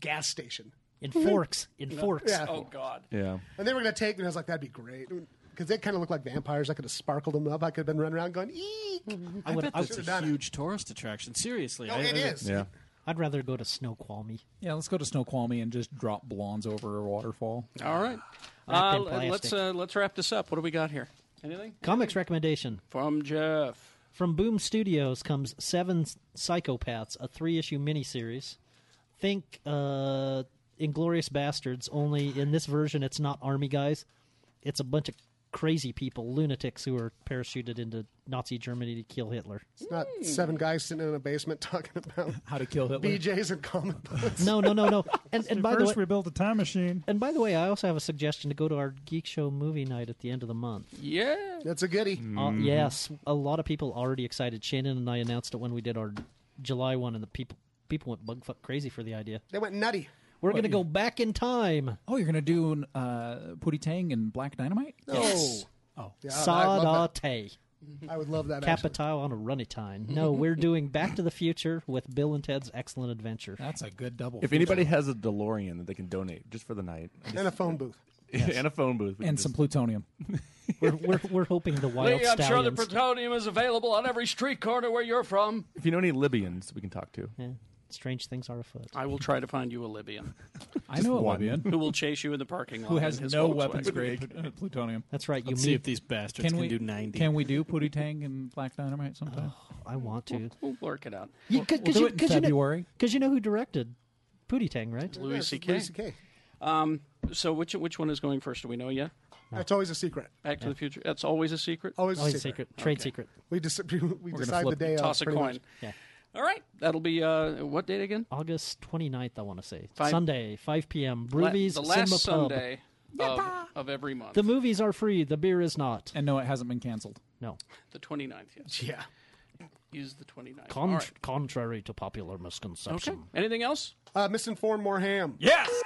gas station
In Forks. In Forks.
Yeah.
Oh,
God.
Yeah.
And they were going to take me. and I was like, "That'd be great," because they kind of looked like vampires. I could have sparkled them up. I could have been running around going, "Eek!"
I, bet
I
that's
should've
a
done it.
huge tourist attraction. Seriously,
No,
I,
it
I-
is. Yeah.
I'd rather go to Snoqualmie.
Yeah, let's go to Snoqualmie and just drop blondes over a waterfall.
All right.
Wrapped in
Uh, l- let's
plastic.
uh, let's wrap this up. What do we got here? Anything?
Comics recommendation
from Jeff.
From Boom Studios comes Seven Psychopaths, a three-issue miniseries. Think uh, Inglorious Bastards, only in this version it's not army guys; it's a bunch of crazy people, lunatics who are parachuted into Nazi Germany to kill Hitler.
It's not
Hmm.
seven guys sitting in a basement talking about
how to kill Hitler.
BJs and comic books.
No, no, no, no. And, and by the way,
we built a time machine.
and by the way, I also have a suggestion to go to our Geek Show movie night at the end of the month.
Yeah, Mm.
that's a goodie.
Uh, yes, a lot of people already excited. Shannon and I announced it when we did our July one, and the people people went bugfuck crazy for the idea.
they went nutty.
We're going to go back in time.
Oh, you're going to do an, uh, Pootie Tang and Black Dynamite?
No. Yes.
Oh.
Yeah,
I'd love
Sadate.
I would love that. actually.
Capitao on a runnitine. No, we're doing Back to the Future with Bill and Ted's Excellent Adventure.
That's a good double.
If anybody has a DeLorean that they can donate just for the night,
And a phone booth.
and a phone booth, we can
and
just-
some plutonium.
we're, we're, we're hoping the wild
Lee,
stallions.
I'm sure
The plutonium is available on every street corner where you're from.
If you know any Libyans, we can talk to.
Yeah. Strange things are afoot.
I will try to find you a Libyan.
I know a
one.
Libyan.
who will chase you in the parking lot.
Who has
in his
no
Volkswagen.
weapons grade uh, plutonium.
That's right. You
Let's
meet-
see if these bastards can,
we
do 90.
Can we do Pootie Tang and Black Dynamite sometime?
I want to.
We'll work it out.
Because
we'll do it in February.
Because you know who directed Pootie Tang, right?
Louis C.K.
Louis C.K.
Um, so which which one is going first? Do we know yet?
That's always a secret.
Back to the Future. That's always a secret.
Always, a secret.
Trade secret.
We, dec- we
We're gonna
decide the
flip-
day. of,
toss a
pretty
coin.
much.
Yeah.
All right. That'll be uh, what date again?
August 29th, I want to say.
Five-
Sunday, 5 p.m.
La-
Broovies
the last
Cinema
Sunday of, of every month.
Pub. The movies are free. The beer is not.
And no, it hasn't been canceled.
No.
The 29th, yes.
Yeah.
Use the 29th.
Con-
All right.
Contrary to popular misconception.
Okay. Anything else?
Uh, misinformed more ham.
Yes!